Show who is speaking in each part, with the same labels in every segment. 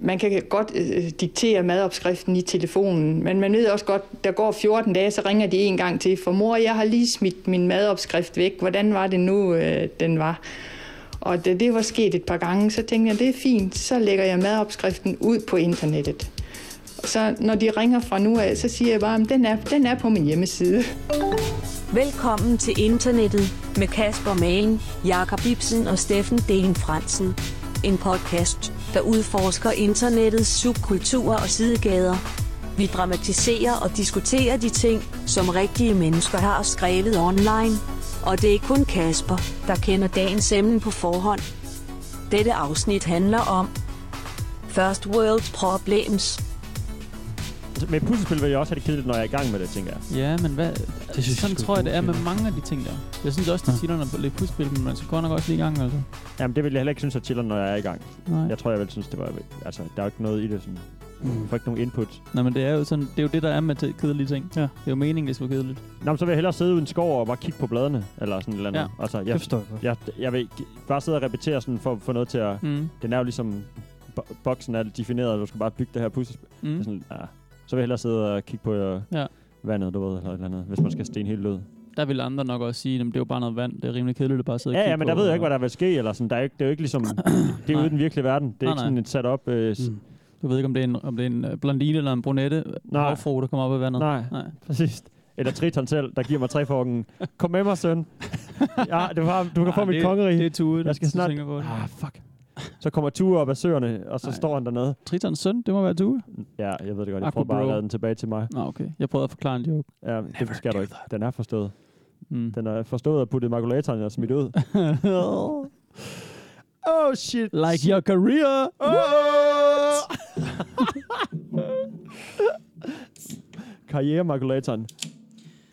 Speaker 1: man kan godt øh, diktere madopskriften i telefonen, men man ved også godt, der går 14 dage, så ringer de en gang til, for mor, jeg har lige smidt min madopskrift væk, hvordan var det nu, øh, den var? Og da det var sket et par gange, så tænkte jeg, det er fint, så lægger jeg madopskriften ud på internettet. Så når de ringer fra nu af, så siger jeg bare, at den er, den er på min hjemmeside.
Speaker 2: Velkommen til internettet med Kasper Magen, Jakob Ibsen og Steffen Dane Fransen. En podcast, der udforsker internettets subkulturer og sidegader. Vi dramatiserer og diskuterer de ting, som rigtige mennesker har skrevet online. Og det er kun Kasper, der kender dagens emne på forhånd. Dette afsnit handler om First World Problems.
Speaker 3: Med puslespil vil jeg også have det kedeligt, når jeg er i gang med det, tænker jeg.
Speaker 4: Ja, men hvad, altså,
Speaker 5: Det synes jeg
Speaker 4: sådan
Speaker 5: sgu
Speaker 4: tror jeg,
Speaker 5: er
Speaker 4: det er med
Speaker 5: okay.
Speaker 4: mange af de ting der. Jeg synes også, det
Speaker 3: Hm.
Speaker 5: Ja.
Speaker 4: tit under lidt puslespil, men man skal godt nok også lige i gang, altså.
Speaker 3: Jamen, det vil jeg heller ikke synes er chiller, når jeg er i gang.
Speaker 4: Nej.
Speaker 3: Jeg tror, jeg vil synes, det var... Altså, der er jo ikke noget i det, sådan...
Speaker 5: Mm.
Speaker 3: Jeg får ikke nogen input.
Speaker 4: Nej, men det er jo sådan, det er jo det, der er med t- kedelige ting.
Speaker 5: Ja.
Speaker 4: Det er jo meningen, det skal være kedeligt.
Speaker 3: Nå, men så vil jeg hellere sidde uden skov og bare kigge på bladene, eller sådan et eller andet.
Speaker 4: Ja.
Speaker 3: Altså,
Speaker 5: Det
Speaker 3: jeg,
Speaker 5: forstår jeg godt.
Speaker 3: jeg, jeg vil ikke- bare sidde og repetere sådan for at få noget til at...
Speaker 4: Mm.
Speaker 3: Den er jo ligesom... bo- Boksen er defineret, og du skal bare bygge det her puslespil. Mm.
Speaker 4: Mm.
Speaker 3: Sådan, ah, så vil jeg hellere sidde og kigge på øh,
Speaker 4: Ja.
Speaker 3: ja. vandet, du ved, eller et eller andet, hvis man skal sten helt lød.
Speaker 4: Der vil andre nok også sige, at det er jo bare noget vand. Det er rimelig kedeligt at bare sidde og
Speaker 3: Ja, ja,
Speaker 4: kigge
Speaker 3: men
Speaker 4: på,
Speaker 3: der ved jeg ikke,
Speaker 4: og-
Speaker 3: hvad der vil ske, eller sådan. Der er jo ikke, det er jo ikke ligesom... det er
Speaker 4: Nej.
Speaker 3: ude i den virkelige verden. Det er
Speaker 4: Nej,
Speaker 3: ikke
Speaker 4: nej.
Speaker 3: sådan et sat op... Øh, mm.
Speaker 5: Mm.
Speaker 4: Du ved ikke, om det er en, om det er en øh, blondine eller en brunette
Speaker 3: Nej.
Speaker 4: havfru, der kommer op af vandet.
Speaker 3: Nej,
Speaker 4: Nej.
Speaker 3: præcis. Eller Triton selv, der giver mig treforken. Kom med mig, søn. ja, det var, du kan
Speaker 4: Ah,
Speaker 3: få mit
Speaker 4: det-
Speaker 3: kongerige.
Speaker 4: Det er Tue,
Speaker 3: Jeg skal snart-
Speaker 4: tænker på det.
Speaker 3: Ah, fuck. Så kommer Ture op af søerne, og så
Speaker 4: Nej.
Speaker 3: Nej. står han dernede.
Speaker 4: Tritons søn, det må være Tue.
Speaker 3: Ja, jeg ved det godt. Jeg
Speaker 4: Aqua
Speaker 3: prøver bare
Speaker 4: bro.
Speaker 3: at redde den tilbage til mig.
Speaker 4: Nå, okay. Jeg prøvede at forklare en joke.
Speaker 3: Ja, det skal du ikke. Den er forstået.
Speaker 4: Mm.
Speaker 3: Den er forstået og puttet i makulatoren og smidt ud. oh, shit.
Speaker 4: like your career!
Speaker 3: Oh! Karrieremarkulatoren.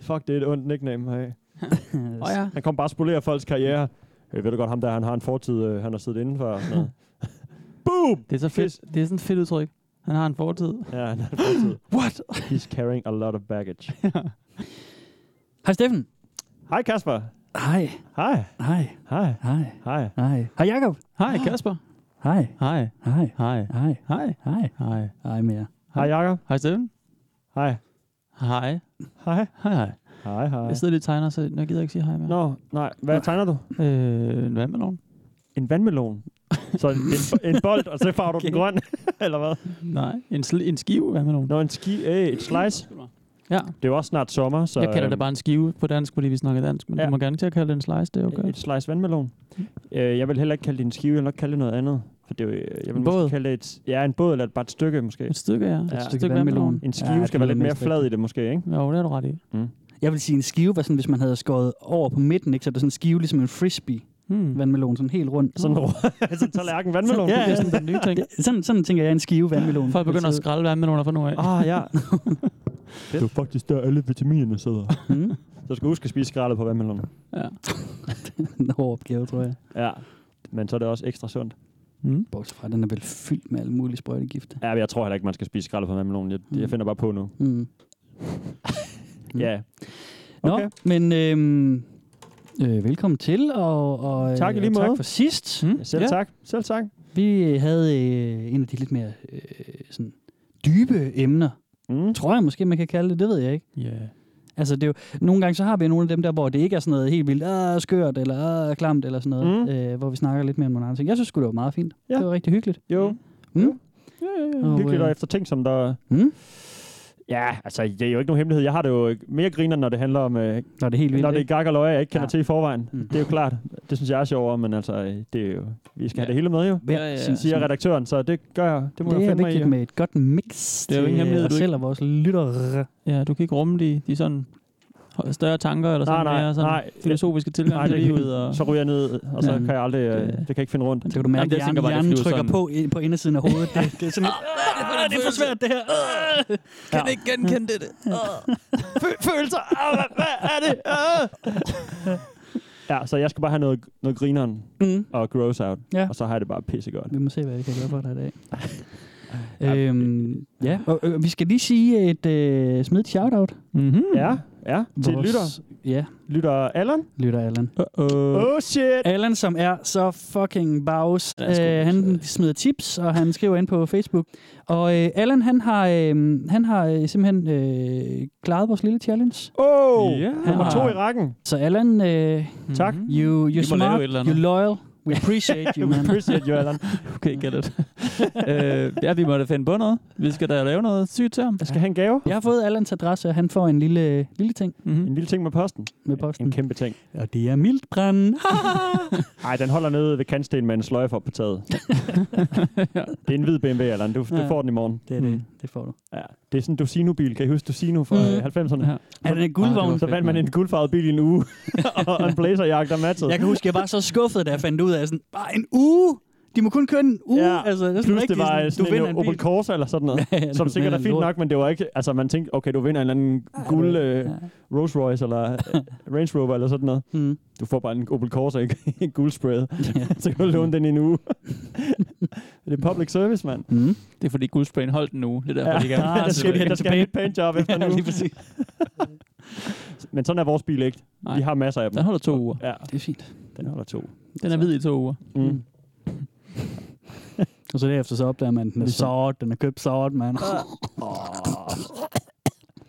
Speaker 3: Fuck, det er et ondt nickname her.
Speaker 4: Åh oh, ja.
Speaker 3: Han kom bare og spolerer folks karriere. Øh, ved du godt, ham der, han har en fortid, øh, han har siddet indenfor og sådan noget. Boom!
Speaker 4: Det er, så fedt. det er sådan et fedt udtryk. Han har en fortid.
Speaker 3: Ja, han har en fortid.
Speaker 5: What?
Speaker 3: He's carrying a lot of baggage.
Speaker 5: Hej Steffen.
Speaker 3: Hej Kasper.
Speaker 5: Hej.
Speaker 3: Hej.
Speaker 5: Hej.
Speaker 3: Hej.
Speaker 5: Hej.
Speaker 3: Hej.
Speaker 5: Hej. Hej Jakob.
Speaker 4: Hej, Kasper.
Speaker 5: Hej.
Speaker 4: Hej.
Speaker 5: Hej.
Speaker 4: Hej.
Speaker 5: Hej.
Speaker 4: Hej.
Speaker 5: Hej.
Speaker 4: Hej.
Speaker 5: Hej med jer.
Speaker 3: Hej Jakob.
Speaker 4: Hej, Steffen.
Speaker 3: Hej.
Speaker 4: Hej.
Speaker 3: Hej.
Speaker 4: Hej, hej.
Speaker 3: Hej, hej.
Speaker 4: Jeg sidder lige og tegner, så jeg gider ikke sige hej mere.
Speaker 3: Nå, nej. Hvad tegner du?
Speaker 4: Øh, en vandmelon?
Speaker 3: En vandmelon. Så en, en, en bold, og så farver du den grøn, eller hvad?
Speaker 4: Nej, en, sl- en skive vandmelon.
Speaker 3: Nå, en ski, øh, et slice.
Speaker 4: Ja,
Speaker 3: Det er jo også snart sommer, så...
Speaker 4: jeg kalder
Speaker 3: øhm,
Speaker 4: det bare en skive på dansk, fordi vi snakker dansk, men ja.
Speaker 3: Ja.
Speaker 4: du må gerne til at kalde det en slice, det er okay.
Speaker 3: Et slice vandmelon. Øh, jeg vil heller ikke kalde det en skive, jeg vil nok kalde det noget andet. For det er jo, øh, jeg vil
Speaker 4: En
Speaker 3: måske
Speaker 4: båd?
Speaker 3: kalde det et, ja, en båd eller et, bare et stykke måske.
Speaker 4: Et stykke, ja.
Speaker 3: Ja.
Speaker 5: Et stykke vandmelon.
Speaker 3: En skive
Speaker 5: Ja,
Speaker 3: ja,
Speaker 5: det
Speaker 3: skal være
Speaker 5: lyder
Speaker 3: lidt mere
Speaker 5: mest
Speaker 3: flad i det måske, ikke?
Speaker 4: Jo, det er du ret i.
Speaker 5: Jeg vil sige, en skive var sådan, hvis man havde skåret over på midten, ikke? så er det sådan en skive, ligesom en frisbee
Speaker 4: Hmm.
Speaker 5: vandmelon, sådan helt rundt.
Speaker 3: Sådan en altså, tallerken vandmelon.
Speaker 5: Ja,
Speaker 4: Det er sådan den nye ting.
Speaker 5: Det- Sådan, sådan tænker jeg, en skive vandmelon. Altså,
Speaker 4: Folk begynder at skralde vandmeloner fra nu af.
Speaker 3: Ah, ja. det er faktisk der, alle vitaminerne sidder.
Speaker 5: Mm.
Speaker 3: Så skal du huske at spise skraldet på vandmelon.
Speaker 4: Ja.
Speaker 5: en hård opgave, tror jeg.
Speaker 3: Ja. Men så er det også ekstra sundt.
Speaker 4: Mm.
Speaker 5: Bortset fra, at den er vel fyldt med alle mulige sprøjtegifte.
Speaker 3: Ja, men jeg tror heller ikke, man skal spise skraldet på vandmelon. Jeg,
Speaker 5: Mm.
Speaker 3: jeg finder bare på nu.
Speaker 5: Mm. Mm.
Speaker 3: Ja.
Speaker 5: Nå,
Speaker 3: Okay.
Speaker 5: men øhm, øh, velkommen til, og, og øh,
Speaker 3: Tak i lige
Speaker 5: og tak
Speaker 3: måde.
Speaker 5: for sidst.
Speaker 4: Mm.
Speaker 3: Selv
Speaker 4: ja.
Speaker 3: tak. Selv tak.
Speaker 5: Vi øh, havde øh, en af de lidt mere øh, sådan, dybe emner,
Speaker 3: Mm.
Speaker 5: tror jeg måske, man kan kalde det, det ved jeg ikke.
Speaker 4: Yeah.
Speaker 5: Altså, det er jo, nogle gange så har vi nogle af dem der, hvor det ikke er sådan noget helt vildt, ah, skørt, eller ah, klamt, eller sådan noget, mm.
Speaker 3: Mm.
Speaker 5: øh, hvor vi snakker lidt mere om nogle andre ting. Jeg synes sgu, det var meget fint.
Speaker 3: Ja.
Speaker 5: Det var rigtig hyggeligt.
Speaker 3: Jo.
Speaker 5: Mm.
Speaker 3: Ja, ja,
Speaker 5: Og,
Speaker 3: ja. Hyggeligt
Speaker 5: øh,
Speaker 3: og efter ting, som der...
Speaker 5: Mm?
Speaker 3: Ja, altså, det er jo ikke nogen hemmelighed. Jeg har det jo mere griner, når det handler om... Øh,
Speaker 5: Nå, det er helt vildt,
Speaker 3: når det er
Speaker 5: ikke?
Speaker 3: gak og løg, jeg ikke kender
Speaker 5: Ja.
Speaker 3: ja. til i forvejen.
Speaker 5: Mm.
Speaker 3: Mm. Det er jo klart. Det synes jeg er sjovere, men altså, øh, det er jo... Vi skal ja.
Speaker 4: Ja.
Speaker 3: have det hele med jo,
Speaker 5: Hver
Speaker 4: Ja, ja, ja.
Speaker 5: sin-
Speaker 3: siger redaktøren, så det gør jeg. Det må
Speaker 5: det
Speaker 3: jeg
Speaker 5: er
Speaker 3: finde mig i.
Speaker 5: vigtigt med et godt mix
Speaker 4: Det er jo ingen
Speaker 5: til øh,
Speaker 4: hemmelighed,
Speaker 5: os
Speaker 4: du
Speaker 5: selv og vores lyttere.
Speaker 4: Ja, du kan ikke rumme de, de sådan hø- større tanker eller sådan
Speaker 3: Nej, nej,
Speaker 4: mere sådan
Speaker 3: nej.
Speaker 4: filosofiske tilgang
Speaker 3: Nej,
Speaker 4: til
Speaker 3: det kan-
Speaker 4: livet. Og...
Speaker 3: Så ryger jeg ned, og så
Speaker 5: Ja.
Speaker 3: kan jeg aldrig... Øh,
Speaker 4: Det-
Speaker 3: det kan jeg ikke finde rundt.
Speaker 5: Så kan du
Speaker 4: Jamen,
Speaker 5: mærke,
Speaker 4: jeg
Speaker 5: at hjernen,
Speaker 4: tænker bare, det
Speaker 5: hjernen
Speaker 4: flyver
Speaker 5: trykker
Speaker 4: sådan.
Speaker 5: på, i- på indersiden af hovedet. Det, det er sådan, lidt, "Ah, det er for svært, det her. Ah."
Speaker 3: Kan
Speaker 4: ikke genkende det?
Speaker 3: Følelser! Hvad, hvad er det? Ja, så jeg skal bare have noget, noget grineren
Speaker 5: Mm.
Speaker 3: og gross out,
Speaker 5: Ja. Mm.
Speaker 3: og så har jeg det bare pissegodt.
Speaker 5: Vi må se, hvad jeg kan gøre for dig i dag. Øhm, ja, og øh, vi skal lige sige et øh, smidt shout-out.
Speaker 4: Mm-hmm.
Speaker 3: Ja, ja. Til lytter.
Speaker 5: Ja,
Speaker 3: Lytter Allan.
Speaker 5: lytter Allan.
Speaker 4: Uh-oh.
Speaker 3: Oh shit.
Speaker 5: Allan, som er så fucking bags. Øh,
Speaker 4: Ja, sgu,
Speaker 5: han
Speaker 4: så-
Speaker 5: smider tips, og han skriver ind på Facebook. Og øh, Allan, han har, øh, han har øh, simpelthen øh, klaret vores lille challenge.
Speaker 3: Oh.
Speaker 4: Ja.
Speaker 3: Nummer to i rækken.
Speaker 5: Så Allan, øh,
Speaker 3: Tak.
Speaker 5: you,
Speaker 4: Mm-hmm. Vi
Speaker 5: you
Speaker 4: må
Speaker 5: smart,
Speaker 4: lave et eller
Speaker 5: you
Speaker 4: andet.
Speaker 5: loyal. We appreciate you, man.
Speaker 3: Appreciate you, Allan.
Speaker 4: Okay, get it. øh, ja, vi må da finde på noget. Vi skal da lave noget sygt til ham.
Speaker 3: Jeg skal have en gave.
Speaker 5: Jeg har fået Allans adresse, og han får en lille, lille ting
Speaker 4: Mm-hmm.
Speaker 3: En lille ting med posten.
Speaker 5: med
Speaker 3: En
Speaker 5: posten.
Speaker 3: kæmpe ting.
Speaker 5: Og det er miltbrand.
Speaker 3: Nej, den holder nede ved kantsten med en sløjfe op på taget. Det er en hvid BMW, Allan. Du, du
Speaker 5: Ja.
Speaker 3: får den i morgen.
Speaker 5: det er det.
Speaker 4: Mm.
Speaker 5: Det får du.
Speaker 3: Ja. Det er sådan en Docino-bil. Kan I huske Docino fra
Speaker 5: Mm.
Speaker 3: øh, 90'erne?
Speaker 4: Ja.
Speaker 5: Er den en
Speaker 4: Ah,
Speaker 5: guldvogn?
Speaker 4: det
Speaker 3: Så
Speaker 4: var
Speaker 3: vandt man en guldfarvet bil i en uge, og en blazerjakke, der matchede.
Speaker 5: Jeg kan huske, jeg var så skuffet, da jeg fandt ud af, sådan, bare en uge? De må kun køre en uge?
Speaker 3: Ja,
Speaker 5: altså, det er sådan
Speaker 3: Plus det
Speaker 5: rigtig
Speaker 3: var øh,
Speaker 5: sådan,
Speaker 3: sådan,
Speaker 5: du vinder
Speaker 3: en,
Speaker 5: en
Speaker 3: Opel
Speaker 5: bil.
Speaker 3: Corsa eller sådan noget,
Speaker 5: Ja, ja,
Speaker 3: som
Speaker 5: du
Speaker 3: sikkert er
Speaker 5: vinder en
Speaker 3: fint
Speaker 5: lort.
Speaker 3: nok, men det var ikke, altså man tænkte, okay, du vinder en eller anden guld øh, Rolls Royce eller øh, Range Rover eller sådan noget.
Speaker 5: Mm.
Speaker 3: Du får bare en Opel Corsa, ikke? en guldspray,
Speaker 5: Ja.
Speaker 3: så kan du låne den i en uge. det er public service, mand.
Speaker 5: Mm.
Speaker 4: Det er fordi Guldsprayen holdt den nu. Det er derfor, ja. de
Speaker 5: Ah,
Speaker 3: der skal,
Speaker 4: gerne
Speaker 5: selvfølgelig.
Speaker 3: der skal have et pænt job efter
Speaker 5: Ja,
Speaker 3: nu.
Speaker 5: lige præcis.
Speaker 3: Men sådan er vores bil ikke.
Speaker 4: Nej.
Speaker 3: Vi har masser af dem.
Speaker 4: Den holder to uger.
Speaker 3: Ja,
Speaker 5: Det er fint.
Speaker 3: den holder to.
Speaker 4: Den er hvid i to uger.
Speaker 3: Mm.
Speaker 5: Og så derefter så opdager man, den er sort, den er købt sort, man.
Speaker 3: Ah.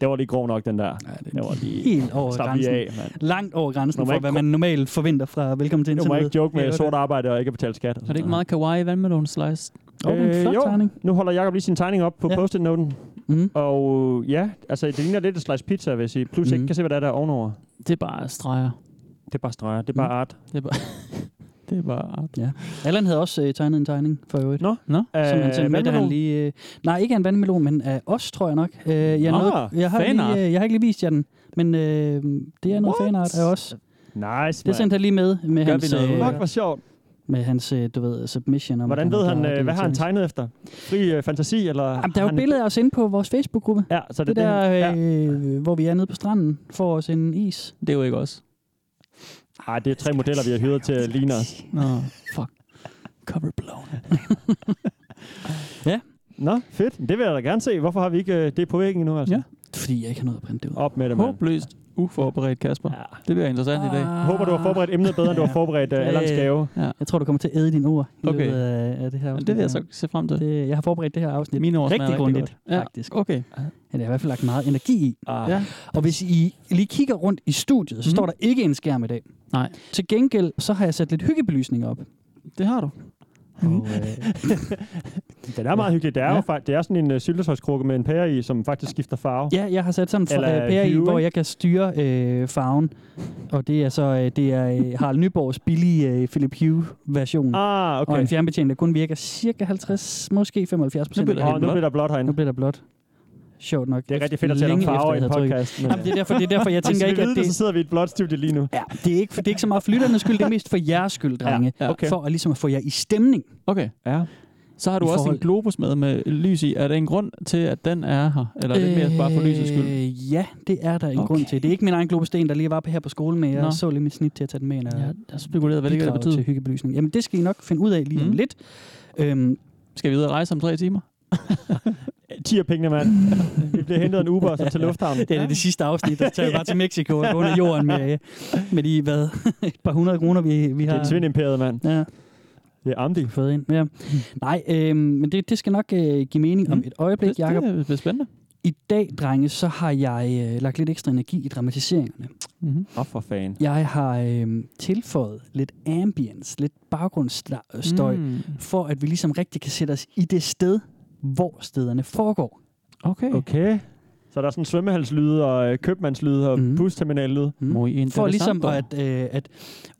Speaker 3: Det var lige grov nok, den der.
Speaker 5: Ja, det
Speaker 3: Det var lige...
Speaker 5: helt over
Speaker 3: Slap lige
Speaker 5: grænsen.
Speaker 3: af, mand.
Speaker 5: Langt over grænsen
Speaker 3: Må man
Speaker 5: for,
Speaker 3: ikke
Speaker 5: hvad man normalt forventer fra Velkommen til
Speaker 3: Du må
Speaker 5: Internet.
Speaker 3: ikke joke med sort arbejde og ikke betale skat.
Speaker 4: Er det ikke meget kawaii vandmelon slice?
Speaker 5: Åh, det er en flot
Speaker 3: Øh, jo,
Speaker 5: tegning.
Speaker 3: nu holder Jacob lige sin tegning op på
Speaker 5: Ja.
Speaker 3: ja. post-it-noten.
Speaker 5: Mm.
Speaker 3: Og ja, altså det ligner lidt et slice pizza, vil jeg sige. Plus mm.
Speaker 5: Mhm.
Speaker 3: ikke kan se, hvad der er der ovenover.
Speaker 4: Det er bare streger.
Speaker 3: Det er bare streger, det er bare mm. art.
Speaker 4: Det er bare... det er bare art.
Speaker 5: Allan havde også øh, tegnet en tegning for øvrigt.
Speaker 3: Nå,
Speaker 5: Som
Speaker 3: Øh,
Speaker 5: han sendte med, da han
Speaker 3: vandmelon?
Speaker 5: lige... Øh, nej, ikke af en vandmelon, men af os, tror jeg nok. Øh, jeg,
Speaker 3: Nå,
Speaker 5: nåede, jeg, har
Speaker 4: fanart.
Speaker 5: lige, øh, jeg har ikke lige vist jer den, men øh, det er noget
Speaker 3: What?
Speaker 5: fanart af os.
Speaker 3: Nice,
Speaker 5: Det sendte han lige med, med
Speaker 4: Gør
Speaker 5: hans,
Speaker 4: vi noget?
Speaker 5: øh,
Speaker 3: Fuck, hvor sjovt.
Speaker 5: med hans øh, du ved, submission. Om,
Speaker 3: Hvordan
Speaker 5: om
Speaker 3: ved
Speaker 5: der
Speaker 3: han,
Speaker 5: er
Speaker 3: øh,
Speaker 5: det
Speaker 3: hvad har han
Speaker 5: challenge.
Speaker 3: tegnet efter? Fri øh, fantasi, eller?
Speaker 5: Jamen, der er
Speaker 3: har
Speaker 5: jo
Speaker 3: han-
Speaker 5: et billede af os inde på vores Facebook-gruppe.
Speaker 3: Ja, så
Speaker 5: Det
Speaker 3: det, er det,
Speaker 5: der,
Speaker 3: han-
Speaker 5: øh, hvor vi er nede på stranden, får os en is.
Speaker 4: Det er jo ikke os.
Speaker 3: ja. Ej, det er tre modeller, vi har hyret til at ligne os.
Speaker 4: Nå, fuck. Cover blown.
Speaker 3: Nå, fedt. Det vil jeg da gerne se. Hvorfor har vi ikke øh, det på væggen endnu? Altså?
Speaker 4: Ja.
Speaker 5: Fordi jeg ikke har noget at printe det ud.
Speaker 3: Op med det, mand.
Speaker 4: Håbløst uforberedt, Kasper.
Speaker 3: Ja.
Speaker 4: Det bliver interessant i dag.
Speaker 3: Jeg håber, du har forberedt emnet bedre, end du har forberedt
Speaker 5: Ja.
Speaker 3: øh, Allans gave.
Speaker 5: Ah. Jeg tror, du kommer til at æde dine ord i
Speaker 4: Okay.
Speaker 5: løbet af, af det her
Speaker 4: Men
Speaker 5: afsnit.
Speaker 4: det vil jeg
Speaker 5: her.
Speaker 4: så se frem til.
Speaker 5: Det, jeg har forberedt det her afsnit
Speaker 4: Mine ord smager
Speaker 5: rigtig grundigt,
Speaker 4: godt. Ja.
Speaker 5: faktisk.
Speaker 4: Okay.
Speaker 5: Ja, det har i hvert fald lagt meget energi i.
Speaker 3: Ah.
Speaker 4: Ja.
Speaker 5: Og hvis I lige kigger rundt i studiet, så
Speaker 4: Mhm.
Speaker 5: står der ikke en skærm i dag.
Speaker 4: Nej.
Speaker 5: Til gengæld, så har jeg sat lidt hyggebelysning op.
Speaker 4: Det har du.
Speaker 5: Og, øh,
Speaker 3: Den er meget hyggelig. Det er,
Speaker 5: Ja.
Speaker 3: jo, fakt- det er sådan en øh, syltetøjskrukke med en pære i, som faktisk skifter farve.
Speaker 5: ja, jeg har sat sådan en
Speaker 3: Eller
Speaker 5: fra, øh, pære i,
Speaker 3: hue,
Speaker 5: hvor
Speaker 3: ikke?
Speaker 5: jeg kan styre øh, farven. Og det er så øh, det er øh, Harald Nyborgs billige øh, Philip Hue-version.
Speaker 3: Ah,
Speaker 5: Og
Speaker 3: okay.
Speaker 5: en fjernbetjening, der kun virker cirka 50, måske 75
Speaker 4: Nu
Speaker 5: procent.
Speaker 4: bliver det
Speaker 3: Åh,
Speaker 4: helt
Speaker 3: nu
Speaker 4: blot.
Speaker 3: bliver der blot herinde.
Speaker 5: nu bliver der blot. Sjovt nok.
Speaker 3: Det er rigtig
Speaker 5: Efter-
Speaker 3: fedt at tale om
Speaker 5: længe
Speaker 3: farver i
Speaker 5: efter,
Speaker 3: en
Speaker 5: jeg havde trykket.
Speaker 3: podcast. Men,
Speaker 5: Jamen, det, er derfor, det er derfor, jeg tænker
Speaker 3: hvis
Speaker 5: ikke,
Speaker 3: vi
Speaker 5: at
Speaker 3: ved det,
Speaker 5: det,
Speaker 3: så sidder vi i et blåt studie lige nu.
Speaker 5: Ja, det er ikke, for, det er ikke så meget flytternes skyld, det er mest for jeres skyld, drenge.
Speaker 4: Ja,
Speaker 3: okay.
Speaker 5: For at ligesom at få jer i stemning.
Speaker 4: Okay.
Speaker 3: Ja.
Speaker 4: Så har du
Speaker 5: I
Speaker 4: også
Speaker 5: forhold-
Speaker 4: en globus med med lys i. Er der en grund til, at den er her? Eller er det mere bare for lysets skyld?
Speaker 5: Øh, ja, det er der en okay.
Speaker 4: Okay.
Speaker 5: grund til. Det er ikke min egen globesten, der lige var på her på skolen, men jeg Nå.
Speaker 4: Nå.
Speaker 5: så lige mit snit til at tage den med ind og
Speaker 4: Ja, jeg spekulerede, hvad det, det
Speaker 5: bidrage
Speaker 4: betyder.
Speaker 5: til hyggebelysning. Jamen, det skal I nok finde ud af lige om
Speaker 4: Mm.
Speaker 5: lidt. Øhm,
Speaker 4: Skal vi ud og rejse om tre timer?
Speaker 3: 10 Øh, af pengene, mand. vi bliver hentet af en Uber og så til lufthavnen.
Speaker 5: det er det sidste afsnit, der tager vi bare til Mexico og går under jorden med, øh, med de, hvad, et par hundrede kroner, vi, vi
Speaker 3: Det
Speaker 5: har.
Speaker 3: er Tvindimperiet, mand.
Speaker 5: ja. Mm.
Speaker 3: Det er Amdi.
Speaker 5: fået ind. Ja. Nej, øh, men det, det skal nok øh, give mening om
Speaker 4: Mm.
Speaker 5: et øjeblik,
Speaker 4: Det,
Speaker 5: Jacob.
Speaker 4: det bliver spændende.
Speaker 5: I dag, drenge, så har jeg øh, lagt lidt ekstra energi i dramatiseringerne.
Speaker 4: Mm-hmm.
Speaker 3: Åh, for fan.
Speaker 5: Jeg har øh, tilføjet lidt ambience, lidt baggrundsstøj, mm. for at vi ligesom rigtig kan sætte os i det sted, hvor stederne foregår.
Speaker 4: Okay. okay.
Speaker 3: Okay. Mm. Så der er sådan svømmehalslyde og øh, købmandslyde og
Speaker 5: Mhm.
Speaker 3: mm. busterminallyde.
Speaker 4: Muy
Speaker 5: For
Speaker 4: interessant,
Speaker 5: ligesom
Speaker 4: dog.
Speaker 5: at, øh, at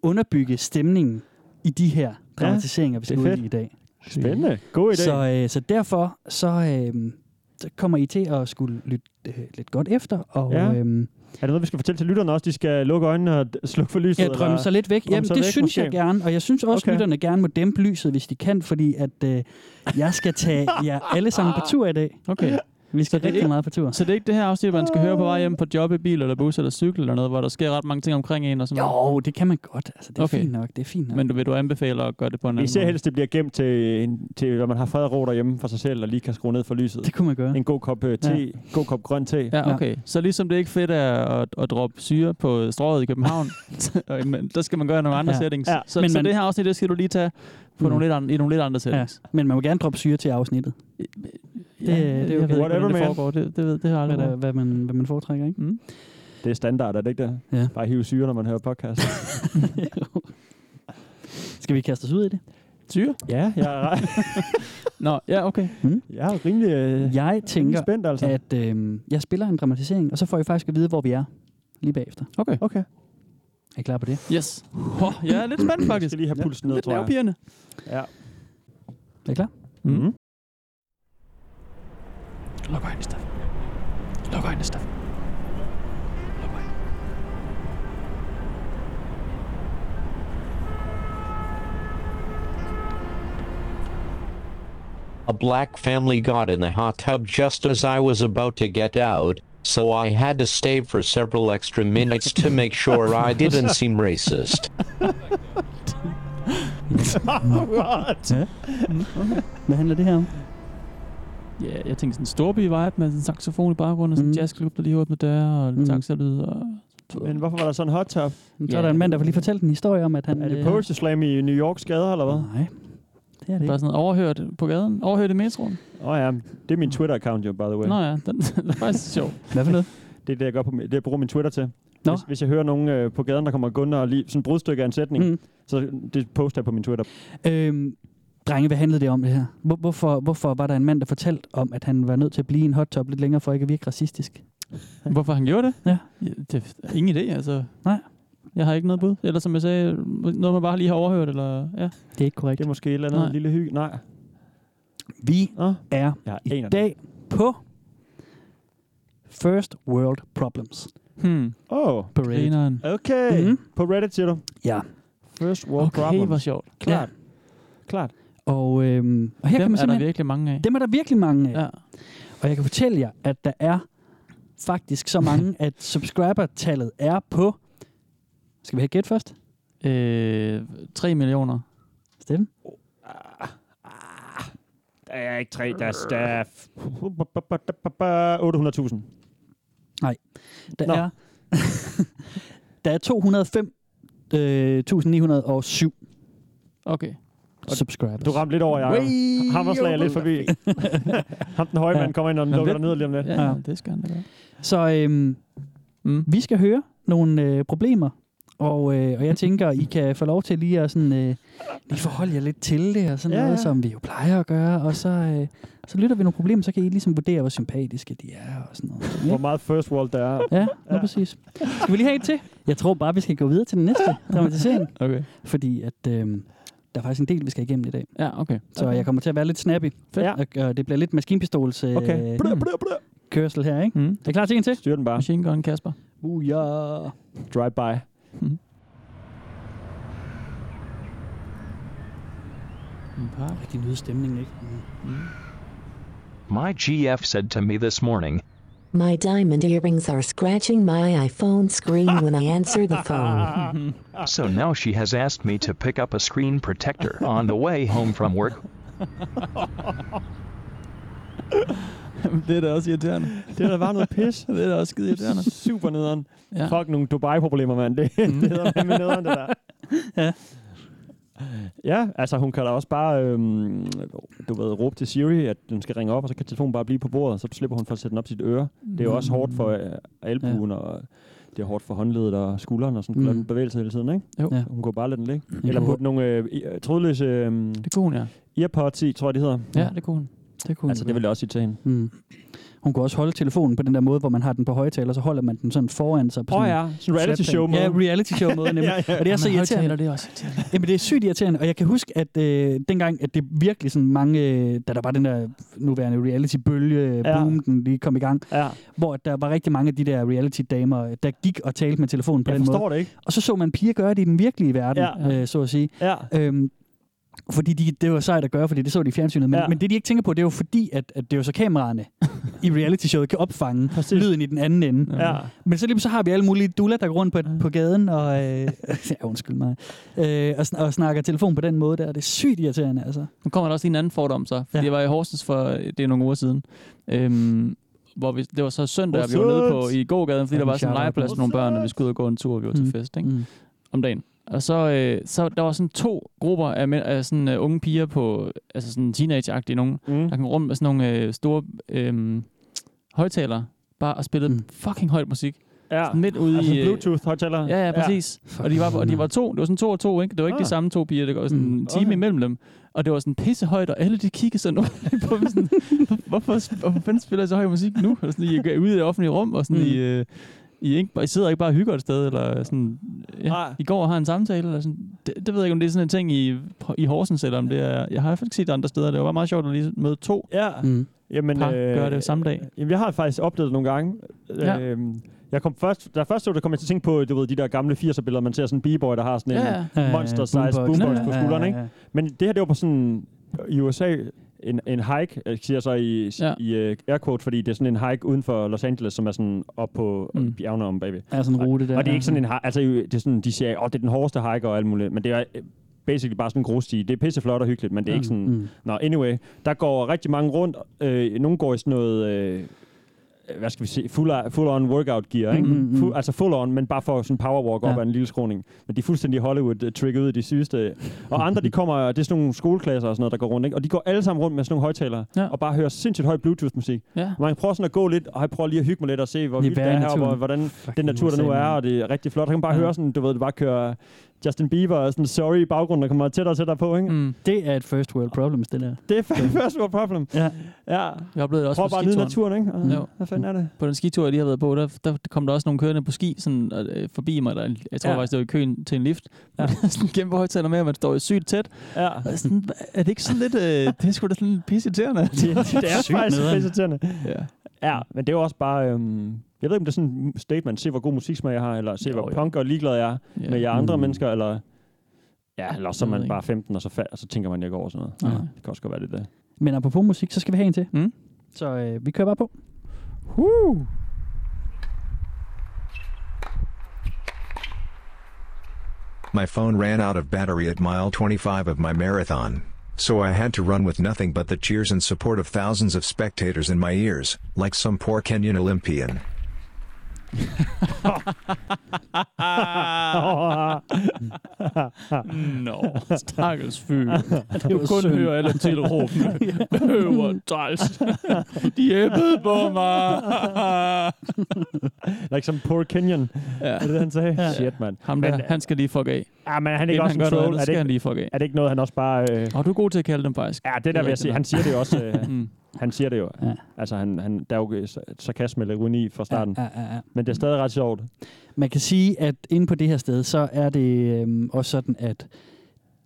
Speaker 5: underbygge stemningen i de her dramatiseringer, vi skal
Speaker 3: det er
Speaker 5: ud
Speaker 3: fedt.
Speaker 5: i i dag.
Speaker 3: Spændende. God idé.
Speaker 5: Så, øh, så derfor så, øh, så kommer I til at skulle lytte øh, lidt godt efter, og
Speaker 3: Ja. Er
Speaker 5: øh,
Speaker 3: det noget, vi skal fortælle til lytterne også? De skal lukke øjnene og d- slukke for lyset?
Speaker 5: Ja, drømme sig lidt væk.
Speaker 3: drømme
Speaker 5: Jamen,
Speaker 3: sig
Speaker 5: det væk,
Speaker 3: væk,
Speaker 5: synes
Speaker 3: måske.
Speaker 5: jeg gerne, og jeg synes også,
Speaker 3: Okay.
Speaker 5: okay. lytterne gerne må dæmpe lyset, hvis de kan, fordi at øh, jeg skal tage jer alle sammen på tur i dag.
Speaker 4: Okay.
Speaker 5: Vi skal
Speaker 4: det er
Speaker 5: rigtig
Speaker 4: ikke-
Speaker 5: meget på tur.
Speaker 4: Så det er ikke det her afsnit, man skal høre på vej hjem på job i bil, eller bus, eller cykel, eller noget, hvor der sker ret mange ting omkring en og sådan noget.
Speaker 5: Jo, det kan man godt. Altså, det er
Speaker 4: Okay.
Speaker 5: fint nok. Det er fint nok.
Speaker 4: Men du vil du anbefale at gøre det på en anden
Speaker 3: Især
Speaker 4: måde?
Speaker 3: helst, det bliver gemt til, en, til, når man har fred og ro derhjemme for sig selv, og lige kan skrue ned for lyset.
Speaker 5: det kunne man gøre.
Speaker 3: En god kop øh, te, ja. god kop grøn te. Ja.
Speaker 4: Ja, okay. Så ligesom det er ikke fedt at, at, at droppe syre på strået i København, og- men der skal man gøre nogle andre
Speaker 5: Ja.
Speaker 4: ja. settings.
Speaker 3: Ja.
Speaker 4: Ja. Så,
Speaker 5: Men
Speaker 4: så
Speaker 5: man-
Speaker 4: det her afsnit, det skal du lige tage på
Speaker 5: Mm.
Speaker 4: nogle lidt andre, i nogle lidt andre
Speaker 5: Ja.
Speaker 4: settings.
Speaker 5: Men man må gerne droppe syre til afsnittet.
Speaker 4: Ja.
Speaker 5: det er
Speaker 4: jeg
Speaker 5: okay.
Speaker 4: ved ikke,
Speaker 3: Whatever,
Speaker 4: hvordan det
Speaker 3: man.
Speaker 4: foregår. Det, det, ved, det har jeg
Speaker 5: Hvad,
Speaker 4: aldrig
Speaker 5: der,
Speaker 4: været.
Speaker 5: hvad, man, hvad man foretrækker, ikke?
Speaker 4: Mm.
Speaker 3: Det er standard, er det ikke det?
Speaker 5: Ja.
Speaker 3: Bare hive syre, når man hører podcast.
Speaker 5: Skal vi kaste os ud i det?
Speaker 4: Syre?
Speaker 3: ja, jeg er, re-
Speaker 4: Nå, ja, okay.
Speaker 3: jeg er rimelig, øh, jeg
Speaker 5: Jeg
Speaker 3: rimelig
Speaker 5: tænker,
Speaker 3: spændt, altså.
Speaker 5: at øh, jeg spiller en dramatisering, og så får I faktisk at vide, hvor vi er lige bagefter.
Speaker 4: Okay.
Speaker 3: Okay,
Speaker 5: Er I klar på det?
Speaker 4: Yes. Oh, jeg er lidt spændt
Speaker 3: jeg
Speaker 4: faktisk.
Speaker 3: skal lige have pulsen ned,
Speaker 4: Lidt
Speaker 3: tror jeg.
Speaker 4: nervepirrende.
Speaker 3: Ja.
Speaker 5: Er I klar?
Speaker 3: Mm.
Speaker 4: Luk øjnene, Steffen. Luk øjnene, Steffen. Luk øjnene.
Speaker 6: A black family got in the hot tub just as I was about to get out, so I had to stay for several extra minutes to make sure I didn't seem racist.
Speaker 3: What?
Speaker 5: Hvad handler det her om?
Speaker 4: Ja, jeg tænkte sådan en storby-vibe med sådan en saxofon i baggrunden, og sådan en
Speaker 5: Mm.
Speaker 4: jazzklub, der lige åbner døre, og lidt
Speaker 5: Mm.
Speaker 4: mm. taxalyd, og...
Speaker 3: Men hvorfor var der sådan en hot tub?
Speaker 5: Så er
Speaker 4: Ja.
Speaker 5: der en mand, der vil lige fortælle en historie om, at han...
Speaker 3: Er det
Speaker 5: øh,
Speaker 3: poetry slam i New Yorks gader, eller hvad?
Speaker 5: Nej, det er det
Speaker 4: Bare
Speaker 5: ikke.
Speaker 4: sådan noget overhørt på gaden. Overhørt i metroen.
Speaker 3: Åh oh, ja, det er min Twitter-account jo, by the way.
Speaker 4: Nå ja, den, den er faktisk sjov.
Speaker 5: Hvad for noget?
Speaker 3: Det er det, jeg, gør på, min- det, jeg bruger min Twitter til.
Speaker 5: Nå.
Speaker 3: Hvis, hvis jeg hører nogen øh, på gaden, der kommer gunder og lige sådan et brudstykke af en sætning, mm.
Speaker 5: Mm.
Speaker 3: så det poster jeg på min Twitter.
Speaker 5: Øhm, drenge, hvad handlede det om det her? Hvor, hvorfor, hvorfor var der en mand, der fortalte om, at han var nødt til at blive i en hot tub lidt længere, for ikke at virke racistisk?
Speaker 4: Hvorfor han gjorde det?
Speaker 5: Ja.
Speaker 4: det er ingen idé, altså.
Speaker 5: Nej.
Speaker 4: Jeg har ikke noget bud. Eller som jeg sagde, noget man bare lige har overhørt, eller... Ja.
Speaker 5: Det er ikke korrekt.
Speaker 3: Det er måske et eller andet
Speaker 4: Nej.
Speaker 3: lille hygge. Nej.
Speaker 5: Vi
Speaker 3: Nå,
Speaker 5: er
Speaker 3: jeg
Speaker 5: i
Speaker 3: aner det.
Speaker 5: dag på First World Problems
Speaker 4: Hmm.
Speaker 3: Åh, oh,
Speaker 5: Parade.
Speaker 4: Grineren.
Speaker 3: okay.
Speaker 5: Mhm.
Speaker 3: Mm. På Reddit siger du.
Speaker 5: Ja.
Speaker 3: First world okay,
Speaker 4: Okay,
Speaker 3: problem.
Speaker 4: hvor sjovt.
Speaker 3: Klart. Klart.
Speaker 5: Og, øhm, og her
Speaker 4: Dem
Speaker 5: kan man
Speaker 4: er der
Speaker 5: simpelthen...
Speaker 4: virkelig mange af.
Speaker 5: dem er der virkelig mange af. Ja.
Speaker 4: Ja.
Speaker 5: Og jeg kan fortælle jer, at der er faktisk så mange, at subscriber-tallet er på... Skal vi have et gæt først?
Speaker 4: Øh, 3 millioner.
Speaker 5: Steffen?
Speaker 3: Der er ikke tre, der er staff. 800.000.
Speaker 5: Der
Speaker 3: Nå.
Speaker 5: er, der er øh, 205.907
Speaker 4: Okay.
Speaker 5: øh, subscribers.
Speaker 3: Du ramte lidt over, Jacob. Ham der slager lidt forbi. Ham den høje
Speaker 5: Ja.
Speaker 3: mand kommer ind og
Speaker 4: Men
Speaker 3: lukker
Speaker 4: det-
Speaker 3: dig ned lige om lidt.
Speaker 4: Ja, ja. det skal han da gøre.
Speaker 5: Så øhm,
Speaker 4: Mm.
Speaker 5: vi skal høre nogle øh, problemer, og, øh, og jeg tænker, I kan få lov til lige at sådan, øh, lige forholde jer lidt til det, og sådan
Speaker 3: Ja,
Speaker 5: ja, noget,
Speaker 3: ja.
Speaker 5: som vi jo plejer at gøre, og så, øh, så lytter vi nogle problemer, så kan I ligesom vurdere, hvor sympatiske de er, og sådan noget.
Speaker 3: Hvor
Speaker 5: Ikke?
Speaker 3: meget first world der er.
Speaker 5: Ja, ja,
Speaker 3: Ja.
Speaker 5: præcis. Skal vi lige have et til? Jeg tror bare, vi skal gå videre til den næste dramatisering,
Speaker 4: Okay.
Speaker 5: fordi at, øh, der er faktisk en del, vi skal igennem i dag.
Speaker 4: Ja, okay.
Speaker 5: Så okay. jeg kommer til at være lidt snappy.
Speaker 4: Fedt.
Speaker 5: Og, og det bliver lidt maskinpistols øh,
Speaker 3: Okay.
Speaker 5: okay.
Speaker 3: Blø, blø, blø.
Speaker 5: kørsel her, ikke?
Speaker 4: Mm.
Speaker 5: Er I klar til en til?
Speaker 3: Styr den bare.
Speaker 4: Machine Gun Kasper.
Speaker 5: Uh, ja.
Speaker 3: Drive by.
Speaker 4: En park.
Speaker 5: Rigtig nyde stemningen, ikke? Mm.
Speaker 7: My GF said to me this morning,
Speaker 8: My diamond earrings are scratching my iPhone screen when I answer the phone.
Speaker 7: so now she has asked me to pick up a screen protector on the way home from work.
Speaker 4: det er da også irriterende.
Speaker 3: Det er da bare noget pis.
Speaker 4: Det er da også skide irriterende.
Speaker 3: Super nederen.
Speaker 4: Ja.
Speaker 3: Fuck nogle Dubai-problemer, mand. Det, det hedder fandme nederen, det der.
Speaker 5: Ja.
Speaker 3: Ja, altså hun kan da også bare, øhm, du ved, råbe til Siri, at den skal ringe op, og så kan telefonen bare blive på bordet, så slipper hun for at sætte den op i sit øre. Det er jo også hårdt for øh, albuen, ja. og det er hårdt for håndledet og skulderen, og sådan
Speaker 5: Mm.
Speaker 3: mm. den bevægelse hele tiden, ikke?
Speaker 4: Jo.
Speaker 5: Ja.
Speaker 4: Ja.
Speaker 3: Hun kunne bare lade den ligge.
Speaker 5: Ja.
Speaker 3: Eller putte nogle øh, i- øh, trådløse øh,
Speaker 4: Det kunne hun, ja.
Speaker 3: earpods i, tror jeg, det hedder.
Speaker 4: Ja, det kunne hun.
Speaker 5: Det kunne
Speaker 3: Altså, det
Speaker 5: være.
Speaker 3: vil jeg også sige til hende.
Speaker 5: Mm. Hun kunne også holde telefonen på den der måde, hvor man har den på højtaler, så holder man den sådan foran sig. på
Speaker 3: Åh
Speaker 5: sådan
Speaker 3: oh,
Speaker 5: en
Speaker 3: ja, sådan en reality
Speaker 5: slapstand.
Speaker 3: show med.
Speaker 5: Ja, reality show måde nemlig.
Speaker 3: ja, ja.
Speaker 5: Og det er så irriterende.
Speaker 4: det er også irriterende.
Speaker 5: Jamen, det er sygt irriterende, og jeg kan huske, at øh, dengang, at det virkelig sådan mange, øh, da der var den der nuværende reality-bølge,
Speaker 3: Ja.
Speaker 5: ja. boom, den lige kom i gang,
Speaker 3: Ja,
Speaker 5: hvor der var rigtig mange af de der reality-damer, øh, der gik og talte med telefonen på
Speaker 3: jeg
Speaker 5: den måde.
Speaker 3: forstår det ikke.
Speaker 5: Og så så man piger gøre det i den virkelige verden,
Speaker 3: Ja.
Speaker 5: ja. øh, så at sige.
Speaker 3: Ja.
Speaker 5: Øhm, fordi de, det var sejt at gøre, fordi det så de i fjernsynet. Men,
Speaker 3: Ja.
Speaker 5: ja. men det, de ikke tænker på, det er jo fordi, at, at det er jo så kameraerne, i reality-showet kan opfange Præcis. lyden i den anden ende.
Speaker 3: Ja.
Speaker 5: Men så lige så har vi alle mulige duller, der går rundt på, på gaden og, øh, ja, undskyld mig, øh, og, sn- og snakker telefon på den måde der. Det er sygt irriterende, altså.
Speaker 4: Nu kommer der også lige en anden fordom så. Fordi
Speaker 5: Ja.
Speaker 4: ja. jeg var i Horsens for øh, det er nogle uger siden. Øhm, hvor vi, det var så søndag, og vi var
Speaker 3: Horsens!
Speaker 4: nede på i gågaden, fordi
Speaker 5: Ja,
Speaker 4: ja, der var
Speaker 5: vi
Speaker 4: sådan en
Speaker 5: shout-out
Speaker 4: legeplads
Speaker 5: på
Speaker 4: med nogle børn, og vi skulle ud og gå en tur, og vi var til fest ikke?
Speaker 5: Mm.
Speaker 4: om dagen. Og så, øh, så der var sådan to grupper af, mænd, af sådan, øh, unge piger på, altså sådan teenage-agtige nogen,
Speaker 3: Mm.
Speaker 4: der kom rundt med sådan nogle øh, store øh, højtalere, bare og spillede
Speaker 5: Mm. Ah.
Speaker 4: mm. fucking højt musik.
Speaker 3: Ja.
Speaker 4: Sådan lidt ude
Speaker 3: Altså
Speaker 4: i... øh,
Speaker 3: Bluetooth-højtaler.
Speaker 4: Ja, ja, præcis. Ja. Og de var, og de var to, det var sådan to og to, ikke? Det var ikke
Speaker 3: Ah.
Speaker 4: de samme to piger, det var sådan
Speaker 5: Mm,
Speaker 4: en time
Speaker 3: okay.
Speaker 4: imellem dem. Og det var sådan pissehøjt, og alle de kiggede sådan underligt på mig, sådan, hvorfor, sp- hvorfor fanden spiller I så høj musik nu? Og sådan, I er ude i det offentlige rum, og sådan, mm.
Speaker 5: Mm.
Speaker 4: I, øh, I, er ikke, bare- I sidder ikke bare og hygger et sted, eller sådan, ja,
Speaker 3: Nej.
Speaker 4: I går og har en samtale, eller sådan, det, det, ved jeg ikke, om det er sådan en ting i, i Horsens, eller om det er, jeg har i hvert fald ikke set det andre steder, det var bare meget sjovt at lige møde to
Speaker 3: Ja.
Speaker 5: Mm.
Speaker 3: Jamen, øh,
Speaker 4: par, gøre det samme dag.
Speaker 3: Jamen, jeg har faktisk oplevet det nogle gange.
Speaker 4: Ja.
Speaker 3: Ja. Øhm, jeg kom først, da jeg først så det, kom jeg til at tænke på, du ved, de der gamle 80'er billeder, man ser sådan en b-boy, der har sådan en...
Speaker 4: Ja, ja.
Speaker 5: Øh,
Speaker 3: Monster size boombox på skulderen, ikke? Men det her, det var på sådan... I USA, en, en hike, jeg siger så i,
Speaker 4: Ja.
Speaker 3: ja. i uh, air quote, fordi det er sådan en hike uden for Los Angeles, som er sådan op på
Speaker 4: Mm.
Speaker 3: mm. bjergene om bagved.
Speaker 5: Ja, sådan en rute der.
Speaker 3: Og det er ikke sådan en hi- altså det er sådan, de siger, åh, oh, det er den hårdeste hike og alt muligt, men det er øh, basically bare sådan en grussti. Det er pisseflot og hyggeligt, men det er ikke sådan...
Speaker 5: Mm.
Speaker 3: Nå, anyway, der går rigtig mange rundt. Øh, nogle går i sådan noget, øh, hvad skal vi sige, full, full on workout gear, ikke?
Speaker 5: Mm, mm, mm.
Speaker 3: Fu- altså full on, men bare for sådan en power walk
Speaker 5: Ja.
Speaker 3: op ad en lille skråning. Men de er fuldstændig hollywood øh, trigget ud i de sygeste. Og andre, de kommer, og det er sådan nogle skoleklasser og sådan noget, der går rundt, ikke? Og de går alle sammen rundt med sådan nogle højtalere,
Speaker 4: Ja.
Speaker 3: og bare hører sindssygt høj bluetooth-musik.
Speaker 4: Ja.
Speaker 3: Man prøver sådan at gå lidt, og jeg prøver lige at hygge mig lidt og se, hvor
Speaker 5: Lige
Speaker 3: vildt det
Speaker 5: være i
Speaker 3: er her, og
Speaker 5: naturen.
Speaker 3: hvordan den
Speaker 5: Fucking
Speaker 3: natur, der nu
Speaker 5: USA,
Speaker 3: er,
Speaker 5: mand.
Speaker 3: og det er rigtig flot. Så kan man bare
Speaker 4: Ja.
Speaker 3: høre sådan, du ved, det bare kører Justin Bieber og sådan Sorry i baggrunden, der kommer tættere og tættere på, ikke?
Speaker 4: Mm.
Speaker 5: Det er et first world problems, det der.
Speaker 3: Det er fandme first world problem.
Speaker 5: Ja.
Speaker 3: Ja.
Speaker 4: Jeg oplevede det også
Speaker 3: Prøv
Speaker 4: på
Speaker 3: bare at nyde
Speaker 4: skituren.
Speaker 3: naturen, ikke? Og,
Speaker 4: Mm.
Speaker 3: ja.
Speaker 4: Jo.
Speaker 3: Hvad fanden er det?
Speaker 4: på den skitur, jeg lige har været på, der, der kom der også nogle kørende på ski sådan, øh, forbi mig. Der, jeg tror ja.
Speaker 3: Ja.
Speaker 4: faktisk, det var i køen til en lift.
Speaker 3: Ja.
Speaker 4: Ja. sådan en kæmpe højtaler med, og man står jo sygt tæt.
Speaker 3: Ja.
Speaker 4: Og sådan, hva- er det ikke sådan lidt... Øh, det er sgu da sådan lidt pisseirriterende.
Speaker 3: Det, det er
Speaker 5: Sygt
Speaker 3: faktisk
Speaker 5: nederen.
Speaker 3: pissirriterende.
Speaker 4: ja.
Speaker 3: Ja, men det er jo også bare... Øhm, jeg ved ikke, om det er sådan et statement. Se, hvor god musiksmag jeg har, eller se, hvor
Speaker 4: Jo, jo.
Speaker 3: punk og ligeglad jeg er
Speaker 4: ja.
Speaker 3: med jer andre
Speaker 5: Mm.
Speaker 3: mennesker, eller... Ja, eller også så er
Speaker 4: Jeg ved
Speaker 3: man
Speaker 4: ikke.
Speaker 3: bare 15, og så, fa- og så tænker man ikke over sådan noget.
Speaker 4: Nej.
Speaker 3: Ja. Det kan også godt være lidt det.
Speaker 5: Men apropos musik, så skal vi have en til.
Speaker 4: Mm.
Speaker 5: Så øh, vi kører bare på.
Speaker 9: My phone ran out of battery at mile 25 of my marathon. So I had to run with nothing but the cheers and support of thousands of spectators in my ears, like some poor Kenyan Olympian.
Speaker 4: Ah, Nå, stakkels fyr.
Speaker 5: var
Speaker 4: Du kun
Speaker 5: synd.
Speaker 4: hører alle tilråbene. Øh, hvor træls. De æbbede på mig.
Speaker 3: Like some poor Kenyan,
Speaker 4: ja.
Speaker 3: er det det, han sagde? Shit, mand.
Speaker 4: Ham
Speaker 3: Men-
Speaker 4: der, han skal lige fuck af.
Speaker 3: Ja, men er han ikke
Speaker 4: Inden
Speaker 3: også
Speaker 4: han gør
Speaker 3: en
Speaker 4: noget
Speaker 3: troll?
Speaker 4: andet,
Speaker 3: Er det
Speaker 4: skal han
Speaker 3: ikke,
Speaker 4: lige fuck af.
Speaker 3: er det ikke noget, han også bare... Øh,
Speaker 4: Og du er god til at kalde dem, faktisk.
Speaker 3: ja, det der vil jeg
Speaker 4: rigtigt
Speaker 3: sige.
Speaker 4: nok.
Speaker 3: Han siger det jo også. Øh,
Speaker 4: Mm.
Speaker 3: han siger det jo.
Speaker 5: Ja.
Speaker 3: Ja. Altså, han, han, der er jo øh, sarkasme eller ironi fra starten.
Speaker 5: Ja, ja, ja, ja.
Speaker 3: Men det er stadig ret sjovt.
Speaker 5: Man kan sige, at inde på det her sted, så er det øhm, også sådan, at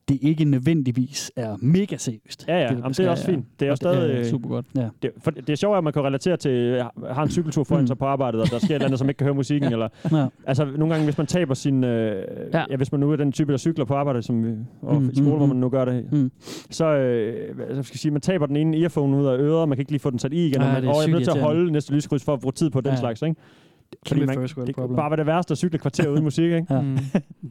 Speaker 5: det ikke nødvendigvis er mega seriøst.
Speaker 3: Ja, ja.
Speaker 5: du
Speaker 3: Jamen, det er
Speaker 5: beskriver.
Speaker 3: også fint. Det er jo
Speaker 5: Og det-
Speaker 3: stadig... øh,
Speaker 4: Ja, super godt.
Speaker 3: Det, for det er sjovt, at man kan relatere til, øh, har en cykeltur foran
Speaker 5: Mm.
Speaker 3: sig på arbejdet, og der sker et eller andet, som ikke kan høre musikken.
Speaker 4: Ja.
Speaker 3: ja. eller,
Speaker 5: Ja.
Speaker 3: altså, nogle gange, hvis man taber sin... Øh,
Speaker 4: Ja.
Speaker 3: ja. ja. hvis man nu er den type, der cykler på arbejde, som vi, og
Speaker 5: Mm,
Speaker 3: i skole,
Speaker 5: mm,
Speaker 3: hvor
Speaker 5: mm.
Speaker 3: man nu gør det,
Speaker 5: Mm.
Speaker 3: så øh, hvad skal jeg sige, man taber den ene earphone ud af øret, og man kan ikke lige få den sat i igen,
Speaker 5: Ja,
Speaker 3: og, man,
Speaker 5: det er
Speaker 3: og jeg
Speaker 5: sygt
Speaker 3: er nødt til at
Speaker 5: irriterende.
Speaker 3: holde næste lyskryds for at bruge tid på den
Speaker 5: Ja.
Speaker 3: slags, ikke? Fordi
Speaker 5: Kæmpe
Speaker 3: man-
Speaker 5: first world
Speaker 3: Det kan
Speaker 5: problem.
Speaker 3: bare være det værste at cykle et kvarter uden musik, ikke?
Speaker 5: Ja.
Speaker 4: Ja. Mm.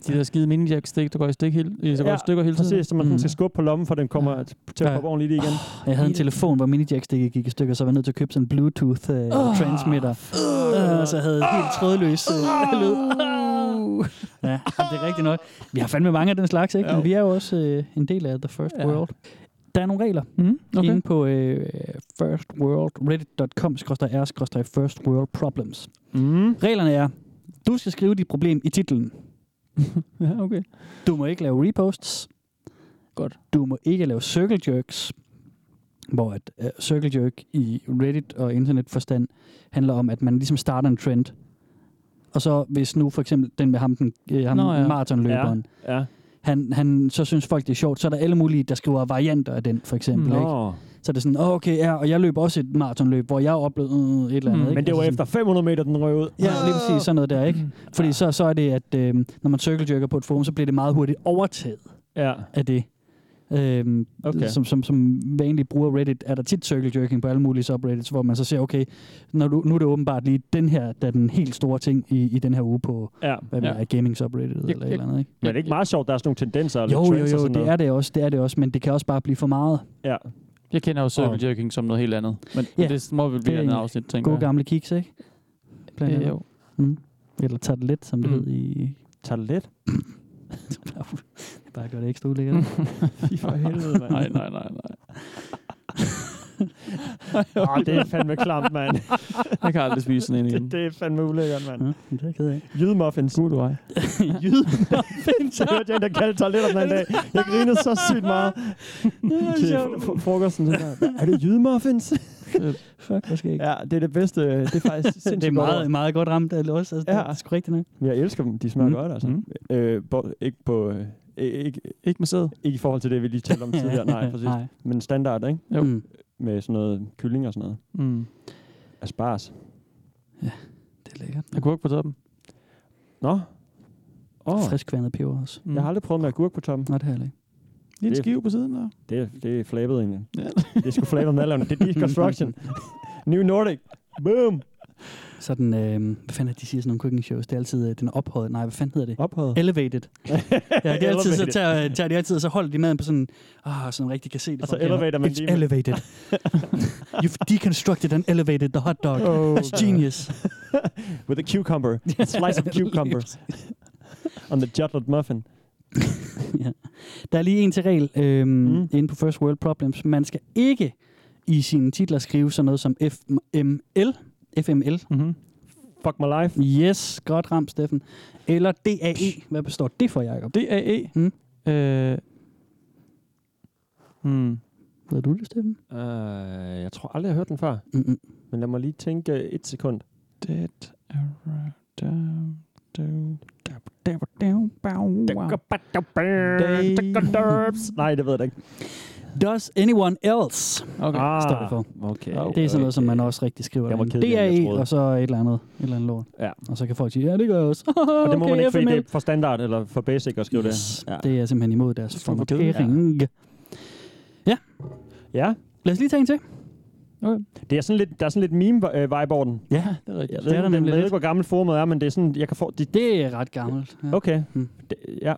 Speaker 4: De der skide minijack-stik, der går i, stik hele, øh, der går i
Speaker 3: Ja,
Speaker 4: stykker hele tiden.
Speaker 3: Præcis, så man
Speaker 5: Mm.
Speaker 3: mm. skal skubbe på lommen, for den kommer
Speaker 5: Ja.
Speaker 3: til
Speaker 5: Ja. Ah,
Speaker 3: at poppe ordentligt i det igen.
Speaker 5: Jeg havde en telefon, hvor minijack-stikket gik i stykker, så jeg var nødt til at købe sådan en Bluetooth-transmitter. Øh, og så havde jeg helt trådløs øh, lyd. ja, jamen, det er rigtigt nok. Vi har fandme mange af den slags, ikke? Men vi er jo også øh, en del af The First
Speaker 4: Ja.
Speaker 5: World. Der er nogle regler
Speaker 4: Mm,
Speaker 5: okay.
Speaker 4: okay.
Speaker 5: inde på øh, firstworld.reddit.com-r-first world problems.
Speaker 3: Mm.
Speaker 5: Reglerne er, du skal skrive dit problem i titlen.
Speaker 4: Ja, okay.
Speaker 5: Du må ikke lave reposts.
Speaker 4: Godt.
Speaker 5: Du må ikke lave circle jerks, hvor et uh, circle jerk i Reddit og internetforstand handler om, at man ligesom starter en trend. Og så hvis nu for eksempel den med ham, den, øh, ham
Speaker 4: Nå,
Speaker 5: Nå,
Speaker 4: ja.
Speaker 5: ja. maratonløberen,
Speaker 3: Ja.
Speaker 5: ja. han, han, så synes folk, det er sjovt, så er der alle mulige, der skriver varianter af den, for eksempel. Ikke?
Speaker 3: Nå.
Speaker 5: Så er det sådan, oh, okay, ja, og jeg løb også et maratonløb, hvor jeg oplevede øh, et eller andet.
Speaker 4: Mm,
Speaker 5: ikke?
Speaker 3: Men det var
Speaker 5: Altså
Speaker 3: efter Mm, 500 meter, den røg ud.
Speaker 5: sådan- Ja, lige præcis sådan noget der, ikke? Fordi så, så er det, at øh, når man circle jerker på et forum, så bliver det meget hurtigt overtaget
Speaker 3: Ja.
Speaker 5: af det. Øhm,
Speaker 3: Okay.
Speaker 5: okay. som, som, som vanligt bruger Reddit, er der tit circle jerking på alle mulige subreddits, hvor man så ser, okay, når du, nu er det åbenbart lige den her, der er den helt store ting i, i den her uge på
Speaker 3: Ja.
Speaker 5: hvad ja.
Speaker 4: Ja.
Speaker 5: er, gaming subreddit eller et eller andet, ikke?
Speaker 3: Men er det ikke meget sjovt, der er sådan nogle tendenser? og
Speaker 5: Jo,
Speaker 3: lidt
Speaker 5: jo,
Speaker 3: trends og
Speaker 5: jo,
Speaker 3: sådan
Speaker 5: det
Speaker 3: noget?
Speaker 5: er det også, det er det også, men det kan også bare blive for meget.
Speaker 3: Ja.
Speaker 4: Jeg kender jo circle jerking som noget helt andet. Men
Speaker 5: Ja,
Speaker 4: ja, det må vel
Speaker 5: det er
Speaker 4: blive et andet
Speaker 5: en
Speaker 4: afsnit, tænker
Speaker 5: Gode
Speaker 4: jeg.
Speaker 5: gamle kiks, ikke? Blandt
Speaker 4: Øh,
Speaker 5: andet.
Speaker 4: jo.
Speaker 5: Mm. Eller tager det lidt, som det
Speaker 3: Mhm.
Speaker 4: Mm.
Speaker 5: hed i...
Speaker 3: Tager det lidt?
Speaker 5: Det bare gør det ekstra
Speaker 3: Mhm.
Speaker 5: ulækkert.
Speaker 3: Fy for helvede, mand.
Speaker 4: Nej, nej, nej, nej.
Speaker 3: Åh, Ah, det er fandme klamt, mand.
Speaker 4: Jeg kan aldrig spise sådan en igen.
Speaker 3: Det, det er fandme ulækkert, mand.
Speaker 5: Ja, det er jeg ked af.
Speaker 3: Jydemuffins.
Speaker 4: Gud, du ej.
Speaker 3: Jydemuffins. Jeg hørte en, der kaldte toiletter den anden dag. Jeg grinede så sygt meget. Til fro- frokosten. sådan der. Er det jydemuffins?
Speaker 5: Fuck, hvad skal jeg ikke?
Speaker 3: Ja, det er det bedste. Det er faktisk sindssygt
Speaker 5: det er
Speaker 3: godt.
Speaker 5: meget, meget godt ramt af også. Altså, ja.
Speaker 3: Ja.
Speaker 5: Det er sgu rigtigt nok.
Speaker 3: Men Jeg elsker dem. De smager
Speaker 4: Mm.
Speaker 3: godt, altså.
Speaker 4: Mm.
Speaker 3: Øh, bo, ikke på... Øh, ikke,
Speaker 4: Ikke med sæd.
Speaker 3: ikke i forhold til det, vi lige talte om tidligere. Nej, præcis.
Speaker 5: Nej.
Speaker 3: Men standard, ikke?
Speaker 4: Jo.
Speaker 5: Mm.
Speaker 3: Med sådan noget kylling og sådan noget.
Speaker 4: Mm.
Speaker 3: Aspars.
Speaker 5: Det er lækkert.
Speaker 4: Jeg kunne ikke på toppen.
Speaker 3: Nå. Åh, oh,
Speaker 5: Friskvandet peber også.
Speaker 4: Mm.
Speaker 3: jeg har aldrig prøvet med agurk på toppen.
Speaker 5: Nå, det har jeg ikke.
Speaker 4: lige en
Speaker 3: det-
Speaker 4: skive på siden. Og...
Speaker 3: Det, er- det er flabet egentlig.
Speaker 4: Ja.
Speaker 3: Det er sgu flabet madlavning. Det er deconstruction. New Nordic. Boom.
Speaker 5: Sådan, øh, hvad fanden er det, de siger sådan nogle cooking shows? Det er altid øh, den ophøjet. Nej, hvad fanden hedder det?
Speaker 3: Ophøjet.
Speaker 5: Elevated. Ja, det er altid, så
Speaker 3: Elevated.
Speaker 5: tager, tager de altid, og så holder de maden på sådan, ah, sådan rigtig kan se det.
Speaker 3: Og
Speaker 5: fra
Speaker 3: så
Speaker 5: kamera.
Speaker 3: elevator man
Speaker 5: It's
Speaker 3: lige med-
Speaker 5: elevated. You've deconstructed and elevated the hot dog.
Speaker 3: Oh.
Speaker 5: That's genius.
Speaker 3: With a cucumber. A slice of cucumber. On the chocolate muffin.
Speaker 5: Der er lige en til regel øhm,
Speaker 3: Mm.
Speaker 5: mm. inde på First World Problems. Man skal ikke i sine titler skrive sådan noget som FML. FML.
Speaker 4: Mm-hmm.
Speaker 3: Fuck my life.
Speaker 5: Yes, godt ramt, Steffen. Eller DAE. Hvad består det for, Jacob?
Speaker 4: DAE.
Speaker 5: Mm.
Speaker 4: Øh... Hmm.
Speaker 5: Ved du det, Steffen?
Speaker 3: Uh, jeg tror aldrig, jeg har hørt den før.
Speaker 5: Mm-mm.
Speaker 3: Men lad mig lige tænke øh, et sekund.
Speaker 4: Dead around down, down, down, down, down, wow.
Speaker 3: Nej, det ved jeg da ikke.
Speaker 5: Does anyone else?
Speaker 4: Okay.
Speaker 3: Ah,
Speaker 5: står det for.
Speaker 3: Okay.
Speaker 4: Det
Speaker 5: Det er sådan noget, som man også rigtig skriver.
Speaker 3: Jeg var
Speaker 5: derinde.
Speaker 3: kedelig, end jeg troede.
Speaker 5: DAE, og så et eller andet, et eller andet lort.
Speaker 3: Ja.
Speaker 5: Og så kan folk sige, ja, det gør jeg også.
Speaker 3: Og det må
Speaker 5: okay,
Speaker 3: man ikke, fordi
Speaker 5: FML.
Speaker 3: det er for standard eller for basic at skrive
Speaker 5: yes.
Speaker 3: det. Ja.
Speaker 5: det. er jeg simpelthen imod
Speaker 4: Det
Speaker 5: deres
Speaker 4: er fandme kedeligt.
Speaker 5: formulering. Ja.
Speaker 3: ja.
Speaker 5: Lad os lige tage en til.
Speaker 3: Det er sådan lidt, der er sådan lidt meme-vibe over den.
Speaker 5: Ja,
Speaker 4: det er rigtigt.
Speaker 3: Jeg ved, ikke,
Speaker 5: Det er der
Speaker 3: den-
Speaker 5: nemlig
Speaker 3: jeg ved
Speaker 5: lidt.
Speaker 3: ikke, hvor gammelt forumet er, men det er sådan, jeg kan få... De,
Speaker 5: det er ret gammelt. Ja.
Speaker 3: okay.
Speaker 5: Mm.
Speaker 3: Det, ja.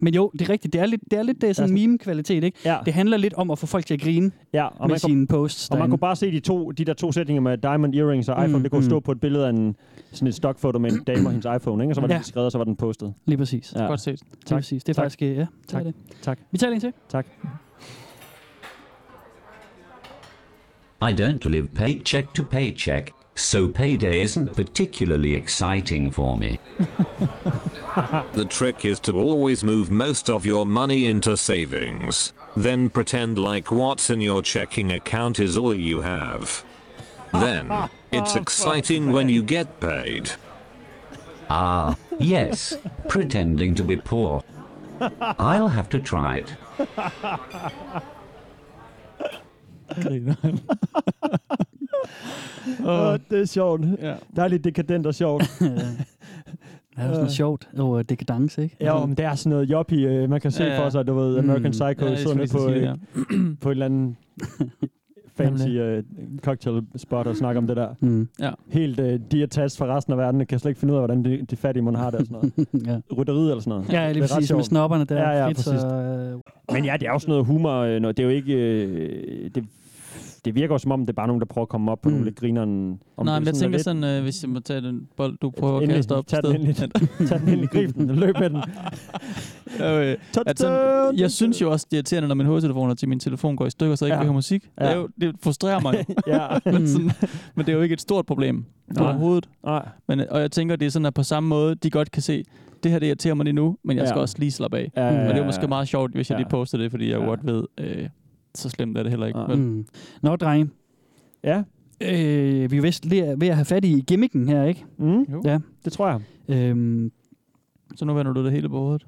Speaker 5: Men jo, det er rigtigt. Det er lidt, det er lidt det er sådan
Speaker 3: Altså-
Speaker 5: meme-kvalitet, ikke?
Speaker 3: Ja.
Speaker 5: Det handler lidt om at få folk til at grine
Speaker 3: ja. Og,
Speaker 5: med
Speaker 3: man kunne,
Speaker 5: sine posts.
Speaker 3: og man
Speaker 5: derinde.
Speaker 3: kunne bare se de, to, de der to sætninger med diamond earrings og
Speaker 5: Mm,
Speaker 3: iPhone. det kunne
Speaker 5: mm.
Speaker 3: stå på et billede af en, sådan et stockfoto med en dame og hendes iPhone, ikke? Og så var det
Speaker 5: Ja.
Speaker 3: lige skrevet, og så var den postet.
Speaker 5: Lige præcis. Ja.
Speaker 3: Ja.
Speaker 4: Godt set.
Speaker 5: Lige præcis. Det er
Speaker 3: Tak.
Speaker 5: faktisk, øh, ja, det
Speaker 3: Tak.
Speaker 5: er det.
Speaker 3: Tak.
Speaker 5: Vi tager en til.
Speaker 3: Tak.
Speaker 10: I don't live paycheck to paycheck, so payday isn't particularly exciting for me.
Speaker 11: The trick is to always move most of your money into savings. Then pretend like what's in your checking account is all you have. Then, it's exciting when you get paid.
Speaker 10: Ah, yes, pretending to be poor. I'll have to try it.
Speaker 3: Åh, det er sjovt.
Speaker 4: Ja.
Speaker 3: Der er lidt dekadent og sjovt.
Speaker 5: Det er jo sådan noget sjovt over dekadence, ikke?
Speaker 3: ja, om det er sådan noget joppie, øh, man kan se
Speaker 4: Ja, ja.
Speaker 3: for sig, du ved, American
Speaker 5: Mm.
Speaker 3: Psycho,
Speaker 4: Ja,
Speaker 3: ja,
Speaker 4: jeg
Speaker 3: sidder
Speaker 4: skulle
Speaker 3: nede
Speaker 4: lige
Speaker 3: på,
Speaker 4: sige det,
Speaker 3: øh,
Speaker 4: ja.
Speaker 3: på en eller anden fancy øh, cocktail spot og snakke om det der.
Speaker 5: Mm.
Speaker 3: Helt øh, de er tast fra resten af verden, og kan slet ikke finde ud af, hvordan de, de fattige mon har det og sådan noget.
Speaker 5: ja.
Speaker 3: Rytteriet eller sådan noget.
Speaker 5: ja,
Speaker 3: Det er
Speaker 5: lige
Speaker 3: ret
Speaker 5: præcis. Med
Speaker 3: sjovt.
Speaker 5: snobberne der.
Speaker 3: Ja, ja,
Speaker 5: Fritz
Speaker 3: præcis.
Speaker 5: og, øh,
Speaker 3: Men ja, det er jo sådan noget humor. øh, Noget. Det er jo ikke... Øh, det, det virker jo som om, det er bare nogen, der prøver at komme op på mm.
Speaker 5: Mm.
Speaker 3: nogle lidt grineren. Om
Speaker 4: Nej,
Speaker 3: det er
Speaker 4: men jeg tænker
Speaker 3: lidt-
Speaker 4: sådan, øh, hvis jeg må tage den bold, du prøver at
Speaker 3: Endelig.
Speaker 4: kaste op.
Speaker 3: Tag den
Speaker 4: sted.
Speaker 3: endelig. Tag den ind i griben, løb med den.
Speaker 4: Ja, øh, at sådan, jeg synes jo også, det er irriterende, når min hovedtelefon og til min telefon går i stykker, så jeg
Speaker 3: Ja.
Speaker 4: ikke ja. vil høre musik.
Speaker 3: Ja.
Speaker 4: Ja. Det, er jo, det frustrerer mig. jo.
Speaker 3: ja.
Speaker 4: men, sådan, men det er jo ikke et stort problem
Speaker 3: Nej.
Speaker 4: overhovedet.
Speaker 3: Nej.
Speaker 4: Men, øh, og jeg tænker, det er sådan, at på samme måde, de godt kan se, det her det irriterer mig lige nu, men jeg skal
Speaker 3: Ja.
Speaker 4: også lige slappe af.
Speaker 3: Ja,
Speaker 4: Mm, Og det er jo måske meget sjovt, hvis jeg
Speaker 3: Ja.
Speaker 4: lige poster det, fordi jeg
Speaker 3: Ja.
Speaker 4: jo godt ved, øh, så slemt er det heller ikke.
Speaker 3: Nej.
Speaker 4: Vel?
Speaker 5: Mm. Nå, drenge.
Speaker 3: Ja.
Speaker 5: Øh, vi er vist lige ved at have fat i gimmicken her, ikke?
Speaker 3: Mm,
Speaker 4: Jo.
Speaker 5: Ja.
Speaker 3: det tror jeg.
Speaker 5: Øhm,
Speaker 4: Så nu vender du det hele på hovedet.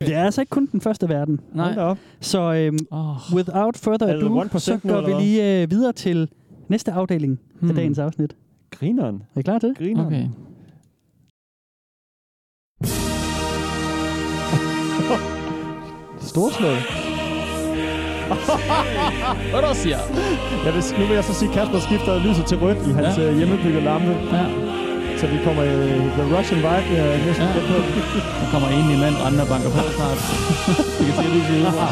Speaker 5: det er altså ikke kun den første verden.
Speaker 4: Nej.
Speaker 3: Hold da op.
Speaker 5: Så øhm,
Speaker 4: Oh.
Speaker 5: without further
Speaker 3: Er det
Speaker 5: ado,
Speaker 3: 1%
Speaker 5: så
Speaker 3: nu,
Speaker 5: går
Speaker 3: eller
Speaker 5: vi
Speaker 3: hvad? Mm.
Speaker 5: lige øh, videre til næste afdeling af
Speaker 4: Hmm.
Speaker 5: dagens afsnit.
Speaker 3: Grineren.
Speaker 5: Er I klar til det?
Speaker 3: Grineren.
Speaker 4: Okay.
Speaker 3: Storslået.
Speaker 4: Hvad der siger?
Speaker 3: Jeg vil, nu vil jeg så sige, at Kasper skifter lyset til rødt i hans ja. hjemmebyggede lampe.
Speaker 4: Ja.
Speaker 3: Så vi kommer i The Russian Vibe øh, næsten ja. på.
Speaker 4: Der kommer en i mand rendende og banker på snart. Vi kan se lyset udefra.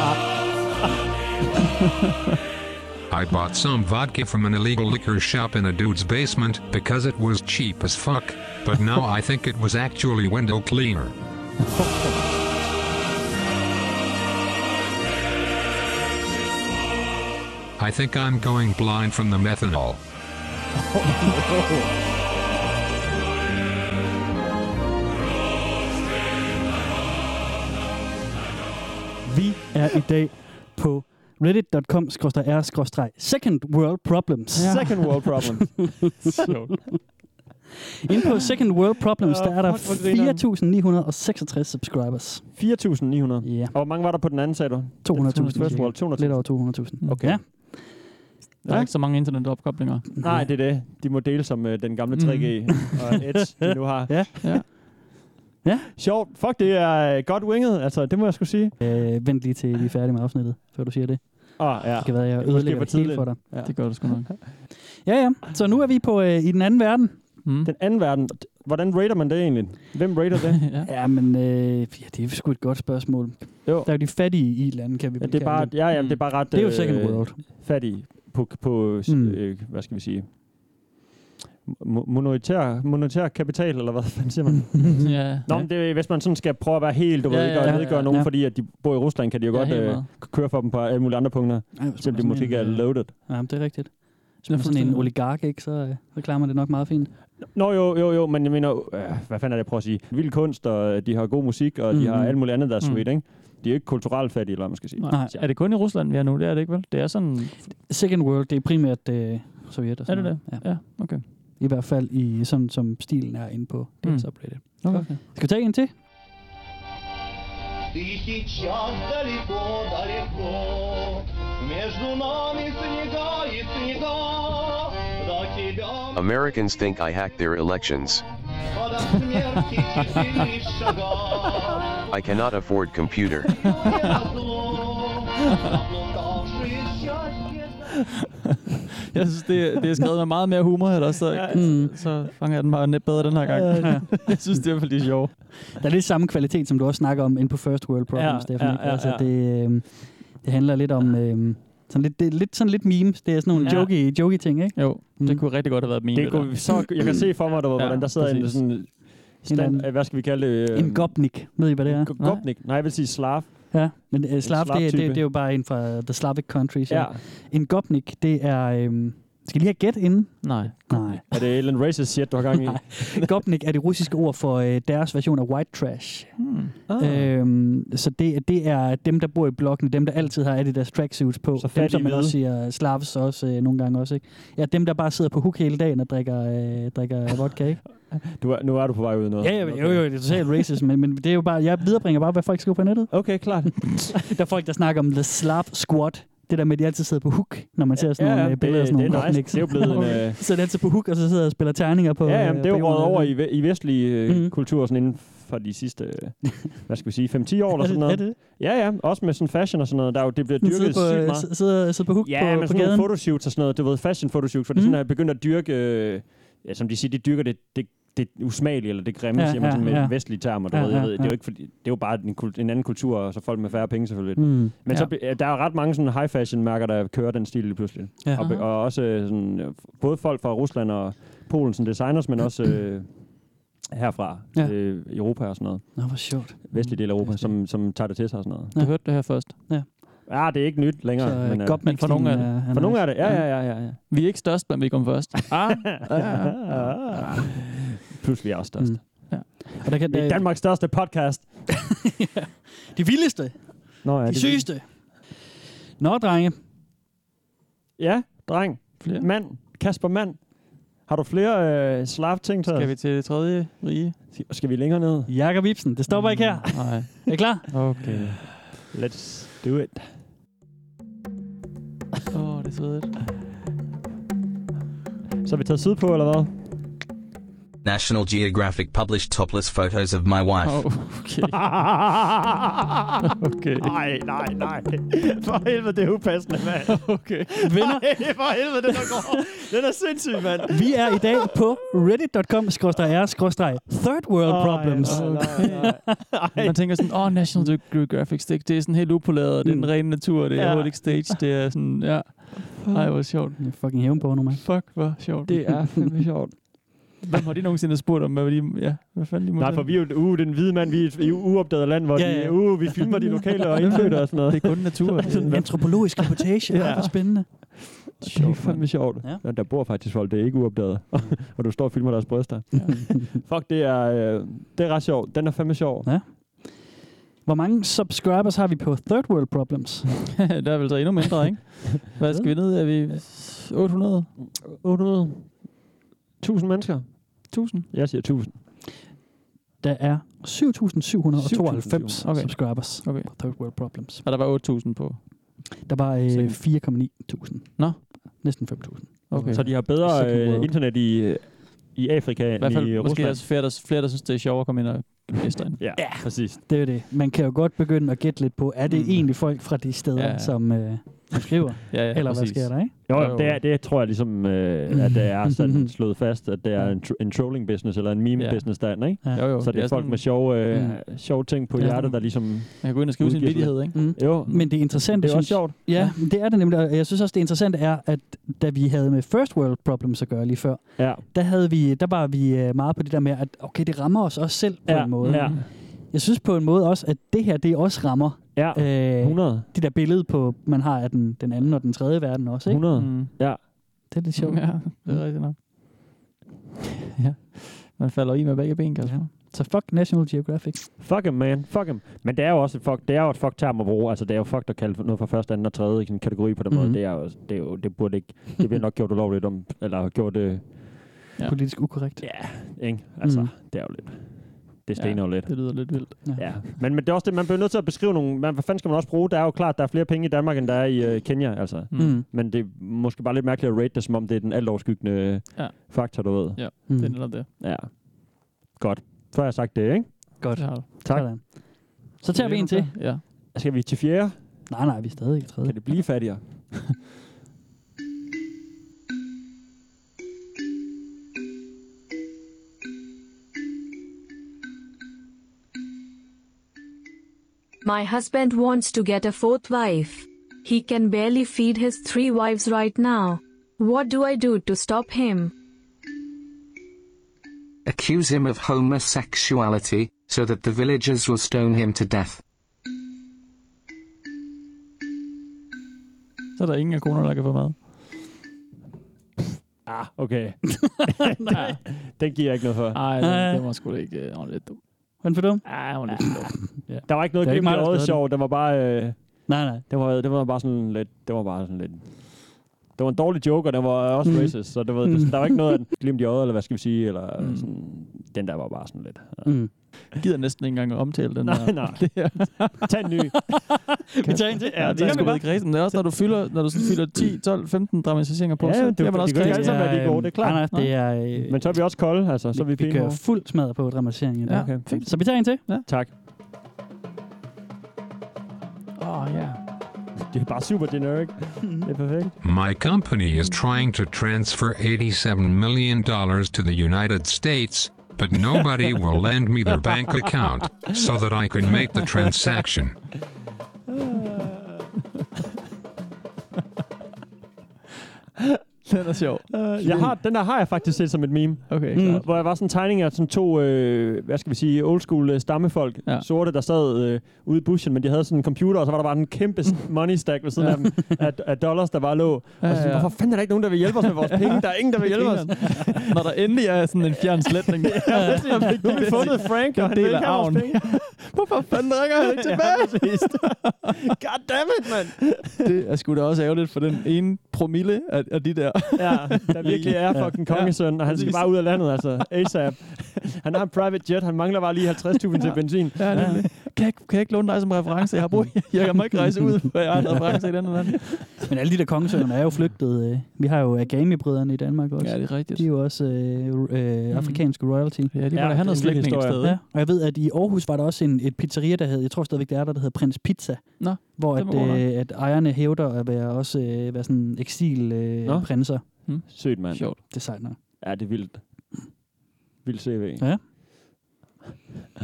Speaker 12: I bought some vodka from an illegal liquor shop in a dude's basement because it was cheap as fuck, but now I think it was actually window cleaner. I think I'm going blind from the methanol.
Speaker 5: Vi er i dag på redditcom r second world problems.
Speaker 3: Ja. Second world problems. Sjovt.
Speaker 5: Inde på Second World Problems,
Speaker 3: Åh,
Speaker 5: der er der
Speaker 3: fuck, hvor griner
Speaker 5: 4.966 subscribers.
Speaker 3: 4.900?
Speaker 5: Ja.
Speaker 3: Og hvor mange var der på den anden, sagde du?
Speaker 5: 200.000.
Speaker 3: First world, 200.000.
Speaker 5: Lidt over 200.000.
Speaker 3: Okay.
Speaker 5: Ja.
Speaker 4: Der er ikke så mange internetopkoblinger.
Speaker 3: Nej, det er det. De må dele som øh, den gamle 3G og Edge, de nu har.
Speaker 5: Ja.
Speaker 4: ja.
Speaker 5: Ja.
Speaker 3: Sjovt. Fuck, det er øh, godt winget. Altså, det må jeg skulle sige.
Speaker 5: Øh, vent lige til vi er færdige med afsnittet, før du siger det.
Speaker 3: Ah, ja.
Speaker 5: Det kan være, jeg
Speaker 3: Det er måske
Speaker 5: ødelægger
Speaker 3: for
Speaker 5: det hele
Speaker 3: tidligt.
Speaker 5: for dig.
Speaker 3: Ja.
Speaker 4: Det gør du sgu nok.
Speaker 5: Ja, ja. Så nu er vi på øh, i den anden verden.
Speaker 4: Mm.
Speaker 3: Den anden verden. Hvordan rater man det egentlig? Hvem rater det?
Speaker 5: ja. ja, men øh, ja, det er sgu et godt spørgsmål.
Speaker 3: Jo.
Speaker 5: Der er jo de fattige i lande, kan vi
Speaker 3: Ja,
Speaker 5: vel
Speaker 3: det øh, er
Speaker 5: kalde
Speaker 3: bare,
Speaker 5: dem.
Speaker 3: ja, jamen, det er bare ret
Speaker 5: Det er jo second world.
Speaker 3: fattig på, på mm. øh, hvad skal vi sige, Mo- monetær, monetær kapital, eller hvad fanden siger man?
Speaker 4: ja.
Speaker 3: Nå, men det, er, hvis man sådan skal prøve at være helt, du ved,
Speaker 4: Mm. Ja,
Speaker 3: ikke,
Speaker 4: ja,
Speaker 3: og
Speaker 4: ja,
Speaker 3: nedgøre
Speaker 4: ja.
Speaker 3: nogen,
Speaker 4: Ja.
Speaker 3: fordi at de bor i Rusland, kan de jo
Speaker 4: Ja,
Speaker 3: godt
Speaker 4: helt
Speaker 3: øh,
Speaker 4: meget.
Speaker 3: køre for dem på alle mulige andre punkter, selvom de måske ikke er
Speaker 4: øh,
Speaker 3: loaded.
Speaker 5: Ja, men det er rigtigt. Hvis man er sådan en
Speaker 3: fuldstændig.
Speaker 5: oligark, ikke, så, øh, så klarer man det nok meget fint.
Speaker 3: Nå jo, jo, jo, men jeg mener, øh, hvad fanden er det, jeg prøver at sige? Vild kunst, og øh, de har god musik, og de
Speaker 4: Mhm.
Speaker 3: har alt muligt andet, der er
Speaker 4: Mm.
Speaker 3: sweet, ikke? De er ikke kulturelt fattige, eller hvad man skal sige.
Speaker 4: Nej. Er det kun i Rusland, vi er nu? Det er det ikke, vel? Det er sådan...
Speaker 5: Second world, det er primært øh, Sovjet og
Speaker 4: Er
Speaker 5: sådan
Speaker 4: det det?
Speaker 5: noget.
Speaker 4: Ja. ja. okay.
Speaker 5: I hvert fald i, sådan som stilen er inde på
Speaker 3: Hmm.
Speaker 5: det mm. subreddit.
Speaker 4: Okay.
Speaker 5: Skal vi tage en til?
Speaker 13: Ты сейчас далеко, далеко. Между нами снега и снега. До тебя
Speaker 14: Americans think I hacked their elections.
Speaker 13: подо смерти четыре шага.
Speaker 14: I cannot afford computer.
Speaker 4: Jeg synes, det, det er skrevet med meget mere humor her, og så, mm. så fanger jeg den bare net bedre den her gang.
Speaker 3: Øh,
Speaker 5: Ja.
Speaker 4: jeg synes, det er fordi sjovt.
Speaker 5: Der er lidt samme kvalitet, som du også snakker om inde på First World Problems,
Speaker 4: Ja,
Speaker 5: Stefan.
Speaker 4: ja,
Speaker 5: ikke?
Speaker 4: ja,
Speaker 5: altså,
Speaker 4: ja.
Speaker 5: det, øh, det handler lidt om... Øh, sådan lidt, det er lidt, sådan lidt memes. Det er sådan nogle
Speaker 4: Ja.
Speaker 5: ja. jokey, jokey ting, ikke?
Speaker 4: Jo, det kunne rigtig godt have været min.
Speaker 3: Det kunne, så, jeg kan se for mig, der, var, hvordan der sidder en sådan... Stand,
Speaker 5: anden-
Speaker 3: øh, hvad skal vi kalde det? Øh,
Speaker 5: En gopnik. Ved I, hvad det er?
Speaker 3: Go- Gopnik? Nej, jeg vil sige slav.
Speaker 5: Ja, men uh, slav, det, er- det,
Speaker 3: slav-type.
Speaker 5: er- det, er jo bare en fra the Slavic countries.
Speaker 3: Ja.
Speaker 5: En gopnik, det er... Øh, skal I lige have gæt inden?
Speaker 4: Nej.
Speaker 5: Nej.
Speaker 3: Er det Ellen racist shit, du har gang i?
Speaker 5: Gopnik er det russiske ord for øh, deres version af white trash.
Speaker 4: Hmm.
Speaker 5: Ah. Øhm, så det, det er dem, der bor i blokkene, dem, der altid har Adidas tracksuits på. Så dem,
Speaker 3: fattige
Speaker 5: som man
Speaker 3: hvide.
Speaker 5: også siger slavs også øh, nogle gange også. Ikke? Ja, dem, der bare sidder på hook hele dagen og drikker, øh, drikker vodka. Ikke?
Speaker 3: Du er, nu er du på vej ud i noget.
Speaker 5: Ja, ja, jo, jo, det er totalt racist, men, men det er jo bare, jeg viderebringer bare, hvad folk skriver på nettet.
Speaker 3: Okay, klart.
Speaker 5: der er folk, der snakker om The Slav Squad. Det der med, at de altid sidder på hook, når man ser sådan
Speaker 3: Ja, ja,
Speaker 5: nogle øh,
Speaker 3: det-
Speaker 5: billeder. af sådan
Speaker 3: det er nice.
Speaker 5: nogle rocknicks.
Speaker 3: Det er jo blevet en,
Speaker 5: Okay.
Speaker 3: øh,
Speaker 5: Så sidder de altid på hook, og så sidder og spiller terninger på...
Speaker 3: ja, jamen, det er
Speaker 5: øh,
Speaker 3: jo
Speaker 5: på
Speaker 3: røget over
Speaker 5: nettet.
Speaker 3: i, ve- i vestlige øh,
Speaker 5: Mhm.
Speaker 3: kultur sådan inden for de sidste, øh, hvad skal vi sige, 5-10 år eller
Speaker 5: Er det-
Speaker 3: sådan noget.
Speaker 5: er det?
Speaker 3: Ja, ja. Også med sådan fashion og sådan noget. Der er jo, det bliver
Speaker 5: Den
Speaker 3: dyrket
Speaker 5: sidder på,
Speaker 3: sygt
Speaker 5: øh,
Speaker 3: meget.
Speaker 5: s- sidder, sidder på hook
Speaker 3: ja,
Speaker 5: på,
Speaker 3: men
Speaker 5: på
Speaker 3: sådan nogle
Speaker 5: gaden.
Speaker 3: photoshoots og sådan noget, du ved, fashion photoshoots, for det er
Speaker 5: Mm.
Speaker 3: sådan, at jeg begyndt at dyrke, øh, ja, som de siger, de dyrker det, det, det usmagelige, eller det grimme,
Speaker 5: Ja,
Speaker 3: ja, siger man
Speaker 5: ja,
Speaker 3: sådan med
Speaker 5: ja.
Speaker 3: vestlige termer, du
Speaker 5: Ja,
Speaker 3: ja, ved, jeg
Speaker 5: ja,
Speaker 3: ved, det er
Speaker 5: ja.
Speaker 3: jo ikke, fordi, det er jo bare en, kul- en anden kultur, og så folk med færre penge selvfølgelig.
Speaker 5: Mm.
Speaker 3: Men
Speaker 5: Ja.
Speaker 3: så, be- der er ret mange sådan high fashion mærker, der kører den stil lige pludselig.
Speaker 5: Ja.
Speaker 3: Og, be- og, også øh, sådan, øh, både folk fra Rusland og Polen som designers, men også øh, herfra,
Speaker 5: Ja.
Speaker 3: ja. øh, Europa og sådan noget.
Speaker 5: Nå, hvor sjovt.
Speaker 3: Vestlige del af Europa, som, som tager det til sig og sådan noget.
Speaker 4: Du hørte det her først.
Speaker 5: Ja.
Speaker 3: Ja, det er ikke nyt længere.
Speaker 4: Så, øh,
Speaker 3: øh,
Speaker 4: godt, men for nogle er det.
Speaker 3: For
Speaker 4: er
Speaker 3: nogle
Speaker 4: nice.
Speaker 3: er det, ja, ja, ja. ja, ja.
Speaker 4: Vi er ikke størst, men vi kom først. Ah.
Speaker 3: Ah. Pludselig er jeg også størst. Mm. øh,
Speaker 4: Ja.
Speaker 5: Og der kan,
Speaker 3: det er Danmarks største podcast.
Speaker 5: De vildeste.
Speaker 3: Nå, ja,
Speaker 5: De
Speaker 3: det-
Speaker 5: sygeste. Nå, drenge.
Speaker 3: Ja, dreng.
Speaker 4: Flere.
Speaker 3: Mand. Kasper Mand. Har du flere øh, slav ting til
Speaker 4: Skal vi til tredje rige?
Speaker 3: Skal vi længere ned?
Speaker 5: Jakob Ibsen, det stopper ikke her.
Speaker 4: Mm, Nej.
Speaker 5: Er I klar?
Speaker 4: Okay.
Speaker 3: Let's do it.
Speaker 4: Åh, oh, det er svedigt.
Speaker 3: Så er vi taget sydpå, eller hvad?
Speaker 15: National Geographic published topless photos of my wife.
Speaker 4: okay.
Speaker 3: okay. Nej, nej, nej. For helvede, det er upassende, mand.
Speaker 4: Okay.
Speaker 5: Venner.
Speaker 3: Ej, for helvede, den er grov. Den er sindssyg, mand.
Speaker 5: Vi er i dag på reddit.com-r-third world problems.
Speaker 4: Man tænker sådan, åh, oh, National Geographic, det, det er sådan helt upoleret, det er den rene natur, det er
Speaker 5: Ja.
Speaker 4: overhovedet ikke stage, det er sådan, ja. Ej, hvor sjovt.
Speaker 5: Jeg er fucking hævn på nu, mand.
Speaker 4: Fuck, hvor sjovt.
Speaker 5: Det er
Speaker 4: fandme sjovt. Hvem har de nogensinde spurgt om, hvad de... Ja, hvad fanden de må
Speaker 3: Nej, for vi er jo uh, den hvide mand, vi er i uopdaget land, hvor
Speaker 4: Ja,
Speaker 3: ja, ja.
Speaker 4: ja.
Speaker 3: De, uh, vi filmer de lokale og indfødte og sådan noget.
Speaker 4: Det er kun natur.
Speaker 5: Altså, Antropologisk reportage.
Speaker 3: Ja.
Speaker 5: ja. Hvor spændende.
Speaker 3: Det er fandme sjovt. Ja. Der bor faktisk folk, det er ikke uopdaget. og du står og filmer deres bryster. Ja. Fuck, det er, øh, det er ret sjovt. Den er fandme sjov.
Speaker 5: Ja. Hvor mange subscribers har vi på Third World Problems?
Speaker 4: der er vel så endnu mindre, ikke? Hvad skal vi ned? Er vi 800?
Speaker 3: 800? 1000 mennesker?
Speaker 4: 1000?
Speaker 3: Jeg siger 1000.
Speaker 5: Der er 7.792
Speaker 4: Okay.
Speaker 5: subscribers
Speaker 4: okay.
Speaker 5: på Third World Problems.
Speaker 4: Og der var 8000 på.
Speaker 5: Der var øh, 4,9.000.
Speaker 4: Nå.
Speaker 5: Næsten 5.000.
Speaker 4: Okay.
Speaker 3: Så de har bedre
Speaker 4: Second
Speaker 3: øh,
Speaker 4: world.
Speaker 3: internet i, øh, i Afrika
Speaker 4: I
Speaker 3: end
Speaker 4: hvert
Speaker 3: i
Speaker 4: fald måske
Speaker 3: Rusland.
Speaker 4: også flere, der, flere, der synes, det er sjovt at komme ind og gæste ind.
Speaker 3: Ja, præcis.
Speaker 5: Det er jo det. Man kan jo godt begynde at gætte lidt på, er det
Speaker 4: Mm.
Speaker 5: mm. egentlig folk fra de steder,
Speaker 4: Ja,
Speaker 5: ja,
Speaker 4: ja.
Speaker 5: ja. som øh, som skriver?
Speaker 4: Ja, ja,
Speaker 5: Eller
Speaker 4: præcis.
Speaker 5: hvad sker der, ikke?
Speaker 3: Jo, jo, det, er, det tror jeg ligesom, øh, at det er sådan slået fast, at det er en, tr- en trolling business eller en meme
Speaker 4: Ja.
Speaker 3: business derinde, ikke?
Speaker 4: Ja. Jo, jo,
Speaker 3: Så
Speaker 4: det
Speaker 3: det
Speaker 4: er
Speaker 3: er folk
Speaker 4: sådan-
Speaker 3: med sjove, øh,
Speaker 4: Mm.
Speaker 3: sjove ting på
Speaker 4: Det er sådan-
Speaker 3: hjertet, der ligesom...
Speaker 4: Man kan gå ind og skrive sin
Speaker 3: udgiver sig
Speaker 4: vittighed,
Speaker 3: lidt.
Speaker 4: ikke?
Speaker 5: Mm.
Speaker 3: Jo.
Speaker 5: Men det interessante...
Speaker 3: Det er også
Speaker 5: synes-
Speaker 3: sjovt.
Speaker 5: Ja, det er det nemlig. Og jeg synes også, det interessante er, at da vi havde med First World Problems at gøre lige før,
Speaker 3: Ja.
Speaker 5: der, havde vi, der var vi øh, meget på det der med, at okay, det rammer os også selv på
Speaker 3: Ja,
Speaker 5: en måde.
Speaker 3: ja.
Speaker 5: Jeg synes på en måde også, at det her, det også rammer
Speaker 3: ja,
Speaker 5: øh,
Speaker 3: 100.
Speaker 5: de der billede på, man har af den, den anden og den tredje verden også. Ikke?
Speaker 3: 100.
Speaker 4: Mm.
Speaker 3: Ja.
Speaker 5: Det er lidt sjovt.
Speaker 4: Ja, det er rigtigt nok. ja. Man falder i med begge ben, Kasper. Ja.
Speaker 5: Så fuck National Geographic.
Speaker 3: Fuck em, man. Fuck em. Men det er jo også et fuck, det er jo et fuck term at bruge. Altså, det er jo fuck, der kalde noget for første, anden og tredje i sådan en kategori på den mm-hmm.
Speaker 5: Mhm.
Speaker 3: måde. Det er jo, det, er jo, det burde ikke, det bliver nok gjort ulovligt om, eller gjort det,
Speaker 4: Ja.
Speaker 5: Politisk ukorrekt.
Speaker 3: Ja, ikke? Altså,
Speaker 4: Mm.
Speaker 5: Mhm.
Speaker 3: det er jo lidt, det stener jo lidt.
Speaker 4: Det lyder lidt vildt.
Speaker 5: Ja.
Speaker 3: Ja, men, men det er også det, man bliver nødt til at beskrive nogle, man, hvad fanden skal man også bruge? Der er jo klart, der er flere penge i Danmark, end der er i øh, Kenya, altså.
Speaker 5: Mm.
Speaker 3: Men det er måske bare lidt mærkeligt at rate det, som om det er den alt overskyggende
Speaker 4: Ja.
Speaker 3: ja. faktor, du ved.
Speaker 4: Ja,
Speaker 5: Mm.
Speaker 4: det er netop det.
Speaker 3: Ja. Godt. Så har jeg sagt det, ikke?
Speaker 5: Godt.
Speaker 4: Det har du.
Speaker 3: Tak.
Speaker 5: Sådan. Så tager vi en til.
Speaker 4: Ja.
Speaker 3: Skal vi til fjerde?
Speaker 5: Nej, nej, vi er stadig i tredje.
Speaker 3: Kan det blive fattigere?
Speaker 16: My husband wants to get a fourth wife. He can barely feed his three wives right now. What do I do to stop him?
Speaker 17: accuse him of homosexuality, so that the villagers will stone him to death.
Speaker 4: Så er der ingen af konerne, der kan få mad.
Speaker 3: Ah, okay. Nej. Den giver jeg ikke noget for.
Speaker 4: Nej, den, den var sgu da ikke... øh, Den var lidt dum.
Speaker 5: Hvordan for dum?
Speaker 4: Nej, den var lidt dum. Ja.
Speaker 3: Der var ikke noget
Speaker 4: Det er ikke
Speaker 3: gennem
Speaker 4: mig, der
Speaker 3: i
Speaker 4: har
Speaker 3: øjet
Speaker 4: skrevet
Speaker 3: sjov. Den var bare... Øh,
Speaker 5: nej, nej.
Speaker 3: Det var, det var bare sådan lidt... Det var bare sådan lidt... Det var en dårlig joke, og den var også
Speaker 5: Mhm.
Speaker 3: racist, så det var, det, der var ikke noget af den glimt i øjet, eller hvad skal vi sige, eller sådan, den der var bare sådan lidt. Ja.
Speaker 5: Mm.
Speaker 4: Gider næsten ikke engang at omtale den
Speaker 3: Nej,
Speaker 4: der.
Speaker 3: nej.
Speaker 4: Det her.
Speaker 3: Tag en ny.
Speaker 5: Vi tager en til.
Speaker 4: Ja, det er sgu ved kredsen. Det er også, når du fylder, når du sådan fylder 10, 12, 15 dramatiseringer på,
Speaker 3: Ja,
Speaker 4: så
Speaker 3: det,
Speaker 4: bliver
Speaker 3: det,
Speaker 4: man også
Speaker 3: det, kan ikke alle
Speaker 4: kredsen.
Speaker 3: sammen være de gode, det er klart.
Speaker 5: Nej, nej, det er... Øh,
Speaker 3: Men så er vi også kolde, altså. Så er vi
Speaker 5: vi
Speaker 3: pæne
Speaker 5: kører
Speaker 3: hårde.
Speaker 5: fuld smadret på dramatiseringen.
Speaker 4: Ja,
Speaker 5: okay.
Speaker 4: fint.
Speaker 5: Så vi tager en til.
Speaker 4: Ja.
Speaker 3: Tak.
Speaker 4: Åh, oh, ja.
Speaker 3: Det er bare super generic. Det er perfekt.
Speaker 12: My company is trying to transfer $87 million to the United States, but nobody will lend me their bank account so that I can make the transaction.
Speaker 4: Den er sjov.
Speaker 3: Øh, Jeg har, den der har jeg faktisk set som et meme.
Speaker 4: Okay,
Speaker 3: mm.
Speaker 4: klart.
Speaker 3: Hvor jeg var sådan en tegning af sådan to, øh, hvad skal vi sige, old school øh, stammefolk, ja. sorte, der sad øh, ude i bushen, men de havde sådan en computer, og så var der bare en kæmpe s- money stack ved siden
Speaker 4: Ja.
Speaker 3: ja. af, dem, af, af dollars, der bare lå. Ja, og så,
Speaker 4: ja,
Speaker 3: ja,
Speaker 4: ja.
Speaker 3: hvorfor fanden er der ikke nogen, der vil hjælpe os med vores penge? Der er ingen, der vil hjælpe os.
Speaker 4: Når der endelig er sådan en fjern sletning.
Speaker 3: Ja, pludselig. Nu har vi fundet Frank, og han vil
Speaker 4: deler
Speaker 3: ikke have vores
Speaker 4: arven.
Speaker 3: penge.
Speaker 4: Hvorfor fanden ringer han ikke tilbage?
Speaker 3: God damn it, mand!
Speaker 4: Det er sgu da også ærgerligt for den ene promille af, af de der.
Speaker 3: Ja, der virkelig er fucking kongesøn, og han skal bare ud af landet, altså. ASAP. Han har en private jet, han mangler bare lige 50.000 til benzin.
Speaker 4: Ja, nemlig. kan jeg, ikke- kan jeg ikke låne dig som reference? Jeg har brug,
Speaker 3: Mm.
Speaker 4: jeg, jeg må ikke rejse ud, for jeg har en reference i den eller anden.
Speaker 5: Men alle de der kongesøgerne er jo flygtet. øh. Vi har jo Agami-brødrene i Danmark også.
Speaker 4: Ja, det er rigtigt.
Speaker 5: De er jo også øh, øh, afrikanske royalty. Ja,
Speaker 4: de var da han havde slægtninge et sted.
Speaker 5: Ja, og jeg ved, at i Aarhus var der også en, et pizzeria, der hed, jeg tror stadigvæk, det er der, der hed Prins Pizza.
Speaker 4: Nå,
Speaker 5: hvor
Speaker 4: den
Speaker 5: at,
Speaker 4: var god nok.
Speaker 5: øh, at ejerne hævder at være også øh, være sådan
Speaker 3: Nå.
Speaker 5: eksilprinser. Øh, prinser.
Speaker 4: Hmm.
Speaker 3: Sødt, mand.
Speaker 5: Sjovt. Det er sejt nok.
Speaker 3: Ja, det er vildt. Vildt CV.
Speaker 5: Ja.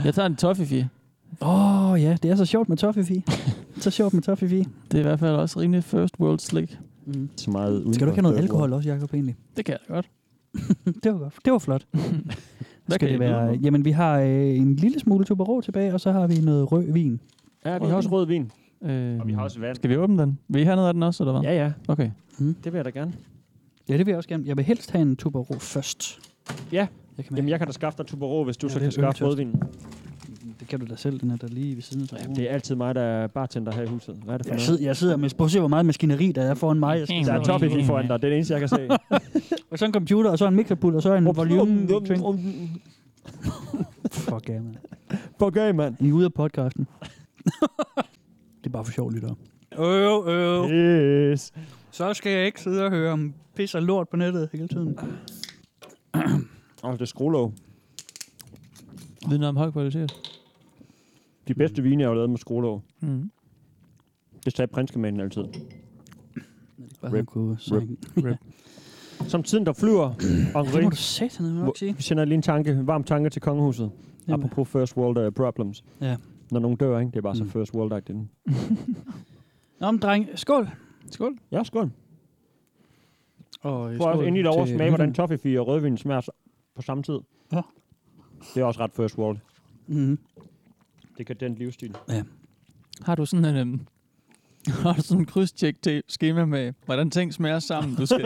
Speaker 4: Jeg tager en toffefi.
Speaker 5: Åh oh, ja, det er så sjovt med Toffefi. så sjovt med Toffefi.
Speaker 4: Det er i hvert fald også rimelig first world slik.
Speaker 5: Mm.
Speaker 3: Så meget
Speaker 5: Skal du ikke have noget alkohol også, Jacob, egentlig?
Speaker 4: Det kan jeg da godt.
Speaker 5: det var godt. Det var flot.
Speaker 4: Hvad kan
Speaker 5: skal det
Speaker 4: I byde
Speaker 5: være?
Speaker 4: mig?
Speaker 5: Jamen, vi har øh, en lille smule tuberå tilbage, og så har vi noget rød vin.
Speaker 3: Ja, vi
Speaker 4: Rød
Speaker 3: har også
Speaker 4: vin.
Speaker 3: rød vin.
Speaker 4: Øh,
Speaker 3: Og vi har også vand.
Speaker 4: Skal vi åbne den? Vil I have noget af den også, eller hvad?
Speaker 3: Ja, ja.
Speaker 4: Okay.
Speaker 5: Mm.
Speaker 3: Det vil jeg da gerne.
Speaker 5: Ja, det vil jeg også gerne. Jeg vil helst have en tuberå først.
Speaker 3: Ja.
Speaker 5: Jeg kan
Speaker 3: Jamen, jeg kan da skaffe dig Tuborg, hvis du
Speaker 5: Ja,
Speaker 3: ja, så
Speaker 5: det
Speaker 3: kan
Speaker 5: er
Speaker 3: skaffe
Speaker 5: øltørst.
Speaker 3: rødvin.
Speaker 5: Det kan du da selv, den er der lige ved siden af
Speaker 3: Jamen, det er altid mig, der er bartender her i huset. Hvad er det for
Speaker 5: Jeg
Speaker 3: noget?
Speaker 5: sidder, jeg sidder med, prøv at se, hvor meget maskineri der er foran mig. Jeg
Speaker 3: Der er top i foran dig, det er det eneste, jeg kan se.
Speaker 5: Og så en computer, og så en mixerpult, og så en volume. Fuck af, mand.
Speaker 3: Fuck af, mand.
Speaker 5: I er ude af podcasten. det er bare for sjov, lytter. Øv, øv.
Speaker 3: Yes.
Speaker 5: Så skal jeg ikke sidde og høre om pis og lort på nettet hele tiden.
Speaker 3: Åh, det er skruelåg.
Speaker 4: Viden om høj kvalitet.
Speaker 3: De bedste vine er jo lavet med skruelåg.
Speaker 4: Mm.
Speaker 3: Det sagde prinskemanden altid.
Speaker 5: Bare han kunne synge.
Speaker 3: Rip. Som tiden, der flyver, Henri.
Speaker 5: Det må du satan nok
Speaker 3: Hvor-
Speaker 5: sige.
Speaker 3: Vi sender lige en tanke, en varm tanke til kongehuset.
Speaker 5: Jamen.
Speaker 3: Apropos first world uh, problems.
Speaker 5: Ja. Mm.
Speaker 3: Når nogen dør, ikke? Det er bare så first world-agtigt.
Speaker 5: Nå, men dreng, skål.
Speaker 4: Skål.
Speaker 3: Ja, skål.
Speaker 5: Og, øh,
Speaker 3: Prøv også endelig over at smage, hvordan toffee og rødvin smager s- på samme tid.
Speaker 5: Ja.
Speaker 3: Det er også ret first world.
Speaker 5: Mm-hmm.
Speaker 3: Det kan den livsstil.
Speaker 5: Ja.
Speaker 4: Har du sådan en... Øhm, har du sådan en krydstjek til schema med, hvordan ting smager sammen, du skal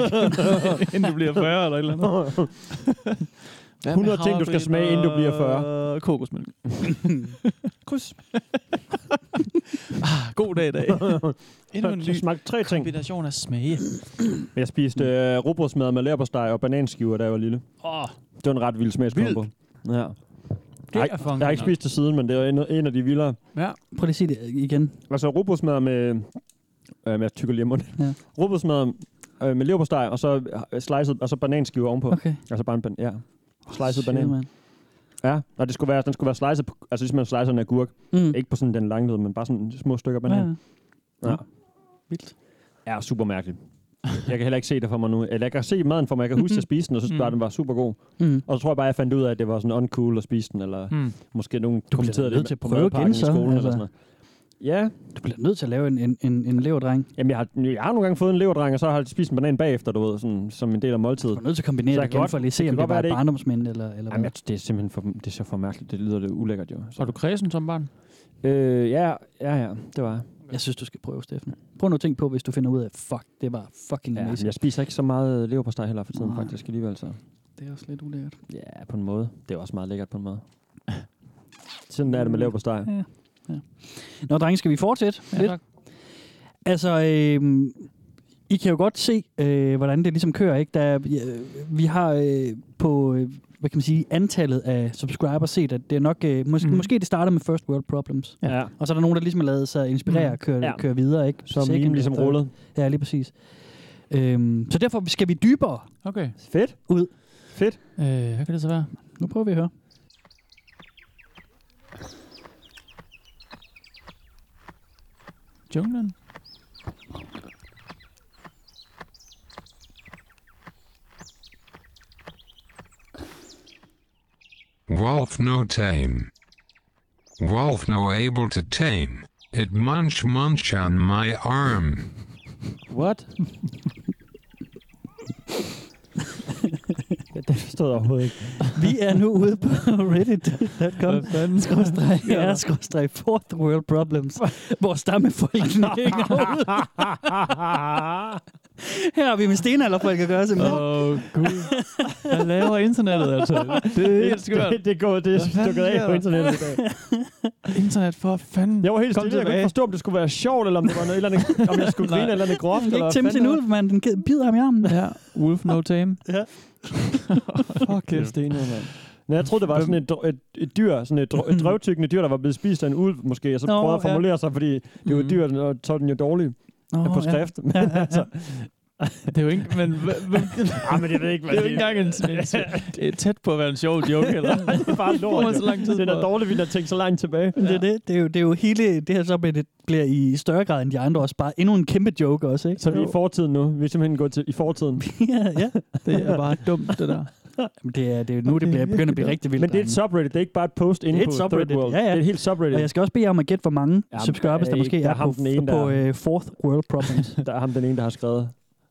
Speaker 4: inden du bliver 40 eller et eller andet? Hvad med
Speaker 3: 100 ting, du skal
Speaker 4: havregryn
Speaker 3: smage, inden du bliver 40.
Speaker 4: Og øh, kokosmælk. Kryds. ah, god dag i dag. Endnu en
Speaker 3: Så
Speaker 4: ny
Speaker 3: smagte tre ting.
Speaker 4: kombination af smage.
Speaker 3: Jeg spiste øh, rugbrødsmad med læbersteg og bananskiver, da jeg var lille.
Speaker 4: Åh,
Speaker 3: Det var en ret vild smagskombo. Ja.
Speaker 4: er
Speaker 3: Jeg, har-
Speaker 4: fucking
Speaker 3: jeg har ikke
Speaker 4: nok.
Speaker 3: spist det siden, men det er en, en af de vildere.
Speaker 4: Ja.
Speaker 5: Prøv lige at sige det igen.
Speaker 3: Altså rugbrødsmad med... Øh, jeg tykker lige om munden.
Speaker 5: Ja.
Speaker 3: Rugbrødsmad øh, med leverpostej, og så øh, sliced, og så bananskiver ovenpå.
Speaker 5: Okay.
Speaker 3: Altså bare en ban ja. Sliced
Speaker 5: Shit,
Speaker 3: banan.
Speaker 5: mand.
Speaker 3: Ja, og det skulle være, den skulle være sliced, på, altså ligesom man slicer en agurk.
Speaker 5: Mm.
Speaker 3: Ikke på sådan den lange led, men bare sådan små stykker banan. Ja. ja.
Speaker 5: Vildt.
Speaker 3: Ja, super mærkeligt. Jeg kan heller ikke se det for mig nu. Eller jeg kan se maden for mig. Jeg kan huske, at jeg spiste den, og synes bare, at den var super god.
Speaker 5: Mm.
Speaker 3: Og så tror jeg bare, jeg fandt ud af, at det var sådan uncool at spise den, eller
Speaker 5: Mm.
Speaker 3: mm. måske nogen kommenterede
Speaker 5: nødt
Speaker 3: det
Speaker 5: til at
Speaker 3: på
Speaker 5: prøve igen,
Speaker 3: madpakken i
Speaker 5: så,
Speaker 3: skolen altså.
Speaker 5: altså.
Speaker 3: eller sådan noget. Ja.
Speaker 5: Du bliver nødt til at lave en, en, en, en leverdreng.
Speaker 3: Jamen, jeg har, jeg har nogle gange fået en leverdreng, og så har jeg spist en banan bagefter, du ved, sådan, som en del af måltidet. Du er
Speaker 5: nødt til at kombinere det igen, for at lige se, om det var et barndomsminde, eller, eller
Speaker 3: Jamen,
Speaker 5: hvad.
Speaker 3: jeg, det er simpelthen for, det er så for mærkeligt. Det lyder det ulækkert, jo. Så.
Speaker 4: Var du kredsen som barn?
Speaker 3: Øh, ja, ja, ja, det var jeg.
Speaker 5: Jeg synes, du skal prøve, Steffen. Prøv nu at tænke på, hvis du finder ud af, fuck, det var fucking
Speaker 3: Ja, men
Speaker 5: amazing.
Speaker 3: jeg spiser ikke så meget øh, leverpostej heller for tiden,
Speaker 5: Nej.
Speaker 3: faktisk alligevel så.
Speaker 4: Det er også lidt ulækkert.
Speaker 3: Ja, på en måde. Det er også meget lækkert på en måde. Sådan er det med leverpostej.
Speaker 5: Ja. Ja. Nå, drenge, skal vi fortsætte?
Speaker 4: Ja,
Speaker 5: lidt? Altså, øh, I kan jo godt se, øh, hvordan det ligesom kører, ikke? Der, øh, vi har øh, på, øh, hvad kan man sige, antallet af subscribers set, at det er nok, øh, mås- mm.
Speaker 4: Mhm.
Speaker 5: måske det starter med first world problems.
Speaker 3: Ja.
Speaker 5: Og så er der nogen, der ligesom har lavet sig inspirere
Speaker 4: Mm.
Speaker 5: og køre,
Speaker 3: Ja.
Speaker 5: ja. køre videre, ikke?
Speaker 3: Så er
Speaker 5: Second
Speaker 3: memen ligesom
Speaker 5: og third.
Speaker 3: rullet.
Speaker 5: Ja, lige præcis. Øhm, så derfor skal vi dybere
Speaker 4: Okay.
Speaker 3: Fedt.
Speaker 5: ud.
Speaker 3: Fedt.
Speaker 4: Øh, hvad kan det så være?
Speaker 5: Nu prøver vi at høre.
Speaker 4: Junglen?
Speaker 12: Wolf no tame. Wolf no able to tame. It munch munch on my arm.
Speaker 3: What? det forstod jeg overhovedet ikke.
Speaker 5: Vi er nu ude på reddit.com skråstreg r skråstreg fourth world problems, hvor stammefolkene hænger ud. Her har vi med stenalderfolk at gøre, simpelthen.
Speaker 4: Åh, oh, gud. Hvad laver internettet, altså? Det er helt skørt.
Speaker 3: Det, det, går, det er
Speaker 4: Hvad fanden
Speaker 3: stukket
Speaker 4: sker
Speaker 3: af på
Speaker 4: der?
Speaker 3: internettet i dag.
Speaker 4: Internet for fanden.
Speaker 3: Jeg var helt
Speaker 4: Kom
Speaker 3: stille. Jeg kunne
Speaker 4: tilbage.
Speaker 3: ikke forstå, om det skulle være sjovt, eller om det var noget eller andet, om jeg skulle grine
Speaker 4: Nej.
Speaker 3: eller et eller andet groft.
Speaker 5: Han kan
Speaker 3: eller hvad
Speaker 5: ikke tæmme sin
Speaker 3: fanden
Speaker 5: ulv, mand. Den gider- bider ham i armen.
Speaker 4: Ja, Wolf No Tame.
Speaker 5: Ja.
Speaker 3: det var. Fuck, det er stenet, mand. Men jeg troede, det var sådan et, dr- et, et dyr, sådan et, dr- et drøvtykkende dyr, der var blevet spist af en ulv, måske, og så
Speaker 5: Nå,
Speaker 3: Nå, prøvede at
Speaker 5: ja.
Speaker 3: formulere ja. sig, fordi det var et dyr, og så er den jo dårlig
Speaker 5: Nå,
Speaker 3: Nå, på
Speaker 5: ja.
Speaker 3: skrift. Altså,
Speaker 5: Ja, ja, ja.
Speaker 4: Det er jo ikke... Men, ah,
Speaker 3: men jeg ved ikke,
Speaker 4: hvad det er. jo ikke engang en, en, det er tæt på at være en sjov joke, eller?
Speaker 3: det er bare
Speaker 4: Bruger man
Speaker 3: lort.
Speaker 4: så lang tid
Speaker 3: det er da
Speaker 4: på.
Speaker 3: dårligt, vi har tænkt så langt tilbage.
Speaker 5: Men det, er det, det, er jo, det er jo hele det her, så bliver, det, bliver i større grad end de andre også bare endnu en kæmpe joke også, ikke?
Speaker 3: Så vi er i fortiden nu. Vi er simpelthen gået til, i fortiden.
Speaker 5: ja, ja.
Speaker 4: Det er bare dumt, det der.
Speaker 5: Jamen, det er, det er nu, det bliver, begynder at blive rigtig vildt.
Speaker 3: Men det er et
Speaker 5: drenge.
Speaker 3: subreddit, det er ikke bare et post inde
Speaker 5: Det er
Speaker 3: på
Speaker 5: et
Speaker 3: Third
Speaker 5: subreddit.
Speaker 3: World.
Speaker 5: Ja, ja.
Speaker 3: Det er et helt subreddit.
Speaker 5: Og jeg skal også bede jer om at gætte, hvor mange
Speaker 3: Jamen,
Speaker 5: subscribers, der
Speaker 3: øh,
Speaker 5: måske
Speaker 3: der
Speaker 5: er
Speaker 3: er ham
Speaker 5: på,
Speaker 3: den ene,
Speaker 5: på
Speaker 3: der-
Speaker 5: øh, Fourth World Problems.
Speaker 3: Der er ham den ene, der har skrevet.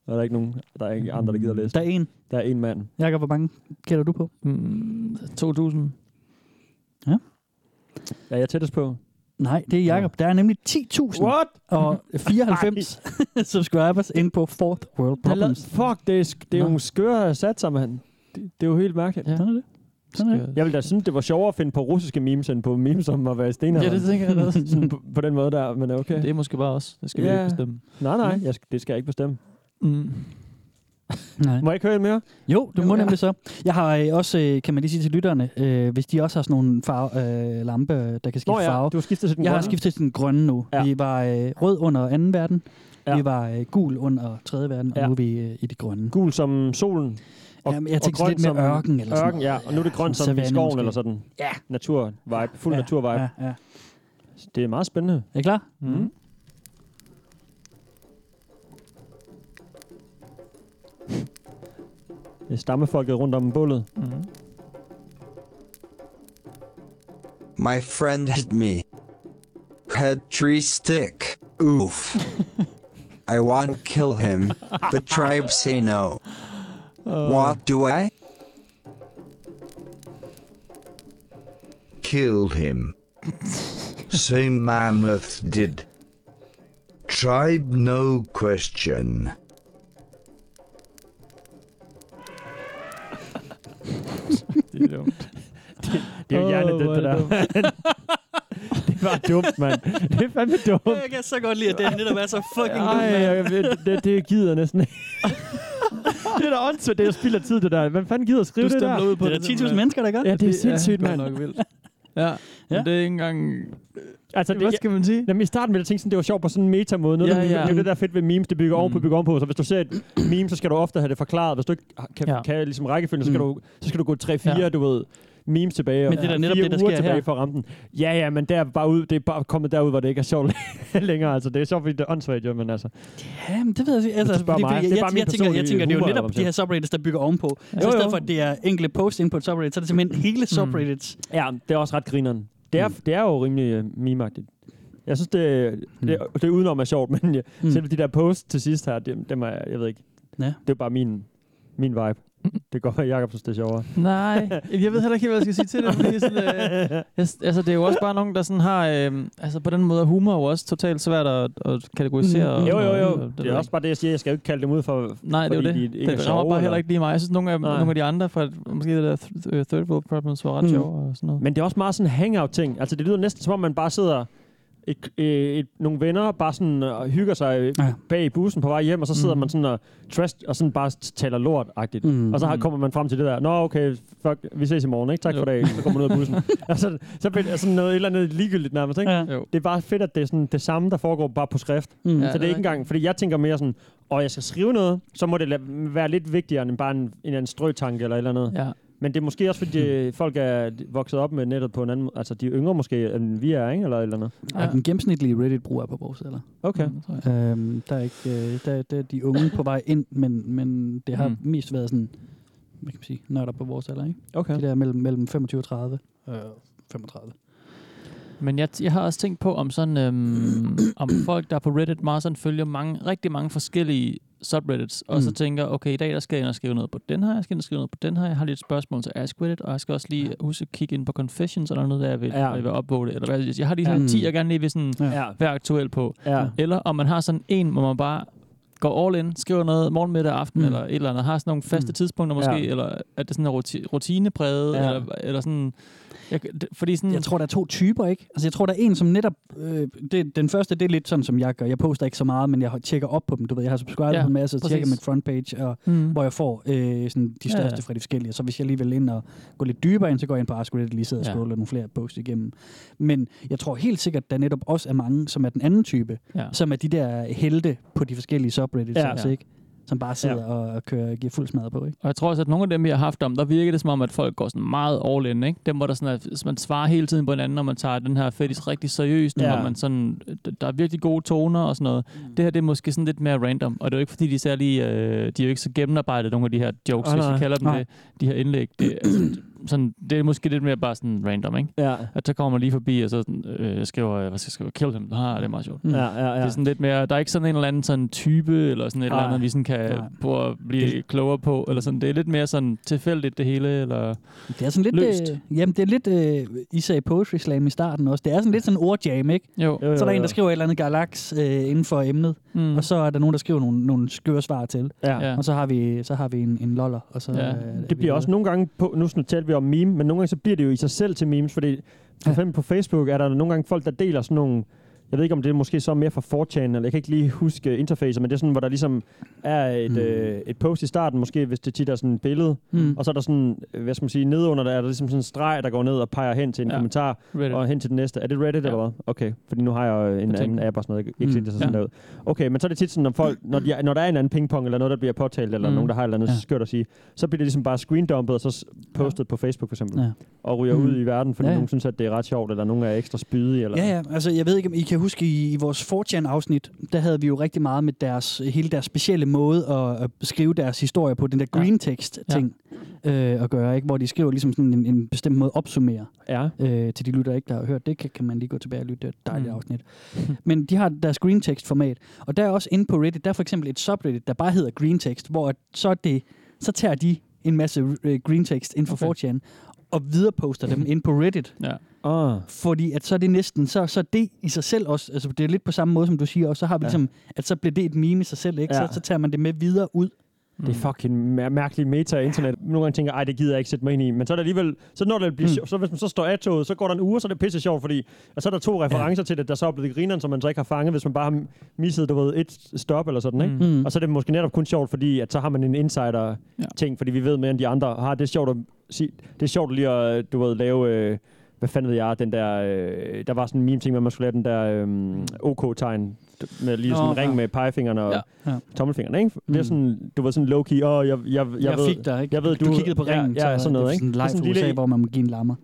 Speaker 3: Og der er ikke nogen, der er ikke andre, der gider læse. Der
Speaker 5: er en.
Speaker 3: Der er en mand.
Speaker 5: Jakob, hvor mange gætter du på?
Speaker 4: Mm, 2.000.
Speaker 3: Ja, jeg er tættest på.
Speaker 5: Nej, det er Jakob. Der er nemlig 10.000
Speaker 3: What?
Speaker 5: og 94 subscribers inde på Fourth World
Speaker 3: Han la-
Speaker 5: Problems.
Speaker 3: fuck, det er, sk- det er jo
Speaker 5: Nå.
Speaker 3: nogle skøre satser, mand. Det, det er jo helt mærkeligt.
Speaker 5: Ja. Sådan er det. Sådan er det.
Speaker 3: Jeg ville da synes, det var sjovere at finde på russiske memes, end på memes om at være i
Speaker 4: Ja,
Speaker 3: stenalderen.
Speaker 4: det tænker jeg da også.
Speaker 3: Sådan på, på den måde der, men okay.
Speaker 4: Det er måske bare os. Det skal vi ikke bestemme.
Speaker 3: Nej, nej, jeg, sk- det skal jeg ikke bestemme.
Speaker 4: Mm.
Speaker 5: Nej.
Speaker 3: Må jeg ikke høre mere?
Speaker 5: Jo, du må nemlig så. Jeg har øh, også, øh, kan man lige sige til lytterne, øh, hvis de også har sådan nogle farve, øh, lampe, øh, der kan skifte
Speaker 3: Nå ja,
Speaker 5: farve.
Speaker 3: du har skiftet til den
Speaker 5: Jeg har
Speaker 3: grønne.
Speaker 5: skiftet til den grønne nu. Ja. Vi var øh, rød under 2. verden, ja. vi var øh, gul under 3. verden, og ja. nu er vi øh, i det grønne.
Speaker 3: Gul som solen. Og,
Speaker 5: Jamen, jeg
Speaker 3: og
Speaker 5: tænkte
Speaker 3: grøn
Speaker 5: lidt mere
Speaker 3: som-
Speaker 5: ørken eller sådan
Speaker 3: ørken, ja. Og nu er det grønt som i
Speaker 5: Savanne
Speaker 3: skoven
Speaker 5: måske.
Speaker 3: eller sådan.
Speaker 5: Ja.
Speaker 3: Natur-vibe. Fuld
Speaker 5: Ja,
Speaker 3: natur-vibe.
Speaker 5: ja, ja.
Speaker 3: Det er meget spændende.
Speaker 5: Er I klar?
Speaker 3: Mm. Det er stammefolket rundt om bålet. Mm.
Speaker 18: My friend hit me. Head tree stick. Oof. I want to kill him. The tribe say no. What do I?
Speaker 19: Killed him. Same mammoth did. Tribe, no question.
Speaker 4: Det er dumt.
Speaker 3: det, det er jo
Speaker 4: Åh,
Speaker 3: hjernedødt,
Speaker 4: hvor er
Speaker 3: det
Speaker 4: det
Speaker 3: der. det var dumt, mand. Det er fandme dumt.
Speaker 5: Jeg kan så godt lide, at det er netop er så fucking
Speaker 3: Ej, jeg, det, det, det gider jeg næsten ikke. det er da åndssvagt, det er spild af tid, det der. Hvem fanden gider at skrive
Speaker 4: Du
Speaker 3: det der?
Speaker 4: stemmer ud på Det er det, da 10.000 mand. mennesker, der gør
Speaker 3: Ja,
Speaker 4: det.
Speaker 3: det er
Speaker 4: Det er
Speaker 3: sindssygt,
Speaker 4: godt
Speaker 3: mand.
Speaker 4: nok vildt. Ja, ja. men det er ikke engang...
Speaker 3: Altså, det, Hvad skal
Speaker 4: man sige?
Speaker 3: Jamen, I starten ville jeg tænke, sådan, det var sjovt på sådan en meta-måde. Noget,
Speaker 4: Ja,
Speaker 3: ja, ja. Det
Speaker 4: ja.
Speaker 3: er jo det, der er fedt ved memes, det bygger mm. ovenpå, bygger ovenpå. Så hvis du ser et meme, så skal du ofte have det forklaret. Hvis du ikke har- kan,
Speaker 5: Ja.
Speaker 3: ja. kan ligesom rækkefølge, så skal,
Speaker 5: Mm.
Speaker 3: du, så skal du gå 3-4,
Speaker 5: Ja.
Speaker 3: ja. du ved, memes tilbage.
Speaker 5: Men det er da
Speaker 3: og
Speaker 5: netop
Speaker 3: fire
Speaker 5: det, der
Speaker 3: uger
Speaker 5: sker
Speaker 3: tilbage
Speaker 5: her.
Speaker 3: for at ramme den. Ja, ja, men der er bare ud, det er bare kommet derud, hvor det ikke er sjovt længere. Altså, det er sjovt, fordi det er åndssvagt, jo, men altså.
Speaker 5: Ja, men det ved jeg ikke. Altså,
Speaker 3: Hvis du spørger
Speaker 5: fordi,
Speaker 3: mig,
Speaker 5: fordi,
Speaker 3: det er
Speaker 5: jeg,
Speaker 3: bare
Speaker 5: jeg,
Speaker 3: min
Speaker 5: jeg, tænker, jeg
Speaker 3: personlige
Speaker 5: tænker, det er jo
Speaker 3: humor, eller
Speaker 5: netop
Speaker 3: hvad
Speaker 5: de her
Speaker 3: man
Speaker 5: subreddits, der bygger ovenpå. Jo, så
Speaker 3: Jo,
Speaker 5: i stedet
Speaker 3: jo. Mm.
Speaker 5: for, at det er enkelte post inde på et subreddit, så er det simpelthen hele subreddits.
Speaker 3: Ja, det er også ret grineren. Det er, mm. det er jo rimelig uh, mimagtigt. Jeg synes, det, det, mm. det udenom er sjovt, men jeg, mm. selv de der posts til sidst her, dem, dem er, jeg ved ikke,
Speaker 5: Ja.
Speaker 3: det er bare min, min vibe. Det går, at Jacob synes, det er sjovere.
Speaker 4: Nej, jeg ved heller ikke, hvad jeg skal sige til det. Fordi sådan, øh, jeg, altså, det er jo også bare nogen, der sådan har... Øh, altså, på den måde er humor jo også totalt svært at, at kategorisere. og-
Speaker 3: jo, jo,
Speaker 4: og- og
Speaker 3: jo.
Speaker 4: ved
Speaker 3: Det
Speaker 4: jeg
Speaker 3: er også bare det, jeg siger. Jeg skal jo ikke kalde dem ud for,
Speaker 4: Nej, det er
Speaker 3: fordi
Speaker 4: jo
Speaker 3: de ikke
Speaker 4: det.
Speaker 3: er
Speaker 4: Det rammer
Speaker 3: sjove,
Speaker 4: bare
Speaker 3: eller-
Speaker 4: heller ikke lige mig. Jeg synes, nogle af,
Speaker 3: Nej.
Speaker 4: nogle af de andre fra måske det der th- øh, Third World Problems var ret
Speaker 3: Mm.
Speaker 4: sjove. Og sådan noget.
Speaker 3: Men det er også meget sådan en hangout-ting. Altså, det lyder næsten som om, man bare sidder et, et, et, nogle venner bare sådan og hygger sig ja. bag i bussen på vej hjem, og så sidder mm. man sådan og trash, og sådan bare taler lort-agtigt.
Speaker 5: Mm.
Speaker 3: Mm. Og så har, kommer man frem til det der, nå okay, fuck, vi ses i morgen, ikke? Tak jo. for dag. Så kommer man ud af bussen. og så, så bliver det sådan noget et eller andet ligegyldigt nærmest, ikke?
Speaker 5: Ja.
Speaker 3: Ja. Det er bare fedt, at det er sådan det samme, der foregår bare på skrift.
Speaker 5: Mm.
Speaker 3: Mm.
Speaker 5: Ja,
Speaker 3: Ja,
Speaker 5: det
Speaker 3: så
Speaker 5: er
Speaker 3: det er
Speaker 5: rigtigt.
Speaker 3: ikke engang, fordi jeg tænker mere sådan, og jeg skal skrive noget, så må det la- være lidt vigtigere end bare en, en eller anden strøtanke eller et eller andet.
Speaker 4: Ja.
Speaker 3: Men det er måske også, fordi øh, folk er vokset op med nettet på en anden måde. Altså, de er yngre måske, end vi er, ikke? Eller et eller andet.
Speaker 5: Ja. Den gennemsnitlige Reddit-bruger er på vores alder.
Speaker 3: Okay.
Speaker 5: Øhm, der, er ikke, øh, der, der er de unge på vej ind, men, men det har mm.
Speaker 3: Mm.
Speaker 5: mest været sådan, hvad kan man sige, nørder på vores alder, ikke?
Speaker 3: Okay.
Speaker 5: De der mellem, mellem 25 og 30. Øh, 35.
Speaker 4: Men jeg, jeg har også tænkt på, om sådan øhm, om folk, der er på Reddit meget sådan, følger mange, rigtig mange forskellige subreddits, og så
Speaker 5: Mm.
Speaker 4: tænker, okay, i dag der skal jeg ind og skrive noget på den her, jeg skal ind og skrive noget på den her, jeg har lige et spørgsmål til Ask Reddit, og jeg skal også lige huske at kigge ind på Confessions, og der er noget, der jeg vil,
Speaker 3: Ja.
Speaker 4: ja. jeg vil upvote, eller hvad jeg, jeg har lige
Speaker 3: Ja.
Speaker 4: sådan
Speaker 3: Mm.
Speaker 4: 10, jeg gerne lige vil sådan,
Speaker 3: Ja.
Speaker 4: være aktuel på.
Speaker 3: Ja.
Speaker 4: Eller om man har sådan en, hvor man bare går all in, skriver noget morgen, middag, aften, mm.
Speaker 5: Mm.
Speaker 4: eller et eller andet, har sådan nogle faste
Speaker 5: Mm.
Speaker 4: mm. tidspunkter måske,
Speaker 5: Ja.
Speaker 4: ja. eller er det sådan en ruti- rutinepræget,
Speaker 5: Ja.
Speaker 4: ja. eller, eller sådan... Jeg, det- fordi sådan...
Speaker 5: Jeg tror, der er to typer, ikke? Altså, jeg tror, der er en, som netop... Øh, det, den første, det er lidt sådan, som jeg gør. Jeg poster ikke så meget, men jeg tjekker op på dem. Du ved, jeg har subscribet
Speaker 4: Ja,
Speaker 5: ja, på en masse, og
Speaker 4: præcis.
Speaker 5: tjekker mit frontpage, og, mm.
Speaker 4: Mm.
Speaker 5: hvor jeg får øh, sådan, de
Speaker 4: Ja,
Speaker 5: største ja,
Speaker 4: ja.
Speaker 5: fra de forskellige. Så hvis jeg lige vil ind og gå lidt dybere ind, så går jeg ind på Arsco lidt lige sidde og
Speaker 4: Ja.
Speaker 5: scrolle nogle flere posts igennem. Men jeg tror helt sikkert, der netop også er mange, som er den anden type, ja.
Speaker 4: Ja.
Speaker 5: som er de der helte på de forskellige subreddits, ja,
Speaker 4: Ja.
Speaker 5: altså,
Speaker 4: Ja.
Speaker 5: ikke? som bare sidder ja. og og kører, giver fuld smadret på. Ikke?
Speaker 4: Og jeg tror også, at nogle af dem, vi har haft om, der virker det som om, at folk går sådan meget all in, ikke? Dem, hvor der sådan, at hvis man svarer hele tiden på hinanden, og man tager den her fetish rigtig seriøst,
Speaker 5: Ja.
Speaker 4: ja. og man sådan, d- der er virkelig gode toner og sådan noget. Mm. Det her, det er måske sådan lidt mere random, og det er jo ikke, fordi de er særlig, øh, de er jo ikke så gennemarbejdet, nogle af de her
Speaker 3: Ah,
Speaker 4: jokes, oh, hvis
Speaker 3: nej.
Speaker 4: vi kalder dem
Speaker 3: Nej.
Speaker 4: det, de her indlæg. Det, altså, sådan, det er måske lidt mere bare sådan random, ikke?
Speaker 3: Ja.
Speaker 4: At så kommer man lige forbi, og så sådan, øh, jeg skriver, øh, hvad skal jeg skrive, kill him, ah, det er meget sjovt.
Speaker 5: Mm.
Speaker 3: Ja, ja, ja.
Speaker 4: Det er sådan lidt mere, der er ikke sådan en eller anden sådan type, eller sådan et
Speaker 3: Nej.
Speaker 4: eller andet, vi sådan kan
Speaker 3: Nej.
Speaker 4: prøve at blive det... klogere på, eller sådan. Det er lidt mere sådan tilfældigt det hele, eller
Speaker 5: Det er sådan lidt,
Speaker 4: løst.
Speaker 5: Øh, jamen, det er lidt, øh, I sagde Poetry Slam i starten også, det er sådan lidt sådan en ordjam, ikke?
Speaker 4: Jo.
Speaker 5: Så er der en,
Speaker 3: Øh.
Speaker 5: der skriver et eller andet galaks øh, inden for emnet,
Speaker 4: mm.
Speaker 5: og så er der nogen, der skriver nogle, nogle skøre svar til.
Speaker 3: Ja. Ja.
Speaker 5: Og så har vi, så har vi en, en loller, og så...
Speaker 3: Ja.
Speaker 5: øh, er vi
Speaker 3: det bliver også nogle gange på, nu sådan talte vi om meme, men nogle gange så bliver det jo i sig selv til memes, fordi for eksempel på Facebook er der nogle gange folk, der deler sådan nogle, jeg ved ikke om det er måske så mere fra 4chan, eller jeg kan ikke lige huske interfacer, men det er sådan, hvor der ligesom er et,
Speaker 5: Mm.
Speaker 3: mm. øh, et post i starten, måske hvis det tit er sådan et billede,
Speaker 5: Mm.
Speaker 3: mm. og så er der sådan, øh, hvad skal man sige, nedenunder der er der ligesom sådan en streg, der går ned og peger hen til en ja. kommentar,
Speaker 4: Reddit.
Speaker 3: og hen til den næste. Er det Reddit ja. eller hvad? Okay, fordi nu har jeg øh, en
Speaker 4: Jeg
Speaker 3: anden app og sådan noget, jeg kan ikke mm.
Speaker 4: Mm.
Speaker 3: det sådan
Speaker 4: Ja.
Speaker 3: ja. derud. Okay, men så er det tit sådan, om folk, når, de, når der er en anden pingpong, eller noget, der bliver påtalt, eller
Speaker 5: Mm.
Speaker 3: mm. nogen, der har et eller andet
Speaker 5: Ja.
Speaker 3: ja. skørt at sige, så bliver det ligesom bare screendumpet, og så s- postet ja. på Facebook for eksempel,
Speaker 5: Ja.
Speaker 3: ja. og ryger
Speaker 5: Mm.
Speaker 3: ud i verden, fordi
Speaker 5: Ja,
Speaker 3: ja.
Speaker 5: ja.
Speaker 3: nogen synes, at det er ret sjovt, eller nogen er ekstra spydige, eller...
Speaker 5: Ja, ja. Altså, jeg ved ikke, om I kan huske, i, i vores 4 afsnit der havde vi jo rigtig meget med deres, hele deres specielle måde at, at skrive deres historier på, den der green text-ting ja. øh, at gøre, ikke? hvor de skriver ligesom sådan en, en bestemt måde at opsummere
Speaker 3: ja.
Speaker 5: øh, til de lytter, ikke, der har hørt det, kan, kan man lige gå tilbage og lytte. Det er et dejligt mm. afsnit. Men de har deres green text-format, og der er også inde på Reddit, der er for eksempel et subreddit, der bare hedder green text, hvor at så, er det, så tager de en masse øh, green text inden for okay. 4chan og videreposter dem ind på Reddit.
Speaker 4: Ja.
Speaker 3: Oh.
Speaker 5: Fordi at så er det næsten, så, så er det i sig selv også, altså det er lidt på samme måde, som du siger også, så har vi ja.
Speaker 3: Ja.
Speaker 5: ligesom, at så bliver det et meme i sig selv, ikke? Ja.
Speaker 3: Ja.
Speaker 5: Så, så tager man det med videre ud.
Speaker 3: Det er
Speaker 4: Mm.
Speaker 3: fucking mær- mærkelig meta i internet. Nogle gange tænker jeg, ej, det gider jeg ikke sætte mig ind i. Men så er det alligevel, så når det bliver
Speaker 5: Mm.
Speaker 3: mm. så hvis man så står af toget, så går der en uge, så er det pisse sjovt, fordi og så er der to referencer ja. til det, der så er blevet grineren, som man så ikke har fanget, hvis man bare har misset, du ved, et stop eller sådan, ikke?
Speaker 5: Mm.
Speaker 3: Og så er det måske netop kun sjovt, fordi at så har man en insider-ting, fordi vi ved mere end de andre. Har det er sjovt at sige, det er sjovt lige at, du ved, lave... Øh, hvad fanden ved jeg, den der, øh, der var sådan en meme-ting, hvor man skulle lave den der øh, OK-tegn, med lige sådan
Speaker 5: Nå,
Speaker 3: en ring
Speaker 5: ja.
Speaker 3: med pegefingeren og
Speaker 5: Ja.
Speaker 3: ja.
Speaker 5: Ja.
Speaker 3: tommelfingeren, ikke? Det
Speaker 5: Mm.
Speaker 3: er sådan, du var sådan low-key, åh, jeg, jeg, jeg,
Speaker 5: Jeg
Speaker 3: ved,
Speaker 5: fik dig, ikke?
Speaker 3: Jeg ved,
Speaker 5: du,
Speaker 3: du,
Speaker 5: kiggede på ringen,
Speaker 3: ja, ja, sådan
Speaker 5: det
Speaker 3: noget,
Speaker 5: er
Speaker 3: ikke?
Speaker 5: sådan en leg
Speaker 3: Det er
Speaker 5: fra USA,
Speaker 3: lille-
Speaker 5: hvor man må give en lammer.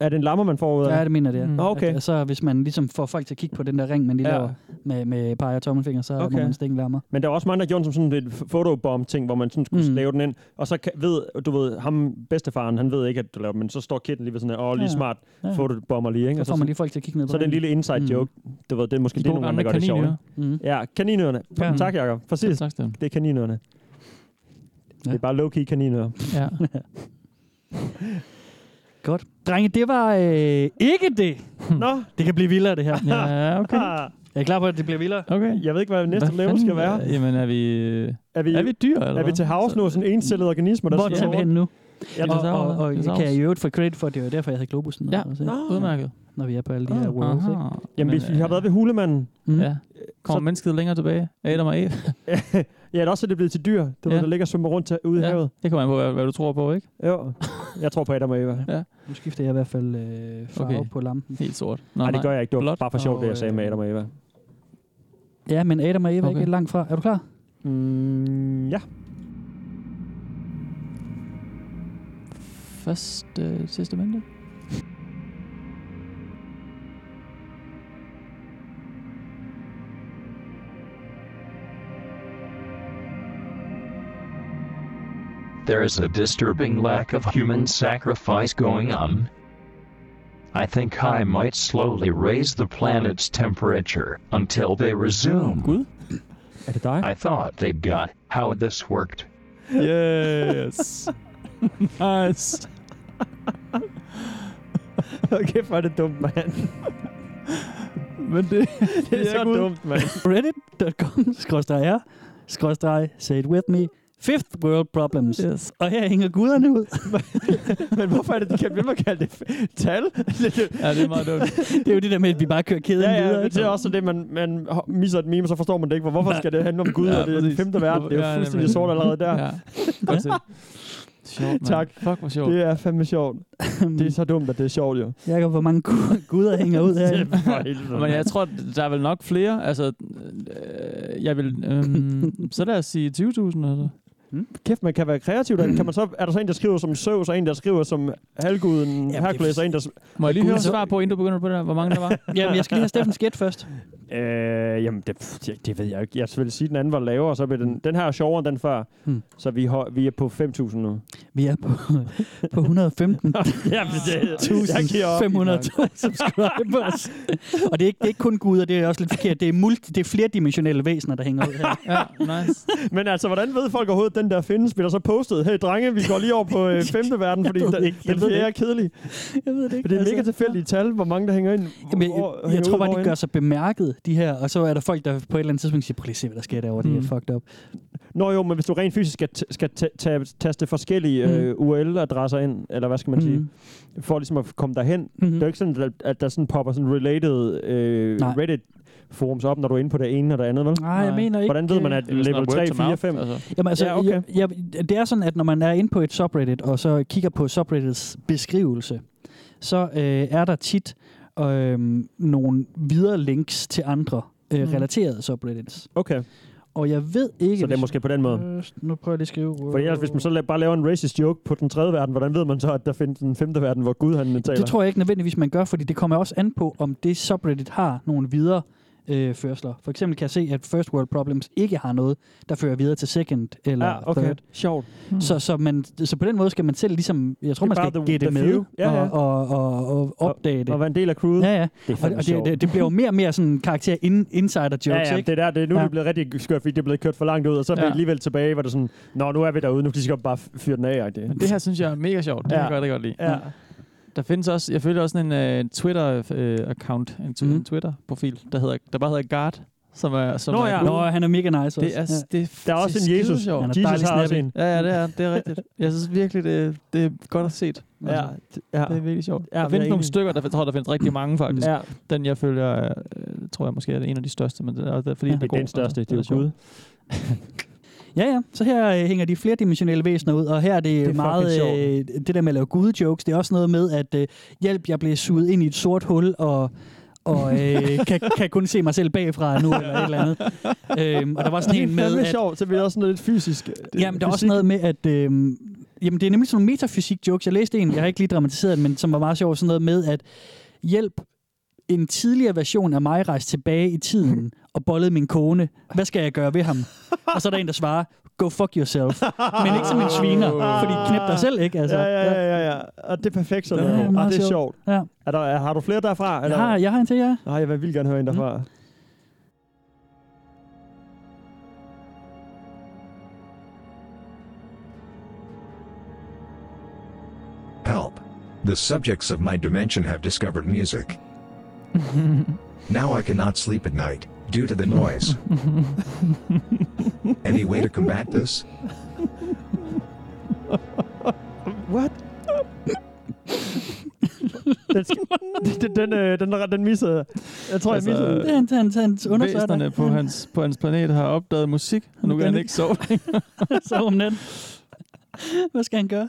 Speaker 3: Er det en lammer, man får ud af?
Speaker 5: Ja, det mener jeg, det er.
Speaker 3: Nå, okay.
Speaker 5: At, så hvis man ligesom får folk til at kigge på den der ring, man lige ja.
Speaker 3: Ja.
Speaker 5: laver med, med peger og tommelfinger, så okay. må
Speaker 3: Okay.
Speaker 5: man stikke en lammer.
Speaker 3: Men der er også mange, der gjorde den som sådan et fotobomb-ting, hvor man sådan skulle
Speaker 5: Mm.
Speaker 3: mm. lave den ind, og så kan, ved, du ved, ham bedstefaren, han ved ikke, at du laver den, men så står kitten lige ved sådan her, åh, lige
Speaker 5: Ja, ja.
Speaker 3: smart,
Speaker 5: Ja.
Speaker 3: ja. fotobomber lige, ikke?
Speaker 5: Så
Speaker 3: Og
Speaker 5: får man
Speaker 3: sådan-
Speaker 5: lige folk til at kigge ned på
Speaker 3: Så den
Speaker 5: ringen.
Speaker 3: lille inside joke, du ved, det er måske
Speaker 5: De
Speaker 3: det,
Speaker 5: gode
Speaker 3: nogle gange, der gør
Speaker 5: gamle
Speaker 3: det sjovt.
Speaker 5: Mm.
Speaker 3: Ja, kaninørerne.
Speaker 5: Ja.
Speaker 3: Ja. Tak, Jacob. Præcis.
Speaker 4: tak, Sten.
Speaker 3: det er kaninørerne. Ja. Det er bare low-key kaninører.
Speaker 4: Ja.
Speaker 5: Godt. Drenge, det var øh, ikke det.
Speaker 3: Nå. ah.
Speaker 5: Det kan blive vildere, det her.
Speaker 4: Ja, okay.
Speaker 5: Jeg er klar på, at det bliver vildere.
Speaker 4: Okay.
Speaker 3: Jeg ved ikke, hvad næste
Speaker 4: Hvad
Speaker 3: level skal
Speaker 4: fanden?
Speaker 3: være.
Speaker 4: Jamen, er vi,
Speaker 3: er vi,
Speaker 4: er vi dyr, eller
Speaker 3: Er vi
Speaker 4: hvad?
Speaker 3: til havs nu, sådan en encellet organisme, der
Speaker 5: Hvor
Speaker 3: sidder
Speaker 5: tager vi
Speaker 3: rundt?
Speaker 5: hen nu?
Speaker 3: Ja,
Speaker 5: og, og, og,
Speaker 3: dinosaurerne.
Speaker 5: kan jeg i øvrigt få credit for, at det var derfor, jeg havde globussen. Ja,
Speaker 4: udmærket.
Speaker 5: Når vi er på alle de her
Speaker 4: Ah,
Speaker 5: worlds,
Speaker 4: aha. øh,
Speaker 5: ikke?
Speaker 3: Jamen, hvis vi har været ved hulemanden...
Speaker 5: Mm.
Speaker 4: Ja. Kommer mennesket længere tilbage? Adam og Eve?
Speaker 3: ja, det er også, at det er blevet til dyr, du ja. ved, der ligger og svømmer rundt til, ude i havet.
Speaker 4: Det kommer an på, hvad, hvad du tror på, ikke?
Speaker 3: Jo, jeg tror på Adam og Eva.
Speaker 4: Ja.
Speaker 5: Nu skifter jeg i hvert fald øh, farve okay.
Speaker 4: Okay.
Speaker 5: på lampen.
Speaker 4: Helt sort.
Speaker 3: Nej, det gør jeg ikke. Det var bare for sjovt,
Speaker 5: Og,
Speaker 3: det jeg sagde med Adam og Eva.
Speaker 5: Ja, men Adam og Eva okay.
Speaker 3: Okay.
Speaker 5: ikke langt fra. Er du klar?
Speaker 3: Mm, ja.
Speaker 4: Første testamente?
Speaker 20: There is a disturbing lack of human sacrifice going on. I think I might slowly raise the planet's temperature until they resume. I thought they got how this worked.
Speaker 3: Øh,
Speaker 4: Yes. nice.
Speaker 3: okay, for det dumt, mand.
Speaker 4: Men det,
Speaker 3: det er så dumt, mand.
Speaker 5: Reddit.com skrådstræk er skråstreg, say it with me, Fifth World Problems. Yes. Og her hænger guderne ud.
Speaker 3: Men hvorfor er det, de kan blive med at kalde det f- tal?
Speaker 5: Ja, det er meget dumt. det er jo det der med, at vi bare kører kæden
Speaker 3: Ja, ja,
Speaker 5: videre,
Speaker 3: men det er
Speaker 5: ikke?
Speaker 3: også det, man, man ho- misser et meme, så forstår man det ikke. Hvor- Hvorfor skal det handle om Gud,
Speaker 5: Ja,
Speaker 3: og det er den
Speaker 5: præcis.
Speaker 3: femte verden? Det er jo
Speaker 5: Ja,
Speaker 3: fuldstændig
Speaker 5: nemlig.
Speaker 3: sort allerede der.
Speaker 5: Ja.
Speaker 4: Godt set. Sjovt, mand.
Speaker 3: tak.
Speaker 4: Fuck, hvor sjovt.
Speaker 3: Det er fandme sjovt. Det er så dumt, at det er sjovt, jo.
Speaker 5: Jakob, Øhm, hvor mange gu- guder hænger Mm. ud her?
Speaker 4: Men jeg tror, der er vel nok flere. Altså, øh, jeg vil... Øh, så lad os sige altså. 20.000 eller
Speaker 3: Kæft, man kan være kreativ derinde. Kan man så, er der så en, der skriver som Søvs, og en, der skriver som halvguden Hercules, og en, der... s-
Speaker 4: Må jeg lige
Speaker 3: Gud,
Speaker 4: høre
Speaker 3: så-
Speaker 4: svar på, inden du begynder på det her? Hvor mange der var?
Speaker 5: Jamen, jeg skal lige have Steffens gæt først.
Speaker 3: Øh, jamen, det, det, det ved jeg ikke. Jeg vil sige, at den anden var lavere, og så vil den, den her er sjovere end den før.
Speaker 5: Hmm.
Speaker 3: Så vi, har, vi er på 5.000 nu.
Speaker 5: Vi er på, på 115.
Speaker 3: Jamen, det- jeg giver op,
Speaker 5: 1500 subscribers. Og det er, ikke, det er ikke kun guder, det er også lidt forkert. Det er, multi, det er flerdimensionelle væsener, der hænger ud her.
Speaker 4: ja, nice.
Speaker 3: Men altså, hvordan ved folk overhovedet, den der findes? Bliver der så postet, hey drenge, vi går lige over på øh, femte verden, fordi
Speaker 5: Jeg ved
Speaker 3: den,
Speaker 5: det ikke. Jeg
Speaker 3: den
Speaker 5: ved det
Speaker 3: fjerde er
Speaker 5: ikke.
Speaker 3: kedelig.
Speaker 5: Jeg ved det ikke.
Speaker 3: Det er mega
Speaker 5: altså.
Speaker 3: tilfældige tal, hvor mange der hænger ind.
Speaker 5: Jamen, jeg,
Speaker 3: hvor-
Speaker 5: jeg,
Speaker 3: hænger
Speaker 5: jeg tror
Speaker 3: ud,
Speaker 5: bare, de
Speaker 3: hvorhenne.
Speaker 5: gør sig bemærket, de her. Og så er der folk, der på et eller andet tidspunkt siger, prøv lige at se, hvad der sker derovre. Mm. Det
Speaker 3: Mm.
Speaker 5: er fucked up.
Speaker 3: Nå jo, men hvis du rent fysisk skal, t- skal ta- ta- taste forskellige
Speaker 5: Mm.
Speaker 3: øh, URL-adresser ind, eller hvad skal
Speaker 5: Hmm.
Speaker 3: man sige, for ligesom at komme derhen.
Speaker 5: Mm-hmm.
Speaker 3: Det er jo ikke sådan, at, at der sådan popper sådan related øh,
Speaker 5: Nej.
Speaker 3: Reddit-forums op, når du er inde på det ene og det andet, vel?
Speaker 5: Nej, jeg Nej. mener ikke,
Speaker 3: Hvordan ved man,
Speaker 5: øh,
Speaker 3: at
Speaker 5: Det er jo sådan
Speaker 3: level 3,
Speaker 5: noget word to
Speaker 3: 4,
Speaker 5: mouth,
Speaker 3: 5?
Speaker 5: altså. Jamen altså,
Speaker 3: ja,
Speaker 5: ja,
Speaker 3: okay.
Speaker 5: okay. jeg, jeg, det er sådan, at når man er inde på et subreddit, og så kigger på subreddits beskrivelse, så øh, er der tit øh, nogle videre links til andre øh,
Speaker 3: Mm.
Speaker 5: relaterede subreddits.
Speaker 3: Okay.
Speaker 5: Og jeg ved ikke...
Speaker 3: Så det er måske på den måde.
Speaker 5: Nu prøver jeg lige at skrive...
Speaker 3: Fordi ellers, hvis man så la- bare laver en racist joke på den tredje verden, hvordan ved man så, at der findes en femte verden, hvor Gud han taler?
Speaker 5: Det tror jeg ikke nødvendigvis, man gør, fordi det kommer også an på, om det subreddit har nogle videre øh, førsler. For eksempel kan jeg se, at First World Problems ikke har noget, der fører videre til Second eller
Speaker 3: Ah, okay.
Speaker 5: Third.
Speaker 3: Sjovt.
Speaker 5: Hmm. Så, så, man, så på den måde skal man selv ligesom, jeg tror,
Speaker 3: Det
Speaker 5: man
Speaker 3: er
Speaker 5: skal
Speaker 3: bare the-
Speaker 5: gætte
Speaker 3: the
Speaker 5: med
Speaker 3: few. Ja, ja.
Speaker 5: Og, og, og, og opdage det.
Speaker 3: og være en del af crewet.
Speaker 5: Ja, ja.
Speaker 3: Det er
Speaker 5: og,
Speaker 3: fandme
Speaker 5: og det,
Speaker 3: sjovt.
Speaker 5: det, det bliver jo mere og mere sådan karakter in, insider jokes,
Speaker 3: Ja, ja,
Speaker 5: ikke?
Speaker 3: det er der, det er nu ja. det er blevet rigtig skørt, fordi det er blevet kørt for langt ud, og så er ja.
Speaker 5: Ja.
Speaker 3: vi alligevel tilbage, hvor det er sådan, nå, nu er vi derude, nu kan de så godt bare f- fyre den af. Det.
Speaker 4: Men det her synes jeg er mega sjovt. Det
Speaker 3: Ja.
Speaker 4: ja. kan jeg rigtig godt lide.
Speaker 3: Ja.
Speaker 4: Der findes også, jeg følger også sådan en uh, Twitter-account, en,
Speaker 3: Mm.
Speaker 4: tw- en Twitter-profil, der, hedder, der bare hedder Guard, som er... Som
Speaker 5: Nå
Speaker 4: er
Speaker 5: ja.
Speaker 4: Gud.
Speaker 5: Nå, han er mega nice
Speaker 4: det er,
Speaker 5: også.
Speaker 4: s-
Speaker 5: Ja.
Speaker 4: det er,
Speaker 5: Der er også en Jesus.
Speaker 4: skidesjovt.
Speaker 5: Han er Jesus dejlig har også snappy. en.
Speaker 4: Ja, ja, det er, det er rigtigt. Jeg synes virkelig, det, det er godt at se. Altså,
Speaker 3: Ja, ja.
Speaker 4: Det er virkelig sjovt.
Speaker 3: Ja, jeg
Speaker 4: Ja, der
Speaker 3: er
Speaker 4: findes nogle
Speaker 3: enig.
Speaker 4: stykker, der jeg tror, der findes rigtig mange faktisk.
Speaker 3: Ja.
Speaker 4: Den, jeg følger, er, øh, tror jeg måske er en af de største, men det er, det er fordi,
Speaker 5: Ja.
Speaker 4: den er
Speaker 5: Det er
Speaker 4: god.
Speaker 5: den største,
Speaker 4: Altså, den
Speaker 5: det er
Speaker 4: sjov.
Speaker 5: jo Gud. Ja, ja. Så her øh, hænger de flerdimensionelle væsener ud, og her er det,
Speaker 4: er
Speaker 5: det er meget øh,
Speaker 4: fucking
Speaker 5: det der med at lave gudejokes. Det er også noget med, at øh, hjælp, jeg blev suget ind i et sort hul, og, og øh, kan, kan kun se mig selv bagfra nu, eller et eller andet. Øhm, og der var sådan en med,
Speaker 3: Det er
Speaker 5: at,
Speaker 3: sjovt, så bliver det også noget lidt fysisk. øh,
Speaker 5: Jamen, der er også noget med, at... Øh, jamen, det er nemlig sådan nogle metafysik-jokes. Jeg læste en, jeg har ikke lige dramatiseret den, men som var meget sjov, sådan noget med, at hjælp en tidligere version af mig rejste tilbage i tiden og bollede min kone. Hvad skal jeg gøre ved ham? Og så er der en, der svarer, go fuck yourself. Men ikke som en sviner, fordi knæp dig selv, ikke? Altså,
Speaker 3: Ja, ja, ja, ja, ja. Og det er perfekt sådan
Speaker 5: Ja,
Speaker 3: noget.
Speaker 5: meget
Speaker 3: og det er sjovt.
Speaker 5: sjovt. Ja.
Speaker 3: Er der, er, har du flere derfra?
Speaker 5: Jeg har, jeg har en til jer.
Speaker 3: Nej, jeg vil gerne høre en derfra. Mm.
Speaker 9: Help. The subjects of my dimension have discovered music. Now I cannot sleep at night, due to the noise. Any way to combat this?
Speaker 3: What? den, den, den, øh, den, den missede. Jeg tror, altså, jeg missede.
Speaker 5: Det er han, han, han undersøger
Speaker 4: Væsenerne på hans, på hans planet har opdaget musik, og nu kan han ikke sove længere.
Speaker 5: Sov om natten. Hvad skal han gøre?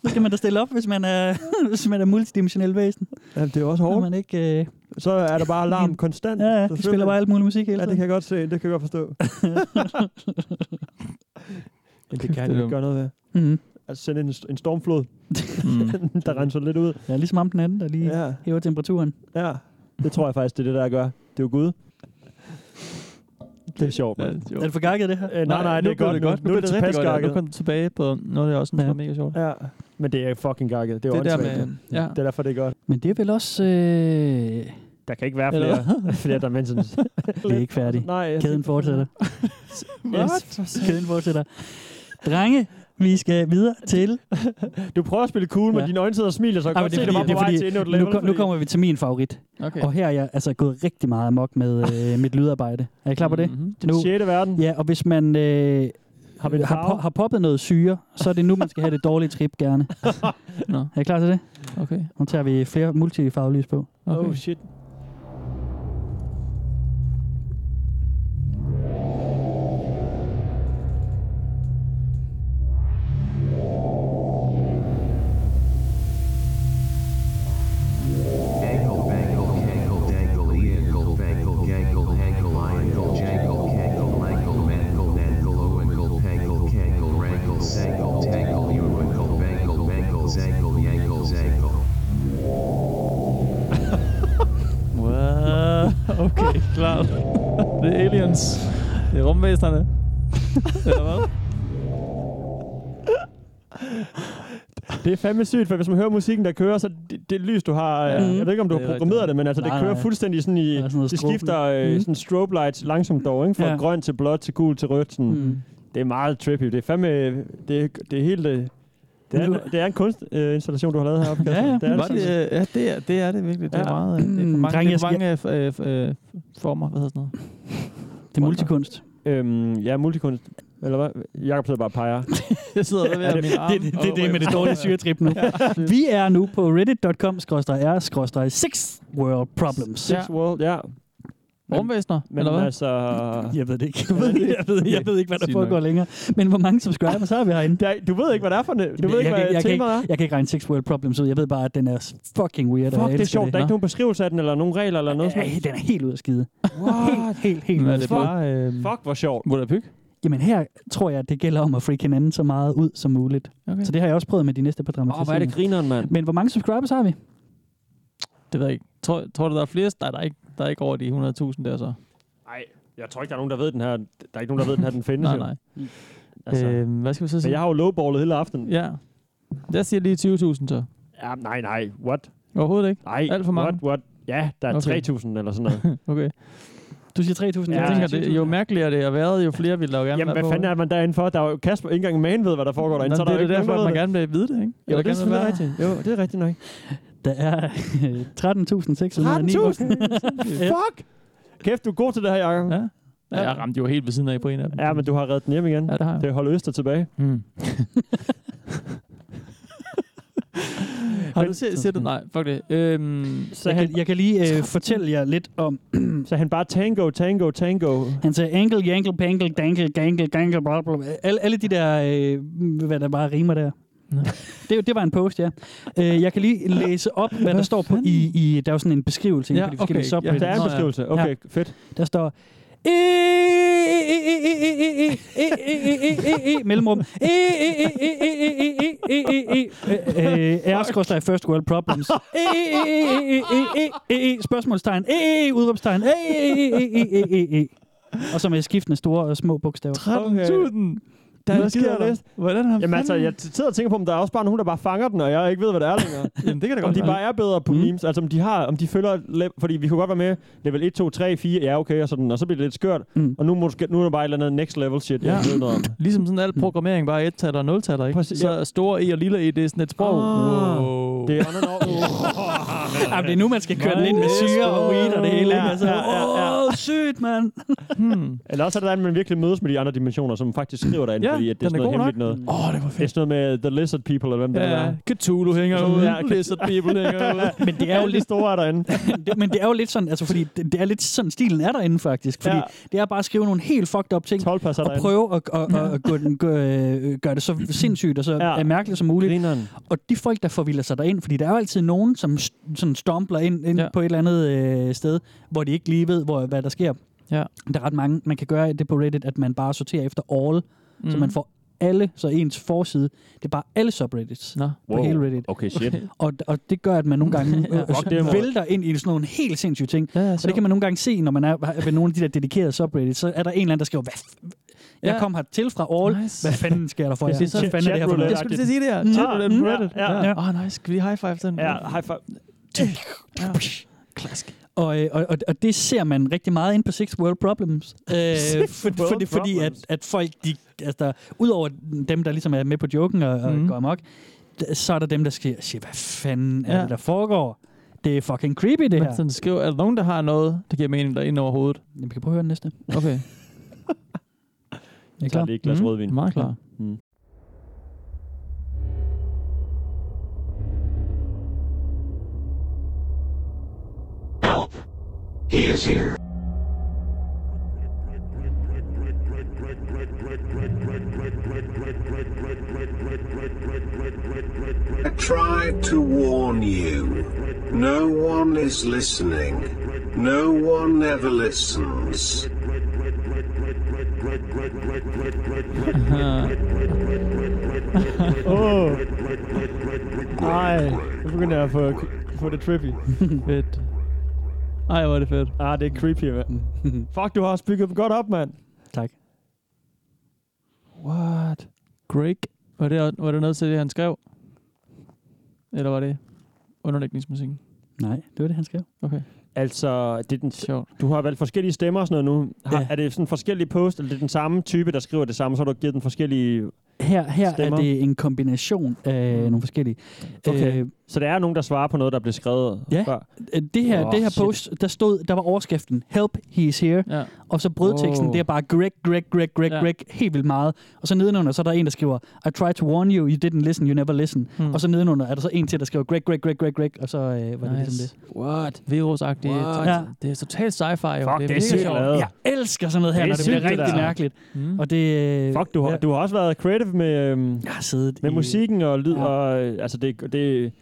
Speaker 5: Hvad skal man da stille op, hvis man er, hvis man er multidimensionel væsen?
Speaker 3: Jamen, det er jo også
Speaker 5: Når
Speaker 3: hårdt.
Speaker 5: man ikke... Øh...
Speaker 3: Så er der bare alarm konstant.
Speaker 5: Ja, ja, de
Speaker 3: Selvfølgelig.
Speaker 5: spiller bare alt muligt musik hele
Speaker 3: Ja, det
Speaker 5: tiden.
Speaker 3: kan jeg godt se. Det kan jeg godt forstå. Men det kan han jo ikke gøre noget ved.
Speaker 5: Mhm.
Speaker 3: Altså sende en, st- en stormflod,
Speaker 5: Mm.
Speaker 3: der renser lidt ud.
Speaker 5: Ja, ligesom ham den anden, der lige
Speaker 3: ja.
Speaker 5: hæver temperaturen.
Speaker 3: Ja, det tror jeg faktisk, det er det, der gør. Det er jo Gud. Det er sjovt, mand.
Speaker 5: Er det for gakket, det her?
Speaker 3: Øh, nej, nej,
Speaker 4: nu
Speaker 3: det er
Speaker 4: blev
Speaker 3: godt.
Speaker 4: det
Speaker 3: nu.
Speaker 4: godt.
Speaker 3: Nu, er det tilpas
Speaker 4: rigtig godt.
Speaker 3: gakket.
Speaker 4: Nu kom du tilbage på noget, der også synes var mega sjovt.
Speaker 3: Ja, men det er fucking gakket. Det er jo
Speaker 4: Det der
Speaker 3: åndssvagt.
Speaker 4: med- ja.
Speaker 3: Det er derfor, det er godt.
Speaker 5: Men det er vel også... Øh...
Speaker 3: Der kan ikke være
Speaker 5: Eller-
Speaker 3: flere, flere dimensions.
Speaker 5: Det er ikke færdigt.
Speaker 3: Nej, jeg
Speaker 5: Kæden
Speaker 3: tænkte-
Speaker 5: fortsætter.
Speaker 3: What?
Speaker 5: Kæden fortsætter. Drenge, Vi skal videre til...
Speaker 3: Du prøver at spille cool, men dine øjne sidder og smiler, så jeg kan godt se, du var på vej til endnu et level.
Speaker 5: nu, kom- nu kommer vi til min favorit. Okay. Og her er jeg altså gået rigtig meget amok med øh, mit lydarbejde. Er I klar på det?
Speaker 4: Mm.
Speaker 3: Mhm.
Speaker 5: Mm-hmm.
Speaker 3: Den sjette verden.
Speaker 5: Ja, og hvis man øh, har,
Speaker 3: vi en
Speaker 5: har,
Speaker 3: farve?
Speaker 5: po- har poppet noget syre, så er det nu, man skal have det dårlige trip gerne.
Speaker 4: Nå.
Speaker 5: Er I klar til det?
Speaker 4: Okay.
Speaker 5: Nu tager vi flere multifarvelys på.
Speaker 3: Okay. Oh shit.
Speaker 4: Wow. Okay, klart. Det er aliens. Det er rumvæsnerne. Eller hvad?
Speaker 3: Det er fandme sygt, for hvis man hører musikken, der kører, så det, det lys, du har...
Speaker 4: Ja.
Speaker 3: Ja. Jeg ved ikke, om du
Speaker 4: Det
Speaker 3: har
Speaker 4: er
Speaker 3: programmeret
Speaker 4: rigtigt.
Speaker 3: det, men altså,
Speaker 4: Nej,
Speaker 3: det kører
Speaker 4: nej.
Speaker 3: fuldstændig sådan i...
Speaker 4: Der er sådan noget
Speaker 3: det
Speaker 4: strobe.
Speaker 3: skifter øh,
Speaker 4: Mhm.
Speaker 3: sådan strobe lights langsomt dog, ikke? Fra
Speaker 4: Ja.
Speaker 3: grøn til blåt til gul til rødt.
Speaker 5: Mm.
Speaker 3: Sådan.
Speaker 4: Mhm.
Speaker 3: Det er meget trippy. Det er fandme... Det, er- det er helt... øh, Det er, en, det er en kunstinstallation, øh, installation, du har lavet heroppe. Kasper.
Speaker 4: Det er det,
Speaker 3: sådan set.
Speaker 4: det, ja, det er det, er det virkelig. Det er
Speaker 3: Ja.
Speaker 4: meget... øh, Det er for mange,
Speaker 5: Drenge,
Speaker 4: det er for
Speaker 5: jeg
Speaker 4: mange øh, f- øh, f- former. Hvad hedder sådan noget?
Speaker 5: Det er multikunst.
Speaker 3: Øhm, ja, multikunst. Eller hvad? Jakob sidder bare og peger.
Speaker 4: Jeg sidder ved at
Speaker 5: det,
Speaker 4: min
Speaker 5: det,
Speaker 4: arm.
Speaker 5: det, det, det, er med det
Speaker 4: Ja.
Speaker 5: dårlige syretrip nu. Vi er nu på reddit.com-r-6 world problems.
Speaker 3: Six World, ja.
Speaker 4: Rumvæsner,
Speaker 3: men
Speaker 5: eller hvad?
Speaker 3: altså...
Speaker 5: Jeg ved det ikke. Jeg ved, jeg ved, jeg ved ikke, hvad der foregår længere. Men hvor mange subscribers har vi herinde?
Speaker 3: Der, du ved ikke, hvad det er for noget. Du ved ikke,
Speaker 5: jeg,
Speaker 3: hvad
Speaker 5: kan- jeg, kan ikke,
Speaker 3: temaet er?
Speaker 5: jeg kan ikke regne Six World Problems ud. Jeg ved bare, at den er fucking weird. og jeg
Speaker 3: Fuck, det er
Speaker 5: elsker
Speaker 3: sjovt. Der er ikke nogen beskrivelse af den, eller nogen regler, eller noget sådan
Speaker 5: noget. Den er helt ud af skide. Helt, helt, helt
Speaker 4: Men
Speaker 5: ud
Speaker 4: er
Speaker 5: af
Speaker 4: det
Speaker 5: skide.
Speaker 4: bare, øh,
Speaker 3: Fuck, hvor sjovt.
Speaker 4: Volapyk?
Speaker 5: Jamen her tror jeg, at det gælder om at freak hinanden så meget ud som muligt.
Speaker 4: Okay.
Speaker 5: Okay. Så det har jeg også prøvet med de næste par dramatiseringer.
Speaker 3: grineren, mand.
Speaker 5: Men hvor mange subscribers har vi?
Speaker 4: Det ved jeg ikke. Tror, tror du, der er flere? Nej, der er ikke, der er ikke over de 100.000 der så.
Speaker 3: Nej, jeg tror ikke, der er nogen, der ved den her. Der er ikke nogen, der ved, den her den findes.
Speaker 4: Nej,
Speaker 3: jo.
Speaker 4: nej.
Speaker 3: Altså,
Speaker 4: Øhm, hvad skal vi så
Speaker 3: men
Speaker 4: sige?
Speaker 3: jeg har jo lowballet hele aftenen.
Speaker 4: Ja. Jeg siger lige 20.000 så.
Speaker 3: ja nej, nej. What?
Speaker 4: Overhovedet ikke?
Speaker 3: Nej.
Speaker 4: Alt for mange?
Speaker 3: What, what? Ja, der er
Speaker 4: Okay.
Speaker 3: 3.000 eller sådan noget.
Speaker 4: okay.
Speaker 5: Du siger 3.000?
Speaker 4: Ja, jeg tænker, det, jo mærkeligere det har været, jo flere vil der jo gerne
Speaker 3: Jamen,
Speaker 4: være
Speaker 3: hvad
Speaker 4: på.
Speaker 3: fanden er man derinde for? Der er jo Kasper ikke engang man ved, hvad der foregår derinde.
Speaker 4: Nå,
Speaker 3: så der
Speaker 4: det er
Speaker 3: jo
Speaker 4: jo
Speaker 3: ikke
Speaker 4: derfor,
Speaker 3: nogen,
Speaker 4: at man
Speaker 3: der ved
Speaker 4: gerne vil vide det, ikke?
Speaker 3: Jo, det er
Speaker 4: gerne vil
Speaker 3: selvfølgelig
Speaker 4: være-
Speaker 3: rigtigt. Jo, det er rigtigt nok.
Speaker 5: Der er øh, 13.609.
Speaker 3: 13.000? Fuck! Kæft, du er god til det her, Jacob.
Speaker 4: Ja. Ja, jeg ramte jo helt ved siden af på en af dem.
Speaker 3: Ja, men du har reddet den hjem igen.
Speaker 4: Ja, det har jeg.
Speaker 3: Det holder Øster tilbage.
Speaker 4: Mm. Har du set, set det? Nej, fuck det. Øhm,
Speaker 5: Så jeg, kan, jeg kan lige øh, fortælle jer lidt om...
Speaker 3: så han bare tango, tango, tango.
Speaker 5: Han sagde ankle, jankle, pankle, dangle, gangle, gangle, bla, bla, bla. Alle, alle de der, øh, hvad der bare rimer der. Det, det var en post, ja. Øh, jeg kan lige læse op, hvad der står på i, i... Der er jo sådan en beskrivelse ja, på de forskellige subreddits.
Speaker 3: der er en beskrivelse. Okay,
Speaker 5: Ja.
Speaker 3: fedt.
Speaker 5: Der står... E, e, e, e, e, e, e, e, e, e, e, e, mellemrum. E, e, e, e, e, e, e, e, e, e, e, e, R-skrådstræk first world problems. E, e, e, e, e, e, e, e, spørgsmålstegn. E, e, e, udråbstegn. E, e, e, e, e, e, e, e. Og så med skiftende store og små bogstaver.
Speaker 4: 13.000! Der
Speaker 5: Hvad
Speaker 4: er
Speaker 5: sker
Speaker 4: sker
Speaker 5: der?
Speaker 4: der? Hvordan har
Speaker 3: Jamen altså, jeg sidder og tænker på, om der er også bare nogen, der bare fanger den, og jeg ikke ved, hvad det er længere.
Speaker 4: Jamen, det kan da
Speaker 3: om
Speaker 4: godt
Speaker 3: de
Speaker 4: være.
Speaker 3: bare er bedre på mm. memes, altså om de har, om de følger, le- fordi vi kunne godt være med level 1, 2, 3, 4, ja okay, og, sådan, og så bliver det lidt skørt,
Speaker 5: mm.
Speaker 3: og nu, måske, nu er der bare et eller andet next level shit, ja. jeg ikke ved noget om.
Speaker 4: Ligesom sådan
Speaker 5: Mm.
Speaker 4: al programmering, bare et tatter og nul tatter, ikke? Præcis,
Speaker 3: Præcis,
Speaker 4: så
Speaker 3: ja.
Speaker 4: er store E og lille E, det er sådan et sprog.
Speaker 3: Ah.
Speaker 4: Wow.
Speaker 3: Det er on and off.
Speaker 5: Jamen, det er nu, man skal køre den ind med syre og weed og det hele. ikke?
Speaker 3: Ja,
Speaker 5: Altså,
Speaker 3: ja, ja,
Speaker 5: Åh, sygt, mand!
Speaker 4: Hmm.
Speaker 3: Eller også er det der, at man virkelig mødes med de andre dimensioner, som faktisk skriver derinde,
Speaker 4: Ja,
Speaker 3: fordi at det er
Speaker 4: den
Speaker 3: sådan
Speaker 4: er
Speaker 3: noget
Speaker 4: god Mm.
Speaker 3: hemmeligt noget. Åh, oh, det var fedt. Det er sådan noget med The Lizard People, eller hvem det
Speaker 4: Ja,
Speaker 3: er.
Speaker 4: Cthulhu hænger
Speaker 3: Sådan,
Speaker 4: ud,
Speaker 3: ja, Cthulhu.
Speaker 4: Lizard People hænger ud.
Speaker 5: Men det er jo
Speaker 3: Alle de
Speaker 5: lidt
Speaker 3: store er derinde.
Speaker 5: det, men det er jo lidt sådan, altså fordi det, det er lidt sådan, stilen er derinde faktisk.
Speaker 3: Ja.
Speaker 5: Fordi ja. det er bare at skrive nogle helt fucked up ting, og
Speaker 3: derinde.
Speaker 5: prøve at, at, at, at gå den, gå, øh, gøre det så sindssygt og så ja. mærkeligt som muligt.
Speaker 3: Grineren.
Speaker 5: Og de folk, der forvilder sig derind, fordi der er jo altid nogen, som st- sådan stompler ind, ind ja. på et eller andet øh, sted, hvor de ikke lige ved, hvor, hvad der sker.
Speaker 4: Ja.
Speaker 5: Der er ret mange, man kan gøre det på Reddit, at man bare sorterer efter all, mm. så
Speaker 4: Mhm.
Speaker 5: man får alle, så ens forside, det er bare alle subreddits Nå. på
Speaker 3: Wow.
Speaker 5: hele Reddit.
Speaker 3: Okay, shit.
Speaker 5: Og, og det gør, at man nogle gange
Speaker 3: Ja.
Speaker 5: ja.
Speaker 3: Fuck, det er
Speaker 5: øh,
Speaker 3: meget.
Speaker 5: vælter ind i sådan nogle helt sindssyge ting. Ja, og det kan man nogle gange se, når man er ved nogle af de der dedikerede subreddits, så er der en eller anden, der skriver, hvad f- jeg
Speaker 4: Ja.
Speaker 5: kom hertil fra All. Nice. Hvad fanden sker der for jer?
Speaker 4: Ja, så
Speaker 5: Hvad fanden er det her for noget?
Speaker 4: Jeg skulle lige til at sige det her.
Speaker 5: Mm.
Speaker 4: Chat roulette på
Speaker 5: Mm.
Speaker 4: Reddit.
Speaker 5: Ja, ja.
Speaker 4: Åh, nice. Skal vi lige high five den?
Speaker 3: Ja, high five.
Speaker 4: Ja. Klask.
Speaker 5: Og, øh, og, og- og det ser man rigtig meget ind på Six World Problems. Øh, for,
Speaker 3: Six
Speaker 5: for,
Speaker 3: World
Speaker 5: fordi fordi at,
Speaker 3: Problems.
Speaker 5: at folk, de, altså, udover dem, der ligesom er med på joken og, og
Speaker 3: Mhm.
Speaker 5: mm. går amok, d- så er der dem, der siger, shit, hvad fanden ja. er
Speaker 4: Ja.
Speaker 5: det, der foregår? Det er fucking creepy, det
Speaker 4: Men
Speaker 5: her.
Speaker 4: sådan skriv, er der nogen, der har noget, der giver mening der ind over hovedet?
Speaker 5: Jamen, vi kan prøve at høre den næste.
Speaker 4: Okay.
Speaker 5: Jeg er klar.
Speaker 3: lige et glas
Speaker 4: Mm,
Speaker 3: rødvin.
Speaker 4: Meget klar.
Speaker 3: Mm.
Speaker 13: He is here.
Speaker 21: I tried to warn you. No one is listening. No one ever listens.
Speaker 3: Åh. Ej, nu begynder jeg at få, få det trippy. fedt.
Speaker 4: Ej, hvor er det fedt.
Speaker 3: Ah, det er creepy, mand. Fuck, du har også bygget dem godt op, mand.
Speaker 5: Tak.
Speaker 4: What? Greg? Var det, var det noget til det, han skrev? Eller var det underlægningsmusikken?
Speaker 5: Nej, det var det, han skrev.
Speaker 4: Okay.
Speaker 3: Altså, det er den, du har valgt forskellige stemmer og sådan noget nu. Har,
Speaker 5: Ja.
Speaker 3: Er det sådan forskellige post, eller det er den samme type, der skriver det samme, så har du givet den forskellige
Speaker 5: Her, her
Speaker 3: stemmer? Mm.
Speaker 5: er det en kombination af nogle forskellige.
Speaker 3: Okay.
Speaker 5: Øh,
Speaker 3: så der er nogen, der svarer på noget, der blev skrevet
Speaker 5: Ja,
Speaker 3: før?
Speaker 5: øh, det her,
Speaker 3: Åh,
Speaker 5: oh, det her
Speaker 3: shit.
Speaker 5: post, der stod, der var overskriften, Help, he is here.
Speaker 4: Ja.
Speaker 5: Og så brødteksten,
Speaker 4: Åh.
Speaker 5: oh. det er bare Greg, Greg, Greg, Greg,
Speaker 4: Ja.
Speaker 5: ja. Greg, helt vildt meget. Og så nedenunder, så er der en, der skriver, I tried to warn you, you didn't listen, you never listen.
Speaker 4: Hmm.
Speaker 5: Mm. Og så nedenunder er der så en til, der skriver Greg, Greg, Greg, Greg, Greg, og så øh, var nice. det ligesom det.
Speaker 4: What? Virus-agtigt.
Speaker 5: What?
Speaker 4: Ja. Det er totalt sci-fi. jo.
Speaker 3: Fuck, det er
Speaker 4: mega
Speaker 3: sygt
Speaker 4: sjovt.
Speaker 3: lavet.
Speaker 5: Jeg elsker sådan noget her,
Speaker 3: Det er
Speaker 5: når det bliver
Speaker 3: sygt, det
Speaker 5: rigtig det
Speaker 3: der.
Speaker 5: mærkeligt.
Speaker 4: Mm.
Speaker 5: Og det...
Speaker 3: Fuck, du har, du har også været creative med, øhm,
Speaker 5: jeg har siddet
Speaker 3: med
Speaker 5: i-
Speaker 3: musikken og lyd. Ja. Og, øh, altså, det, det,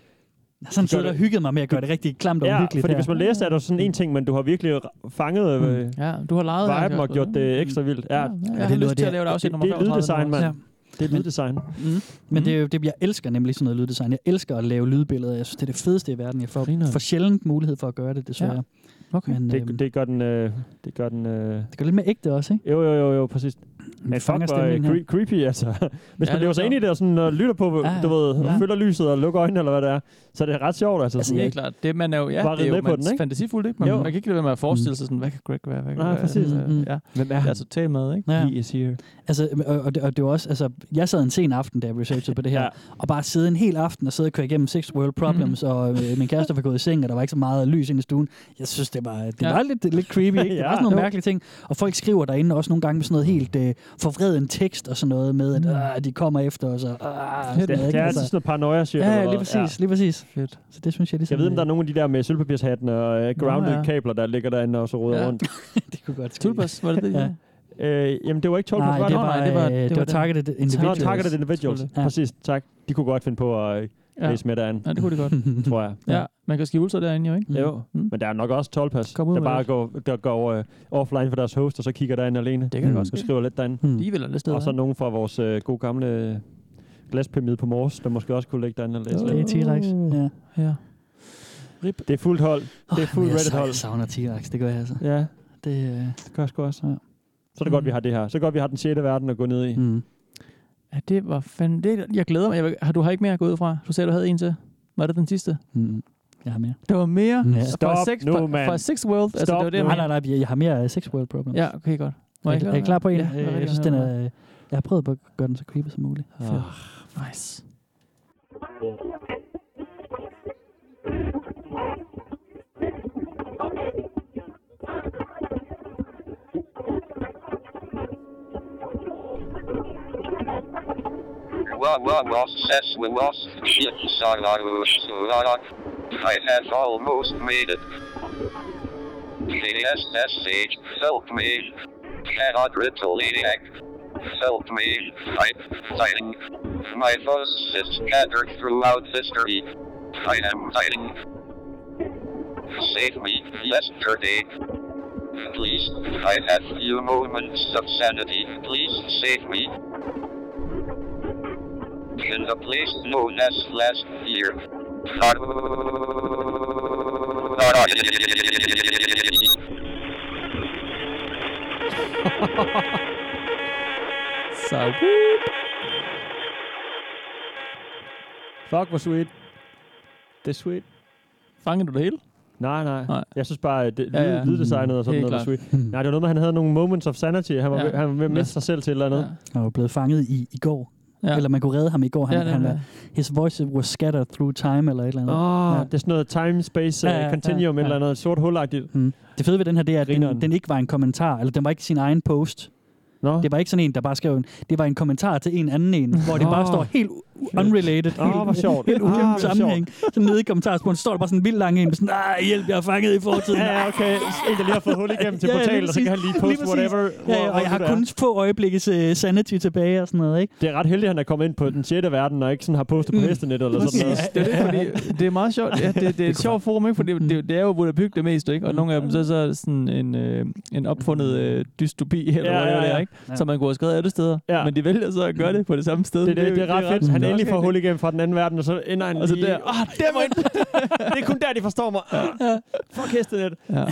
Speaker 5: Jeg har sådan
Speaker 3: det gør
Speaker 5: siddet og
Speaker 3: det-
Speaker 5: hygget mig med at gøre det rigtig klamt og
Speaker 3: ja,
Speaker 5: uhyggeligt
Speaker 3: fordi
Speaker 5: her.
Speaker 3: hvis man læser, er der sådan en ting, men du har virkelig r- fanget øh,
Speaker 4: Ja, du har leget her,
Speaker 3: viben og
Speaker 4: Kasper.
Speaker 3: gjort det ekstra vildt. Ja, ja,
Speaker 4: jeg har lyst til at lave et afsnit nummer
Speaker 3: Det er
Speaker 4: 35
Speaker 3: lyddesign, mand.
Speaker 4: Ja.
Speaker 3: Det er lyddesign.
Speaker 5: Mm. Men det er jo det, jeg elsker nemlig sådan noget lyddesign. Jeg elsker at lave lydbilleder. Jeg synes, det er det fedeste i verden. Jeg får for sjældent mulighed for at gøre det, desværre.
Speaker 4: Ja. Okay.
Speaker 5: Men, øhm,
Speaker 3: Det, det gør den... Øh, det gør den... Øh,
Speaker 5: det gør lidt mere ægte også, ikke?
Speaker 3: Jo, jo, jo, jo præcis. Men fuck,
Speaker 5: fanger
Speaker 3: hvor øh,
Speaker 5: stemningen her.
Speaker 3: cre- creepy, altså. Hvis
Speaker 5: Ja,
Speaker 3: man
Speaker 5: det er
Speaker 3: lever sig ind i
Speaker 5: sjovt.
Speaker 3: det og sådan, og lytter på,
Speaker 5: Ja,
Speaker 3: du ved,
Speaker 5: ja.
Speaker 3: ja. følger lyset og lukker øjnene, eller hvad det er, så er det ret sjovt, altså.
Speaker 4: Altså,
Speaker 3: sådan,
Speaker 4: ja,
Speaker 3: ikke?
Speaker 4: klart. Det, man er jo, ja,
Speaker 3: Bare
Speaker 4: det er
Speaker 3: ride
Speaker 4: jo
Speaker 3: med på
Speaker 4: man-
Speaker 3: den, ikke?
Speaker 4: fantasifuldt, ikke? Man,
Speaker 3: Jo. Mm.
Speaker 4: man kan ikke lade være med at forestille sig sådan, hvad kan Greg være? Hvad kan
Speaker 3: Nej,
Speaker 4: være?
Speaker 3: præcis.
Speaker 5: Mm.
Speaker 4: Øh, Ja.
Speaker 3: Hvem er
Speaker 4: Det
Speaker 3: han?
Speaker 4: er totalt med, ikke?
Speaker 5: Ja.
Speaker 4: He is here.
Speaker 5: Altså, og, og, det, og det var også, altså, jeg sad en sen aften, da jeg researchede på det her, ja. og bare sidde en hel aften og sidde og køre igennem Six World Problems, mm.
Speaker 3: Mhm.
Speaker 5: og øh, min kæreste var gået i seng, og der var ikke så meget lys inde i stuen. Jeg synes, det var, det
Speaker 4: Ja.
Speaker 5: ja. var lidt, lidt creepy, ikke? Det
Speaker 4: Ja.
Speaker 5: var sådan nogle
Speaker 4: Jo.
Speaker 5: mærkelige ting. Og folk skriver derinde også nogle gange med sådan noget helt øh, forvreden tekst og sådan noget med, at øh, de kommer efter os, og øh,
Speaker 3: Det, Mm. det er altid sådan noget paranoia, siger
Speaker 5: Ja, lige præcis, lige præcis.
Speaker 4: Fedt.
Speaker 5: Så det synes jeg ligesom...
Speaker 3: Jeg ved, om der er nogle af de der med sølvpapirshatten og uh, grounded
Speaker 5: Nå, ja.
Speaker 3: ja. kabler, der ligger derinde og så roder
Speaker 5: Ja.
Speaker 3: ja. rundt.
Speaker 5: det kunne godt ske.
Speaker 4: Tulpas, var det det?
Speaker 5: Ja.
Speaker 3: Øh, jamen, det var ikke Tulpas,
Speaker 5: Nej,
Speaker 3: var
Speaker 5: det var,
Speaker 3: Nej,
Speaker 5: øh, det var
Speaker 3: den.
Speaker 5: Targeted Individuals.
Speaker 3: Nå, Targeted Individuals.
Speaker 5: Ja.
Speaker 3: Ja. Præcis, tak. De kunne godt finde på at øh,
Speaker 4: Ja.
Speaker 3: læse med derinde.
Speaker 4: Ja, det kunne de godt.
Speaker 3: tror jeg.
Speaker 4: Ja, man kan skjule sig derinde jo, ikke?
Speaker 3: Jo, mm. men der er nok også 12 pas,
Speaker 4: ud
Speaker 3: der
Speaker 4: med
Speaker 3: bare
Speaker 4: det.
Speaker 3: går, der går uh, offline for deres host, og så kigger derinde alene. Det
Speaker 4: kan Mm. godt ske.
Speaker 3: Og skriver lidt derinde.
Speaker 5: Mm.
Speaker 4: Alligevel er det sted,
Speaker 3: Og så
Speaker 4: hva'?
Speaker 3: nogen fra vores uh, gode gamle glaspyramide på Mors, der måske også kunne ligge derinde og læse
Speaker 5: Det er
Speaker 3: lidt.
Speaker 5: T-Rex. Ja.
Speaker 4: Ja.
Speaker 3: Rip. Det er fuldt hold. Det er
Speaker 5: Men
Speaker 3: fuldt
Speaker 5: jeg
Speaker 3: Reddit
Speaker 5: savner-
Speaker 3: hold.
Speaker 5: Jeg savner T-Rex, det gør jeg altså.
Speaker 3: Ja.
Speaker 5: Det, øh...
Speaker 3: det gør jeg sgu også.
Speaker 5: Ja.
Speaker 3: Så er det godt, vi har det her. Så er det godt, vi har den 6. verden at gå ned i.
Speaker 5: Mm.
Speaker 4: Ja, det var fandme... Det, jeg glæder mig. Jeg, vil- har, du har ikke mere at gå ud fra? Du sagde, du havde en til. Var det den sidste?
Speaker 5: Mm. Jeg har mere.
Speaker 4: Der var mere?
Speaker 5: Ja.
Speaker 4: fra six, fra, Fra Six World? altså, det var det, jeg
Speaker 5: nej, nej,
Speaker 4: mente.
Speaker 5: nej, jeg har mere af Six World Problems.
Speaker 4: Ja, okay, godt. Må
Speaker 5: Er,
Speaker 4: jeg
Speaker 5: er I
Speaker 4: høre
Speaker 5: klar på en?
Speaker 4: den? Ja, jeg vil
Speaker 5: Øh, jeg
Speaker 4: rigtig
Speaker 5: synes, den
Speaker 4: gerne
Speaker 5: er...
Speaker 4: høre
Speaker 5: Jeg har prøvet på at gøre den så creepy som muligt.
Speaker 4: Fedt. Nice.
Speaker 13: I have almost made it. K-S-S-H, help me. Cannot Ritaliniac. Help me, I, dying. My thoughts is scattered throughout history. I am dying. Save me, yesterday. Please, I have few moments of sanity, please save me. In the place known as last year.
Speaker 4: Så whoop.
Speaker 3: Fuck, hvor sweet.
Speaker 4: Det er sweet. Fangede du det hele?
Speaker 3: Nej, nej, nej. Jeg synes bare, at det,
Speaker 4: Ja,
Speaker 3: ja,
Speaker 4: ja.
Speaker 3: ja. lyddesignet og sådan
Speaker 4: Helt
Speaker 3: noget var
Speaker 4: klart.
Speaker 3: sweet. Nej, det var noget med, at han havde nogle moments of sanity. Han var,
Speaker 4: Ja.
Speaker 3: ja. han var ved at miste
Speaker 4: Ja.
Speaker 3: sig selv til et eller andet.
Speaker 5: Han var blevet fanget i i går.
Speaker 3: Ja.
Speaker 5: Ja. Eller man kunne redde ham i går. Han,
Speaker 3: Ja,
Speaker 5: ja,
Speaker 3: ja,
Speaker 5: han
Speaker 3: ja.
Speaker 5: var, his voice was scattered through time, eller et eller andet.
Speaker 3: Åh, oh, det er sådan noget time-space
Speaker 5: Ja, ja,
Speaker 3: uh,
Speaker 5: ja,
Speaker 3: continuum,
Speaker 5: ja.
Speaker 3: eller noget sort hulagtigt.
Speaker 5: Mm. Det fede ved den her, det er, at den, den ikke var en kommentar, eller den var ikke sin egen post.
Speaker 3: No.
Speaker 5: Det var ikke sådan en, der bare skrev en. Det var en kommentar til en anden en, hvor det bare
Speaker 3: Nå.
Speaker 5: står helt u- unrelated.
Speaker 3: Åh, hvor sjovt.
Speaker 5: Helt
Speaker 3: Ah,
Speaker 5: uden
Speaker 3: hvor
Speaker 5: sammenhæng. Så nede i kommentarsporen står der bare sådan en vild lang en, med sådan, nej, hjælp, jeg er fanget i fortiden.
Speaker 3: Ja, ja, okay. En, der lige har fået hul igennem til portalen, og så kan han lige poste
Speaker 5: præcis.
Speaker 3: whatever, hvor-
Speaker 5: Ja, ja,
Speaker 3: hvor
Speaker 5: og jeg har
Speaker 3: det er.
Speaker 5: kun få øjeblikkes uh, sanity tilbage og sådan noget, ikke?
Speaker 3: Det er ret heldigt, at han er kommet ind på den 6. verden, og ikke sådan har postet på hestenettet eller sådan noget.
Speaker 4: Det er, det, fordi, det er meget sjovt. Ja, det, det er et sjovt forum, ikke? Fordi det, det er jo Budapest det meste, ikke? Og nogle af dem, så, så er det sådan en, øh, en opfundet øh, dystopi, eller
Speaker 3: Ja,
Speaker 4: ja, hvad
Speaker 3: ja,
Speaker 4: det er,
Speaker 3: ja.
Speaker 4: ikke?
Speaker 3: Ja.
Speaker 4: Så man kunne have skrevet alle steder.
Speaker 3: Ja.
Speaker 4: Men de vælger så at gøre det på det samme sted.
Speaker 3: Det, det,
Speaker 4: er
Speaker 3: det,
Speaker 4: jo-
Speaker 3: det er ret fedt. Han endelig får hul igennem fra den anden verden, og så ender han
Speaker 4: Og så
Speaker 3: lige...
Speaker 4: der.
Speaker 3: Ah, der må ikke... det er kun der, de forstår mig. Ah, fuck hestenet.
Speaker 4: Ja.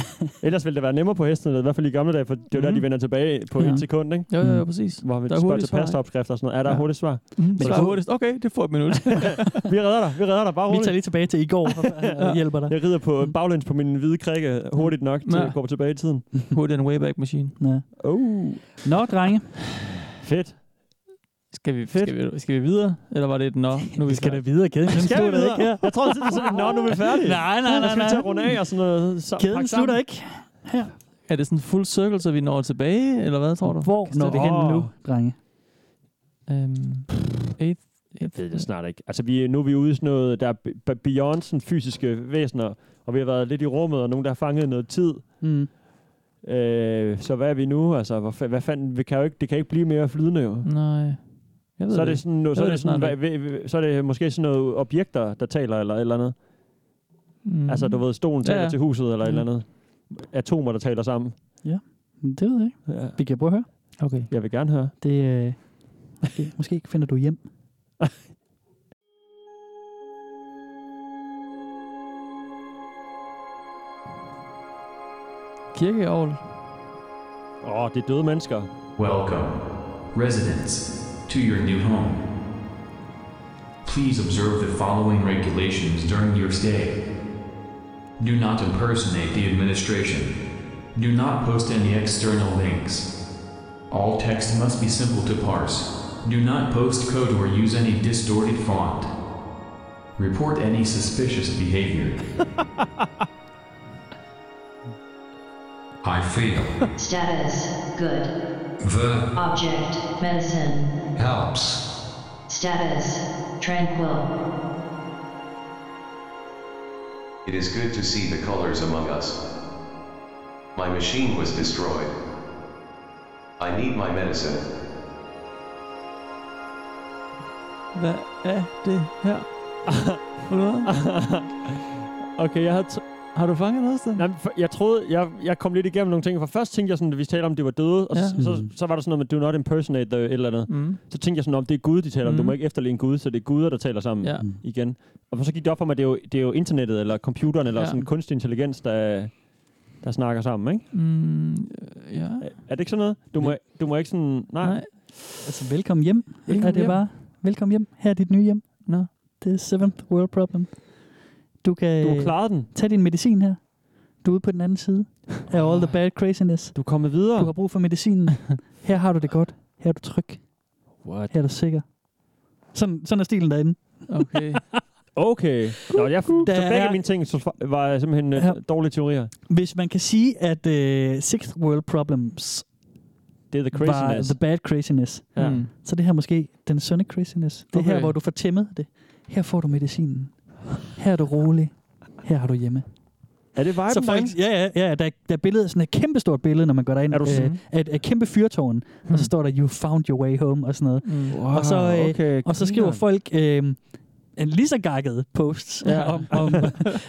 Speaker 3: Ellers ville det være nemmere på hestenettet, i hvert fald i gamle dage, for det er jo der, de vender tilbage på
Speaker 4: Ja.
Speaker 3: et sekund, ikke?
Speaker 4: Jo, jo,
Speaker 5: Mm.
Speaker 4: jo, præcis.
Speaker 3: Hvor vi
Speaker 4: Der er
Speaker 3: spørger
Speaker 4: hurtigt
Speaker 3: til
Speaker 4: svar, ikke?
Speaker 3: pastopskrifter og sådan noget. Er der
Speaker 4: Ja.
Speaker 3: hurtigt svar?
Speaker 4: Mm, så
Speaker 3: det-
Speaker 4: hurtigst. Okay, det får et minut.
Speaker 3: Vi redder dig, vi redder dig, bare
Speaker 5: Vi
Speaker 3: roligt.
Speaker 5: tager lige tilbage til i går og hjælper dig.
Speaker 3: Jeg rider på baglæns på min hvide krikke hurtigt nok til
Speaker 5: Ja.
Speaker 3: at gå tilbage i tiden.
Speaker 4: Hurtigt en wayback machine.
Speaker 5: Ja.
Speaker 3: Oh.
Speaker 5: Nå, drenge.
Speaker 3: Fedt.
Speaker 4: Skal vi, skal, vi, skal vi videre? Eller var det et nå? Nu vi
Speaker 5: skal da videre, kæden.
Speaker 3: Skal vi videre? Jeg tror, det er sådan, nå, nu er vi færdige.
Speaker 5: Nej, nej, nej,
Speaker 3: Nu skal vi
Speaker 5: nej.
Speaker 3: tage runde af og sådan noget. Så,
Speaker 5: Kæden
Speaker 3: pakke sammen.
Speaker 5: slutter ikke. Her.
Speaker 4: Er det sådan full circle, så vi når tilbage, eller hvad tror du?
Speaker 5: Hvor når vi hen nu, drenge?
Speaker 4: Øhm, eighth, eighth,
Speaker 3: Jeg ved det snart ikke. Altså, vi, er- nu er vi ude i sådan noget, der er b- b- beyond sådan fysiske væsener, og vi har været lidt i rummet, og nogen, der har fanget noget tid.
Speaker 5: Mm.
Speaker 3: Øh, så hvad er vi nu? Altså, hvor, fa- hvad fanden? Vi kan jo ikke, det kan ikke blive mere flydende, jo.
Speaker 4: Nej. Jeg ved
Speaker 3: Så er det
Speaker 4: ikke.
Speaker 3: sådan, no,
Speaker 4: Jeg
Speaker 3: så
Speaker 4: ved
Speaker 3: er det sådan,
Speaker 4: snart
Speaker 3: hvad, hvad, hvad, så er det måske sådan noget objekter, der taler eller et eller andet.
Speaker 4: Mm.
Speaker 3: Mm. Altså, du ved, stolen taler
Speaker 5: Mm-hmm. Ja, ja.
Speaker 3: til huset eller et eller
Speaker 5: Mm.
Speaker 3: andet. Atomer, der taler sammen.
Speaker 5: Ja, det ved jeg ikke.
Speaker 3: Ja.
Speaker 5: Vi kan prøve at høre.
Speaker 4: Okay.
Speaker 3: Jeg vil gerne høre.
Speaker 5: Det, øh, måske, måske finder du hjem.
Speaker 4: Kirkeovl.
Speaker 3: Åh, oh, det er døde mennesker.
Speaker 1: Welcome, residents, to your new home. Please observe the following regulations during your stay. Do not impersonate the administration. Do not post any external links. All text must be simple to parse. Do not post code or use any distorted font. Report any suspicious behavior.
Speaker 12: I feel
Speaker 22: Status, good.
Speaker 12: the
Speaker 22: Object, medicine.
Speaker 12: helps.
Speaker 22: Status, tranquil.
Speaker 14: It is good to see the colors among us. My machine was destroyed. I need my medicine.
Speaker 4: Hvad er det her?
Speaker 3: okay, jeg havde
Speaker 4: har du fanget noget sted?
Speaker 3: Jamen, for, jeg troede, jeg, jeg kom lidt igennem nogle ting. For først tænkte jeg sådan, at vi talte om, det var døde, og ja.
Speaker 4: Ja.
Speaker 3: så, så, så, var der sådan noget med, do not impersonate the, et eller andet.
Speaker 4: Mm.
Speaker 3: Så tænkte jeg sådan, om det er Gud, de taler om. Du
Speaker 4: Mm.
Speaker 3: må ikke efterligne en Gud, så det er guder, der taler sammen
Speaker 4: Ja.
Speaker 3: ja. igen. Og så gik det op for mig, at det er jo, det er jo internettet, eller computeren, eller
Speaker 4: Ja.
Speaker 3: ja. sådan kunstig intelligens, der, der snakker sammen, ikke?
Speaker 4: Mm, ja.
Speaker 3: Er, er det ikke sådan noget? Du må, du må ikke sådan... Nej. nej.
Speaker 5: Altså, velkommen hjem.
Speaker 3: Velkommen
Speaker 5: er det
Speaker 3: hjem.
Speaker 5: bare? Velkommen hjem. Her er dit nye hjem.
Speaker 4: Nå.
Speaker 5: Det er seventh world problem. Du kan
Speaker 3: Du har
Speaker 5: øh,
Speaker 3: klaret den.
Speaker 5: tage din medicin her. Du er ude på den anden side af all the bad craziness.
Speaker 3: Du kommer videre.
Speaker 5: Du har brug for medicinen. Her har du det godt. Her er du tryg.
Speaker 3: What?
Speaker 5: Her er du sikker. Sådan, sådan er stilen derinde.
Speaker 4: Okay.
Speaker 3: Okay. Nå, jeg, så
Speaker 5: Der
Speaker 3: begge
Speaker 5: er-
Speaker 3: mine ting så, var simpelthen ja.
Speaker 5: Ja.
Speaker 3: dårlige teorier.
Speaker 5: Hvis man kan sige, at øh, Sixth World Problems
Speaker 3: Det er the
Speaker 5: var
Speaker 3: craziness.
Speaker 5: the bad craziness,
Speaker 3: Ja.
Speaker 5: mm. så det her måske den sunde craziness. Det okay. her,
Speaker 3: Okay.
Speaker 5: hvor du får tæmmet det. Her får du medicinen. Her er du rolig. Her har du hjemme.
Speaker 3: Er det viben,
Speaker 5: så folk,
Speaker 3: drenge?
Speaker 5: ja, ja, ja, der, er- der er billedet, sådan et kæmpestort billede, når man går derind.
Speaker 3: Er du
Speaker 4: Øh,
Speaker 3: sådan?
Speaker 5: af, et- af et kæmpe fyrtårn, mm.
Speaker 4: Hmm.
Speaker 5: og så står der, you found your way home, og sådan noget.
Speaker 4: Mm.
Speaker 5: og, så,
Speaker 4: Wow,
Speaker 5: øh,
Speaker 4: okay,
Speaker 5: og så skriver
Speaker 4: grineren.
Speaker 5: folk øh, en lige så gakket posts
Speaker 4: Ja.
Speaker 5: ja. om, om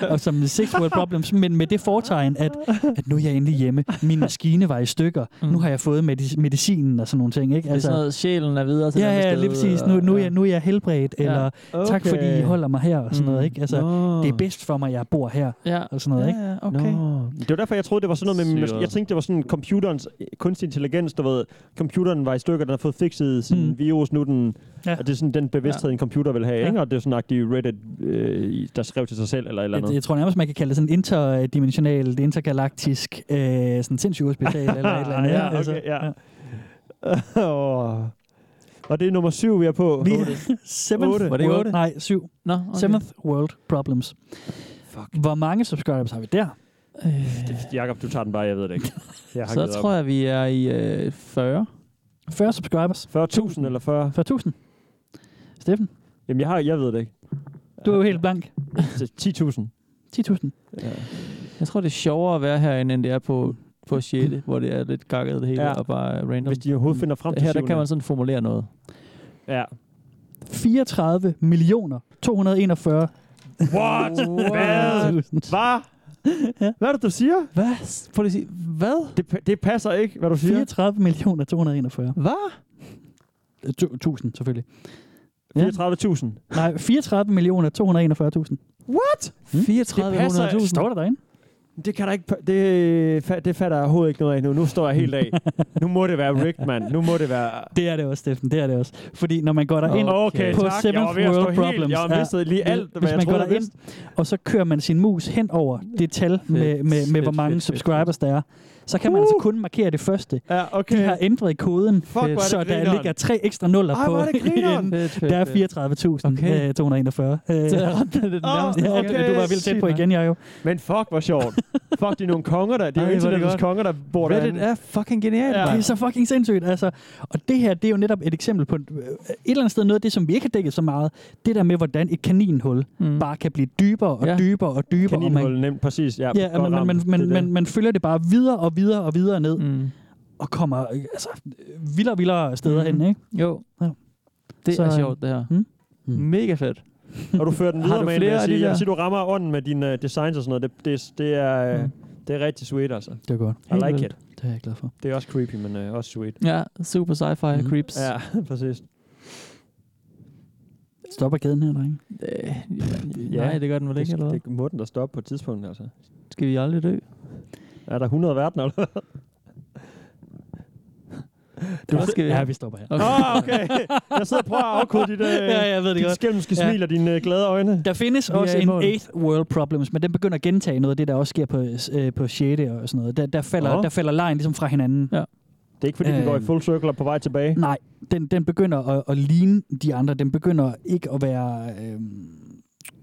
Speaker 5: og som Six World Problems, men med det foretegn, at,
Speaker 4: Mm.
Speaker 5: at nu er jeg endelig hjemme. Min maskine var i stykker. Mm. Nu har jeg fået medic- medicinen og sådan nogle ting. Ikke?
Speaker 4: Hmm.
Speaker 5: Altså,
Speaker 4: Det er sådan noget, sjælen er videre til
Speaker 5: Ja,
Speaker 4: et andet
Speaker 5: ja,
Speaker 4: sted,
Speaker 5: lige præcis.
Speaker 4: og-
Speaker 5: Nu, nu, er
Speaker 4: ja.
Speaker 5: jeg, nu er jeg helbredt,
Speaker 4: Ja.
Speaker 5: eller tak fordi
Speaker 4: Okay.
Speaker 5: I holder mig her, og sådan
Speaker 4: Mm.
Speaker 5: noget. Ikke? Altså,
Speaker 4: Nå.
Speaker 5: Det er bedst for mig, jeg bor her,
Speaker 4: ja.
Speaker 5: og sådan noget. Ikke?
Speaker 4: Ja, okay.
Speaker 3: Nå. Det var derfor, jeg troede, det var sådan noget med...
Speaker 5: Syret.
Speaker 3: Jeg tænkte, det var sådan computerens øh, kunstig intelligens, du ved. Computeren var i stykker, den har fået fikset sin
Speaker 5: Mm.
Speaker 3: virus, nu den...
Speaker 5: Ja.
Speaker 3: Og det er sådan den bevidsthed,
Speaker 5: Ja.
Speaker 3: en computer vil have,
Speaker 5: Ja.
Speaker 3: ikke? Og det er sådan Simpsons-agtige Reddit, øh, i- der skrev til sig selv eller et eller
Speaker 5: Jeg,
Speaker 3: andet.
Speaker 5: jeg tror nærmest, man kan kalde det sådan interdimensionalt, intergalaktisk, øh, sådan sindssygt hospital eller et eller andet. Altså,
Speaker 3: ja, okay, ja. Åh. Og det er nummer syv, vi er på.
Speaker 5: Vi
Speaker 3: Otte.
Speaker 5: seventh
Speaker 3: Otte.
Speaker 5: Var det world, Nej, syv.
Speaker 4: Nå, okay.
Speaker 5: Seventh World Problems. Fuck. Hvor mange subscribers har vi der?
Speaker 3: Det- Jakob, du tager den bare, jeg ved det ikke. Jeg har givet
Speaker 4: Øh, Så
Speaker 3: op.
Speaker 4: tror jeg, vi er i øh, 40.
Speaker 5: 40 subscribers.
Speaker 3: 40.000 eller 40?
Speaker 5: 40.000. Steffen?
Speaker 3: Jamen, jeg, har, jeg ved det ikke. Altså,
Speaker 5: Du er jo helt blank.
Speaker 3: 10.000.
Speaker 5: 10.000.
Speaker 3: Ja.
Speaker 4: Jeg tror, det er sjovere at være herinde, end det er på, på 6. hvor det er lidt gakket det hele
Speaker 3: Ja.
Speaker 4: ja. og bare random.
Speaker 3: Hvis de overhovedet finder frem til
Speaker 4: Her der
Speaker 3: syvende.
Speaker 4: kan man sådan formulere noget.
Speaker 3: Ja.
Speaker 5: 34 millioner 241.
Speaker 3: What? Hvad? Hvad? Hvad er det, du siger?
Speaker 4: Hvad? Prøv lige at sige, hvad?
Speaker 3: Det, pa- det passer ikke, hvad du siger.
Speaker 5: 34 millioner 241.
Speaker 4: Hvad?
Speaker 5: 1000 selvfølgelig.
Speaker 3: 34.000.
Speaker 5: Nej, 34 millioner 241.000.
Speaker 3: What?
Speaker 4: Hmm?
Speaker 3: Det passer-
Speaker 5: 34.100.000. Står der derinde?
Speaker 3: Det kan der ikke... pa- Det, fa- det fatter jeg overhovedet ikke noget af nu. Nu står jeg helt af. nu må det være Rick, mand. Nu må det være...
Speaker 5: Det er det også, Steffen. Det er det også. Fordi når man går derind
Speaker 3: Okay,
Speaker 5: på
Speaker 3: tak. Jeg var
Speaker 5: Seventh
Speaker 3: ved at stå
Speaker 5: World
Speaker 3: helt-
Speaker 5: Problems,
Speaker 3: jeg
Speaker 5: ja,
Speaker 3: mistede lige alt, hvad
Speaker 5: hvis
Speaker 3: jeg
Speaker 5: man
Speaker 3: troede,
Speaker 5: går
Speaker 3: jeg
Speaker 5: derind, og så kører man sin mus hen over det tal med, med, med, med hvor
Speaker 3: fedt,
Speaker 5: mange
Speaker 3: fedt,
Speaker 5: subscribers der er, så kan man altså kun markere det første.
Speaker 3: Ja, okay.
Speaker 5: De har ændret koden,
Speaker 3: hvor er det
Speaker 5: så der
Speaker 3: grineren.
Speaker 5: ligger tre ekstra nuller
Speaker 3: Ej,
Speaker 5: på.
Speaker 3: hvor er det grineren.
Speaker 5: en.
Speaker 3: Fedt, fedt,
Speaker 5: der er
Speaker 3: fedt.
Speaker 5: 34.241.
Speaker 3: Okay.
Speaker 5: Okay. 241. Øh,
Speaker 3: Det er ret- det er den nærmeste
Speaker 5: ja,
Speaker 3: forkerte.
Speaker 5: okay. Du var vildt tæt på
Speaker 3: Sygt,
Speaker 5: igen, jeg jo.
Speaker 3: Men fuck, hvor sjovt. fuck, de er nogle konger, der. Det er
Speaker 5: Ej,
Speaker 3: jo
Speaker 5: hvor er det
Speaker 3: internettets
Speaker 5: godt.
Speaker 3: konger, der bor
Speaker 5: Reddit
Speaker 3: derinde.
Speaker 5: er
Speaker 4: øh, fucking genialt,
Speaker 5: Ja. Det er så fucking sindssygt, altså. Og det her, det er jo netop et eksempel på øh, et eller andet sted noget af det, som vi ikke har dækket så meget. Det der med, hvordan et kaninhul mm. bare kan blive dybere og ja. dybere og dybere. og man-
Speaker 3: Kaninhullet, nemt, præcis. Ja,
Speaker 5: Ja,
Speaker 3: godt
Speaker 5: man, man,
Speaker 3: ramt.
Speaker 5: man,
Speaker 3: Det er
Speaker 5: man,
Speaker 3: det.
Speaker 5: man, man følger det bare videre og videre og videre ned. Mm. Og kommer øh, altså, vildere og vildere steder mm. hen, ikke?
Speaker 4: Jo.
Speaker 5: Ja.
Speaker 4: Det
Speaker 5: Så,
Speaker 4: er
Speaker 5: øh,
Speaker 4: sjovt, det her.
Speaker 5: Mm?
Speaker 4: Mega fedt.
Speaker 3: Og du fører den
Speaker 4: Har
Speaker 3: videre
Speaker 4: du
Speaker 3: med, en,
Speaker 4: flere
Speaker 3: vil jeg
Speaker 4: af de
Speaker 3: sige. Jeg
Speaker 4: der?
Speaker 3: vil sige, du rammer ånden med dine øh, designs og sådan noget. Det, det, det er... øh, Det er rigtig sweet, altså.
Speaker 5: Det er godt.
Speaker 3: I
Speaker 5: Helt
Speaker 3: like
Speaker 5: vildt.
Speaker 3: it.
Speaker 5: Det er jeg glad for.
Speaker 3: Det er også creepy, men øh, også sweet.
Speaker 4: Ja, super sci-fi
Speaker 5: Mhm.
Speaker 4: creeps.
Speaker 3: Ja, præcis.
Speaker 5: Stopper kæden her, drenge.
Speaker 4: Ja, nej, det gør den vel ikke,
Speaker 3: skal-
Speaker 4: eller hvad?
Speaker 3: Det må den da stoppe på et tidspunkt, altså.
Speaker 4: Skal vi aldrig dø?
Speaker 3: Er der 100 verdener, eller hvad?
Speaker 4: Hvad skal vi-
Speaker 5: Ja, vi stopper her.
Speaker 3: Okay. Ah, okay. Jeg sidder og prøver at afkode dit, øh,
Speaker 5: ja, jeg ved det
Speaker 3: dit
Speaker 5: godt.
Speaker 3: skælmske
Speaker 5: Ja.
Speaker 3: smil og dine øh, glade øjne.
Speaker 5: Der findes
Speaker 3: Vi er
Speaker 5: også
Speaker 3: i
Speaker 5: en
Speaker 3: mål.
Speaker 5: eighth world problems, men den begynder at gentage noget af det, der også sker på, øh, på 6. og sådan noget. Der, der, falder,
Speaker 3: Åh.
Speaker 5: der falder lejen ligesom fra hinanden.
Speaker 4: Ja.
Speaker 3: Det er ikke, fordi den går i full circle og på vej tilbage?
Speaker 5: Nej, den, den begynder at, at ligne de andre. Den begynder ikke at være... Øh,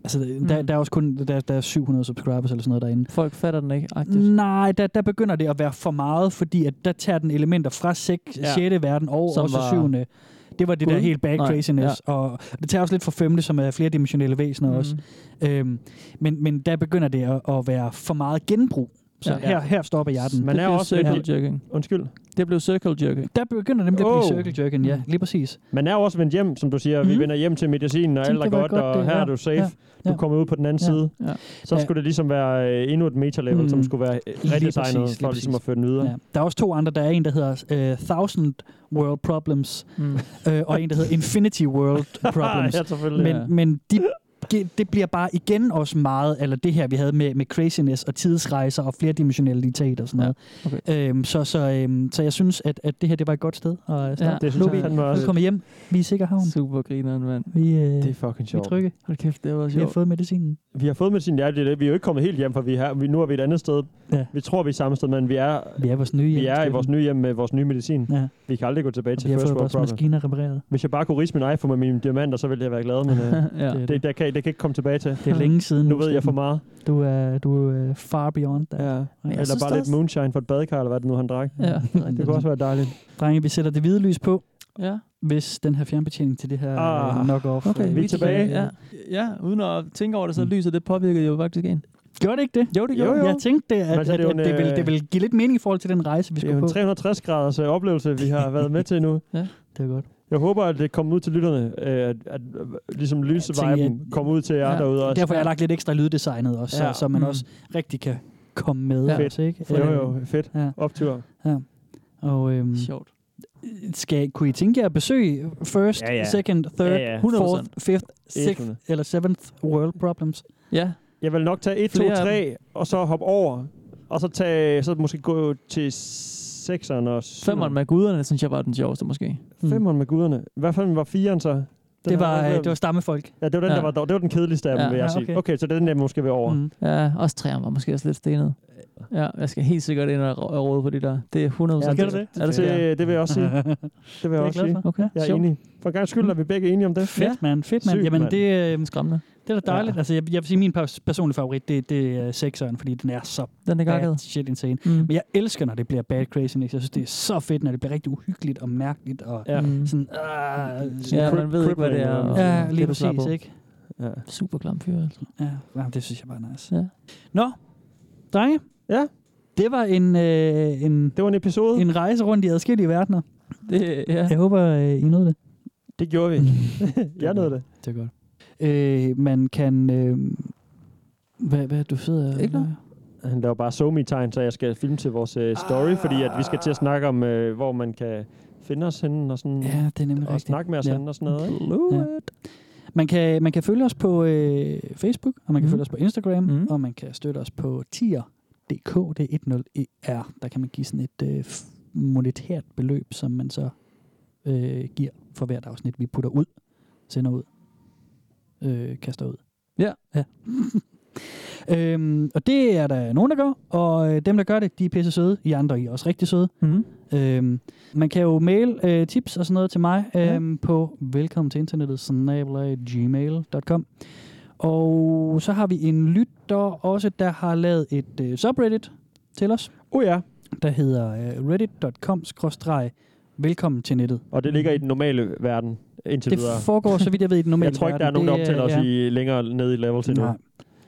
Speaker 5: altså, der, der er også kun der, der er 700 subscribers eller sådan noget derinde.
Speaker 4: Folk fatter den ikke.
Speaker 5: Nej, der, der begynder det at være for meget, fordi at der tager den elementer fra 6.
Speaker 4: Ja.
Speaker 5: Ja. 6. verden og
Speaker 4: Som
Speaker 5: Som også
Speaker 4: var-
Speaker 5: 7. Det var det
Speaker 4: Gud?
Speaker 5: der helt bag
Speaker 4: Nej,
Speaker 5: craziness.
Speaker 4: ja.
Speaker 5: Ja. Og det tager også lidt fra 5. som er flerdimensionelle væsener
Speaker 4: Mhm.
Speaker 5: mm. også. Øhm, men, men der begynder det at, at være for meget genbrug. Så
Speaker 4: Ja.
Speaker 5: ja. her, her stopper jeg den.
Speaker 4: Man Det er bliver også circle lidt- jerking.
Speaker 3: Undskyld.
Speaker 4: Det blev circle jerking.
Speaker 5: Der begynder nemlig at blive circle jerking, ja. Lige præcis.
Speaker 3: Man er jo også vendt hjem, som du siger. Vi vender hjem til medicinen, og
Speaker 5: Tænk,
Speaker 3: alt er
Speaker 5: Mhm. det var
Speaker 3: godt,
Speaker 5: godt,
Speaker 3: og
Speaker 5: det.
Speaker 3: her
Speaker 5: Ja,
Speaker 3: er du safe.
Speaker 5: ja,
Speaker 3: Du kommer ud på den anden
Speaker 5: ja,
Speaker 3: side.
Speaker 4: Ja.
Speaker 3: Så
Speaker 5: Ja.
Speaker 3: skulle det ligesom være øh, endnu et meta-level, mm. som
Speaker 5: Mm.
Speaker 3: skulle være øh,
Speaker 5: Lige
Speaker 3: redesignet
Speaker 5: præcis,
Speaker 3: for
Speaker 5: lige
Speaker 3: ligesom at
Speaker 5: præcis.
Speaker 3: føre den videre.
Speaker 5: Ja. Der er også to andre. Der er en, der hedder øh, Thousand World Problems,
Speaker 4: mm.
Speaker 5: øh, og en, der hedder Infinity World Problems.
Speaker 3: Ja, selvfølgelig.
Speaker 5: men
Speaker 3: Ja.
Speaker 5: men de, ge- det bliver bare igen også meget, eller det her, vi havde med, med craziness og tidsrejser og flerdimensionalitet og sådan noget. Okay. Øhm, så, så, øhm, så jeg synes, at, at det her, det var et godt sted. Og
Speaker 4: Ja, det synes jeg fandme også.
Speaker 5: Vi kommer hjem. Vi er i sikker havn.
Speaker 4: Super grineren, mand.
Speaker 5: Vi, øh,
Speaker 3: Det er fucking sjovt.
Speaker 5: Vi trykker.
Speaker 4: Hold kæft, det var
Speaker 5: Vi har
Speaker 4: sjovt.
Speaker 5: fået medicinen.
Speaker 3: Vi har fået medicin, ja, det er det. Vi er jo ikke kommet helt hjem, for vi er her. Vi, nu er vi et andet sted.
Speaker 5: Ja.
Speaker 3: Vi tror, vi er samme sted, men vi er,
Speaker 5: vi er, vores nye
Speaker 3: vi
Speaker 5: hjem,
Speaker 3: er i
Speaker 5: Steffen.
Speaker 3: vores nye hjem med vores nye medicin.
Speaker 5: Ja.
Speaker 3: Vi kan aldrig gå tilbage
Speaker 5: Og
Speaker 3: til
Speaker 5: vi har
Speaker 3: First
Speaker 5: fået
Speaker 3: World
Speaker 5: vores
Speaker 3: Problem.
Speaker 5: maskiner repareret.
Speaker 3: Hvis jeg bare kunne rise min iPhone med mine diamanter, så ville jeg være glad, men øh,
Speaker 5: Ja.
Speaker 3: det, det, der kan, det kan ikke komme tilbage til.
Speaker 5: Det er længe siden.
Speaker 3: Nu ved jeg for meget.
Speaker 5: Du er, du er far beyond that.
Speaker 3: Ja. Eller bare lidt moonshine for et badekar, eller hvad det nu han drak.
Speaker 5: Ja,
Speaker 3: det kunne også være dejligt.
Speaker 5: Drenge, vi sætter det hvide lys på,
Speaker 4: Ja.
Speaker 5: hvis den her fjernbetjening til det her
Speaker 3: Ah,
Speaker 5: ah, knock-off.
Speaker 4: Okay,
Speaker 5: øh,
Speaker 4: vi er tilbage.
Speaker 5: Ja.
Speaker 4: Ja. Øh, Mm. ja, uden at tænke over det, så lyset, det påvirkede jo faktisk en.
Speaker 5: Gjorde det ikke det?
Speaker 4: Jo, det gjorde
Speaker 5: Jeg tænkte, det, at,
Speaker 3: Men så er
Speaker 5: at,
Speaker 3: det jo
Speaker 5: at
Speaker 3: en,
Speaker 5: det, ville,
Speaker 3: øh,
Speaker 5: det ville give lidt mening i forhold til den rejse, vi
Speaker 3: Det er jo
Speaker 5: skulle
Speaker 3: en
Speaker 5: på.
Speaker 3: 360-graders øh, oplevelse, vi har været med til nu.
Speaker 4: ja,
Speaker 5: det er godt.
Speaker 3: Jeg håber, at det kommer ud til lytterne, øh, at, at øh, ligesom lysviben kommer ud til jer
Speaker 5: Ja,
Speaker 3: derude også.
Speaker 5: Derfor har jeg lagt lidt ekstra lyddesignet også,
Speaker 3: Ja.
Speaker 5: så, så man
Speaker 3: Mm.
Speaker 5: også rigtig kan komme med.
Speaker 3: Ja.
Speaker 5: Også, ikke?
Speaker 3: Fedt. Jo,
Speaker 5: Øh,
Speaker 3: jo, fedt.
Speaker 5: Ja.
Speaker 3: Optur.
Speaker 5: Ja. Og, øhm,
Speaker 4: Sjovt.
Speaker 5: Skal, kunne I tænke jer at besøge first,
Speaker 3: Ja, ja.
Speaker 5: second, third,
Speaker 3: Ja, ja. 100%.
Speaker 5: fourth, fifth, sixth
Speaker 3: 100.
Speaker 5: eller seventh world problems?
Speaker 4: Ja.
Speaker 3: Jeg vil nok tage 1, 2,
Speaker 5: Flere af
Speaker 3: 3, og så hoppe over. Og så, tage, så måske gå til 6'eren og 7'eren.
Speaker 4: Femmeren med guderne, synes jeg var den sjoveste måske.
Speaker 3: Femmeren med guderne. Hvad fanden var 4'eren så?
Speaker 5: mm. Det var,
Speaker 3: har-
Speaker 5: øh, det var stammefolk.
Speaker 3: Ja, det var den,
Speaker 5: Ja.
Speaker 3: der var, dår- det var den kedeligste af dem,
Speaker 5: Ja,
Speaker 3: ja, vil jeg
Speaker 5: ja,
Speaker 3: sige.
Speaker 5: okay.
Speaker 3: Okay. okay, så den der måske vil over. Mm.
Speaker 4: Ja, også træer var måske også lidt stenet. Ja, jeg skal helt sikkert ind og rå- og rode på de der. Det er 100%
Speaker 3: Ja, kan du det?
Speaker 4: Ja, det,
Speaker 3: det, det, det vil jeg også sige. Det vil jeg
Speaker 4: jeg
Speaker 3: også
Speaker 4: glad
Speaker 3: sige.
Speaker 4: for. Okay,
Speaker 3: jeg er
Speaker 4: sjovt.
Speaker 3: enig. For en gang skyld er vi begge enige om det.
Speaker 5: Fedt, mand. Fedt, mand.
Speaker 3: Sygt,
Speaker 5: Jamen,
Speaker 3: mand.
Speaker 5: det, øh,
Speaker 4: Skræmmende.
Speaker 5: det er da dejligt. Ja. Altså, jeg, jeg vil sige, min pers- personlige favorit, det, det er sekseren, fordi den er så
Speaker 4: Den er gakket.
Speaker 5: bad shit insane.
Speaker 4: Mm.
Speaker 5: Mm. Men jeg elsker, når det bliver bad crazy Jeg synes, det er så fedt, når det bliver rigtig uhyggeligt og mærkeligt. Og
Speaker 4: Ja.
Speaker 5: ja.
Speaker 4: Mm.
Speaker 5: sådan, øh, sådan
Speaker 4: Ja,
Speaker 5: cri-
Speaker 4: man ved ikke, hvad det
Speaker 5: crippling,
Speaker 4: er.
Speaker 5: eller-
Speaker 4: og
Speaker 5: Ja, lige
Speaker 4: det, du svarer
Speaker 5: præcis,
Speaker 4: på.
Speaker 5: ikke?
Speaker 3: Ja.
Speaker 4: Super glam fyr, altså.
Speaker 5: Ja, jamen, det synes jeg bare er nice.
Speaker 4: Ja.
Speaker 5: Nå, drenge.
Speaker 3: Ja.
Speaker 5: Det var en, øh, en,
Speaker 3: det var en episode.
Speaker 5: En rejse rundt i adskillige verdener.
Speaker 4: Det, ja.
Speaker 5: Jeg håber, øh, I nåede det.
Speaker 3: Det gjorde vi. jeg nåede det.
Speaker 5: Det er godt. Øh, man kan... Øh, hvad, hvad du sidder... Ikke noget?
Speaker 3: Han laver bare somi tegn så jeg skal filme til vores øh, story, fordi at vi skal til at snakke om, øh, hvor man kan finde os henne og sådan.
Speaker 5: Ja, det er nemlig
Speaker 3: Og
Speaker 5: rigtigt.
Speaker 3: snakke med os
Speaker 5: Ja.
Speaker 3: henne og sådan noget. Ikke?
Speaker 5: Man kan, man kan følge os på øh, Facebook, og man
Speaker 3: Mhm.
Speaker 5: kan mm. følge os på Instagram, mm. og man kan støtte os på tier.dk, det er 10er. Der kan man give sådan et øh, f- monetært beløb, som man så øh, giver for hvert afsnit, vi putter ud, sender ud, øh, kaster ud.
Speaker 4: Ja.
Speaker 5: ja. øhm, og det er der nogen, der gør, og øh, dem, der gør det, de er pisse søde. I andre, I er også rigtig søde.
Speaker 4: Mm.
Speaker 5: Øhm, man kan jo mail øh, tips og sådan noget til mig øhm, på velkommen til internettet gmail.com og så har vi en lytter også, der har lavet et øh, subreddit til os.
Speaker 3: Oh ja.
Speaker 5: Der hedder øh, reddit.com-velkommen til nettet.
Speaker 3: Og det ligger i den normale verden indtil
Speaker 5: Det
Speaker 3: videre.
Speaker 5: foregår, så vidt jeg ved, i den normale
Speaker 3: Jeg tror ikke, der er
Speaker 5: verden.
Speaker 3: nogen, der
Speaker 5: Det
Speaker 3: optæller
Speaker 5: er-
Speaker 3: os i, længere nede i levels endnu.
Speaker 5: Nej.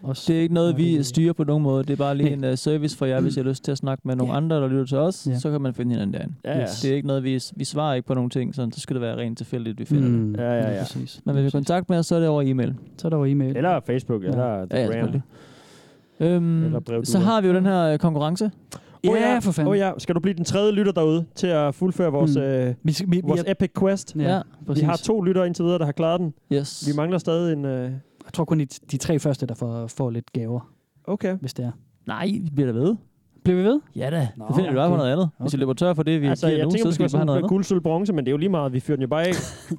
Speaker 4: Det er ikke noget, vi styrer på nogen måde. Det er bare lige en uh, service for jer, hvis I har lyst til at snakke med nogle andre, der lytter til os. Så kan man finde hinanden derinde.
Speaker 3: Ja, ja.
Speaker 4: Det er ikke noget, vi, vi svarer ikke på nogle ting, sådan, så skal det være rent tilfældigt, vi finder
Speaker 5: Mm.
Speaker 4: det.
Speaker 5: Ja, ja, ja.
Speaker 4: Men hvis vi kontakt med os, så er det over e-mail.
Speaker 5: Så er det over e-mail.
Speaker 3: Eller Facebook, eller Instagram.
Speaker 4: selvfølgelig. Øhm,
Speaker 3: Eller brevduer.
Speaker 4: så har vi jo den her øh, konkurrence.
Speaker 3: Åh Åh Oh, ja, skal du blive den tredje lytter derude til at fuldføre vores,
Speaker 4: Mm.
Speaker 3: mm. øh,
Speaker 5: vi skal, vi,
Speaker 3: vores
Speaker 4: er-
Speaker 3: epic quest?
Speaker 4: Ja, Ja,
Speaker 3: vi
Speaker 4: præcis.
Speaker 3: har to lytter indtil videre, der har klaret den.
Speaker 4: Yes.
Speaker 3: Vi mangler stadig en... Øh...
Speaker 5: Jeg tror kun de, de tre første, der får, får lidt gaver.
Speaker 3: Okay.
Speaker 5: Hvis det er.
Speaker 4: Nej, vi bliver da ved.
Speaker 5: Bliver vi ved?
Speaker 4: Ja da.
Speaker 5: Nå,
Speaker 4: det finder vi bare på
Speaker 5: okay.
Speaker 4: noget andet. Hvis vi løber tør for det, vi
Speaker 3: altså,
Speaker 4: giver
Speaker 3: jeg
Speaker 4: nu,
Speaker 3: tænker
Speaker 4: så
Speaker 3: måske
Speaker 4: skal vi bare
Speaker 3: sådan
Speaker 4: have noget
Speaker 3: noget
Speaker 4: andet.
Speaker 3: guld, sølv, bronze, men det er jo lige meget, vi fyrer den jo bare af.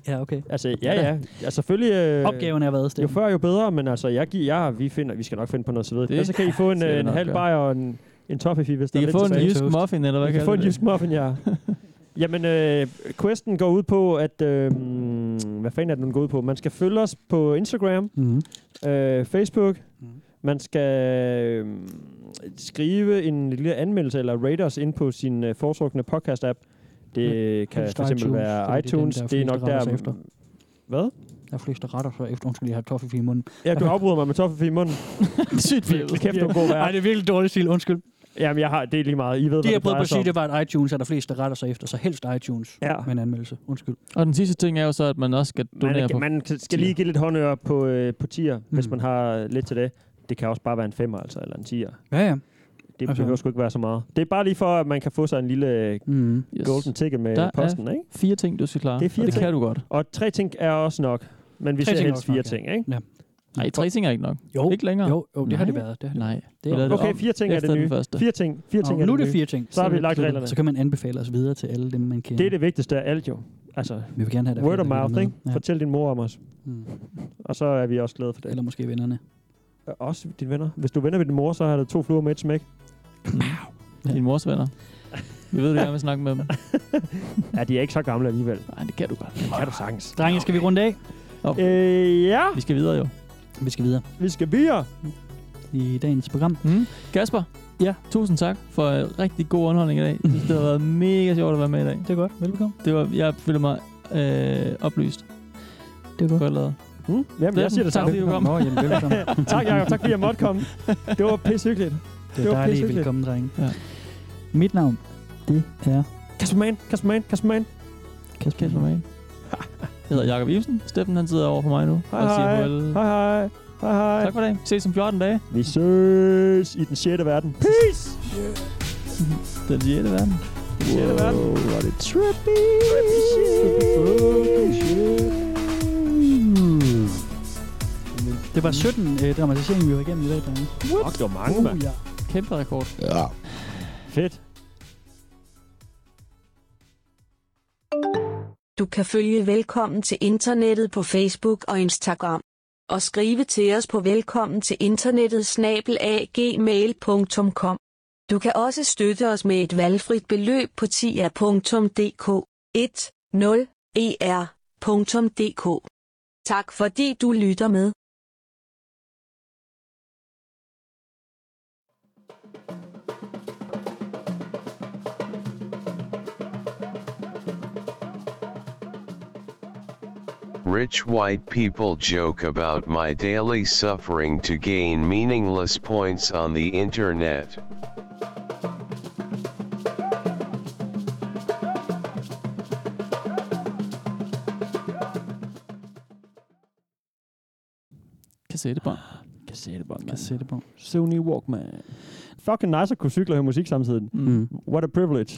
Speaker 5: ja, okay.
Speaker 3: Altså, ja, ja. ja selvfølgelig... Øh,
Speaker 5: Opgaven er hvad, Steffen?
Speaker 3: Jo før, jo bedre, men altså, jeg giver, ja, vi, finder, vi skal nok finde på noget så
Speaker 4: Det-
Speaker 3: videre. Så kan I få en,
Speaker 4: skal vi
Speaker 3: øh, en
Speaker 4: nok
Speaker 3: halv
Speaker 4: gøre.
Speaker 3: bajer og en, en toffee, hvis
Speaker 4: I
Speaker 3: der er
Speaker 4: kan
Speaker 3: lidt
Speaker 4: få en
Speaker 3: tilbage.
Speaker 4: jysk muffin, eller hvad
Speaker 3: I kan
Speaker 4: kalder
Speaker 3: få
Speaker 4: vi
Speaker 3: en
Speaker 4: det?
Speaker 3: jysk muffin, ja. Jamen, øh, questen går ud på, at... Øh, hvad fanden er den gået ud på? Man skal følge os på Instagram,
Speaker 5: Mhm.
Speaker 3: øh, Facebook.
Speaker 5: Mm.
Speaker 3: Man skal øh, skrive en lille anmeldelse eller rate os ind på sin øh, foretrukne podcast-app. Det kan
Speaker 5: Mm. helst
Speaker 3: for eksempel
Speaker 5: iTunes, fordi det er
Speaker 3: være
Speaker 5: den,
Speaker 3: iTunes.
Speaker 5: der er
Speaker 3: Det er nok
Speaker 5: flest retter sig
Speaker 3: der...
Speaker 5: efter.
Speaker 3: Hvad?
Speaker 5: Der er flest, der retter sig efter. Undskyld, jeg har toffee i munden.
Speaker 3: Ja, du afbryder mig med toffee i munden.
Speaker 5: Sygt virkelig.
Speaker 3: Kæft, du er god vært.
Speaker 5: Ej, det er virkelig dårligt stil. Undskyld.
Speaker 3: Jamen, jeg har, det er lige meget. I ved,
Speaker 5: Det,
Speaker 3: hvad
Speaker 5: jeg prøvede på
Speaker 3: drejer
Speaker 5: at
Speaker 3: sig om.
Speaker 5: sige, det var, at iTunes er der flest, der retter sig efter. Så helst iTunes ja. med en anmeldelse. Undskyld.
Speaker 4: Og den sidste ting er jo så, at man også skal donere
Speaker 3: Man,
Speaker 4: på...
Speaker 3: man skal lige give lidt håndøre på, øh, på tier, mm. hvis man har lidt til det. Det kan også bare være en femmer, altså, eller en tier.
Speaker 5: Ja, ja.
Speaker 3: Det
Speaker 5: Altså-
Speaker 3: behøver sgu ikke være så meget. Det er bare lige for, at man kan få sig en lille øh,
Speaker 5: mm.
Speaker 4: Yes.
Speaker 3: golden ticket med
Speaker 4: Der
Speaker 3: posten,
Speaker 4: er
Speaker 3: ikke?
Speaker 4: fire ting, du skal klare.
Speaker 3: Det er fire
Speaker 4: og det
Speaker 3: ting.
Speaker 4: kan du godt.
Speaker 3: Og tre ting er også nok. Men vi
Speaker 4: Tre
Speaker 3: ser
Speaker 4: ting er
Speaker 3: helst
Speaker 4: også nok,
Speaker 3: fire
Speaker 4: ja.
Speaker 3: ting, ikke?
Speaker 5: Ja.
Speaker 4: Nej, tre ting er ikke nok.
Speaker 5: Jo.
Speaker 4: Ikke længere.
Speaker 5: Jo, jo, det har det
Speaker 4: Nej.
Speaker 5: været, det har det
Speaker 4: Nej.
Speaker 5: Det er-
Speaker 4: Vi lavede det
Speaker 5: Okay,
Speaker 4: om
Speaker 5: fire ting er
Speaker 4: efter
Speaker 5: det
Speaker 4: den
Speaker 5: nye.
Speaker 4: første.
Speaker 3: Fire ting. Fire ting
Speaker 5: Nå,
Speaker 3: er
Speaker 5: nu er
Speaker 3: det
Speaker 5: det
Speaker 3: nye.
Speaker 5: fire ting.
Speaker 3: Så har vi
Speaker 5: er det
Speaker 3: lagt
Speaker 5: klart.
Speaker 3: reglerne.
Speaker 5: Så kan man anbefale os videre til alle dem, man kender.
Speaker 3: Det er det vigtigste af alt jo. Altså,
Speaker 5: Vi vil gerne have, at der er
Speaker 3: word
Speaker 5: flere,
Speaker 3: of
Speaker 5: der lytter
Speaker 3: mouth,
Speaker 5: med.
Speaker 3: ikke?
Speaker 5: Ja.
Speaker 3: Fortæl din mor om os.
Speaker 5: Mm.
Speaker 3: Og så er vi også glade for det. Øh,
Speaker 5: Eller måske vennerne.
Speaker 3: Også dine venner. Hvis du er venner med din mor, så har du to fluer med et smæk.
Speaker 4: Dine mors venner. Vi ved, du gerne vil snakke med dem.
Speaker 3: ja, de er ikke så gamle alligevel.
Speaker 4: Nej, det kan du godt.
Speaker 3: Det kan du sagtens.
Speaker 5: Drenge, skal vi runde af?
Speaker 3: Øh, ja.
Speaker 4: Vi skal videre jo.
Speaker 5: Vi skal videre.
Speaker 3: Vi skal videre.
Speaker 5: I dagens program.
Speaker 4: Mm. Kasper, ja. tusind tak for øh, rigtig god underholdning i dag. Jeg synes, det har været mega sjovt at være med i dag. Det
Speaker 5: er godt. Velbekomme.
Speaker 4: Det var, jeg føler mig øh, oplyst.
Speaker 5: Det er godt.
Speaker 4: Godt lavet.
Speaker 3: Mm. Jamen, jeg siger det
Speaker 4: tak,
Speaker 3: samme.
Speaker 4: fordi du kom.
Speaker 5: Nå, jamen, ligesom- velkommen.
Speaker 3: tak, Jacob. Tak, fordi jeg måtte komme. Det var pissehyggeligt.
Speaker 5: Det er dejligt, I ville komme, drenge. Ja. Mit navn, det er
Speaker 3: Kasper Mann, Kasper Mann, Kasper Mann.
Speaker 5: Kasper,
Speaker 4: Kasper Mann. Jeg hedder Jakob Ibsen. Steffen han sidder over for mig nu.
Speaker 3: Hej,
Speaker 4: og siger
Speaker 3: hej.
Speaker 4: farvel.
Speaker 3: Hej, hej. Hej, hej.
Speaker 4: Tak for i dag. Ses om 14 dage.
Speaker 3: Vi søs i den sjette verden. Peace!
Speaker 4: Den sjette verden.
Speaker 3: Den sjette verden.
Speaker 4: Wow, hvor er det
Speaker 3: Trippy
Speaker 5: Det var 17 øh, dramatiseringer, vi var igennem i dag, drenge.
Speaker 3: Fuck, det var mange, mand.
Speaker 5: Uh, ja.
Speaker 4: Kæmpe rekord.
Speaker 3: Ja. Fedt.
Speaker 2: Du kan følge Velkommen til Internettet på Facebook og Instagram. Og skrive til os på velkommen til internettet snabelagmail.com. Du kan også støtte os med et valgfrit beløb på tia.dk E 10er.dk. Tak fordi du lytter med.
Speaker 4: Rich white people joke about my daily suffering to gain meaningless points on the internet.
Speaker 23: Kassettebånd.
Speaker 3: Kassettebånd, mand.
Speaker 5: Kassettebånd.
Speaker 3: Sony Walkman. Fucking nice at kunne cykle og høre musik samtidig.
Speaker 5: Mm.
Speaker 3: What a privilege.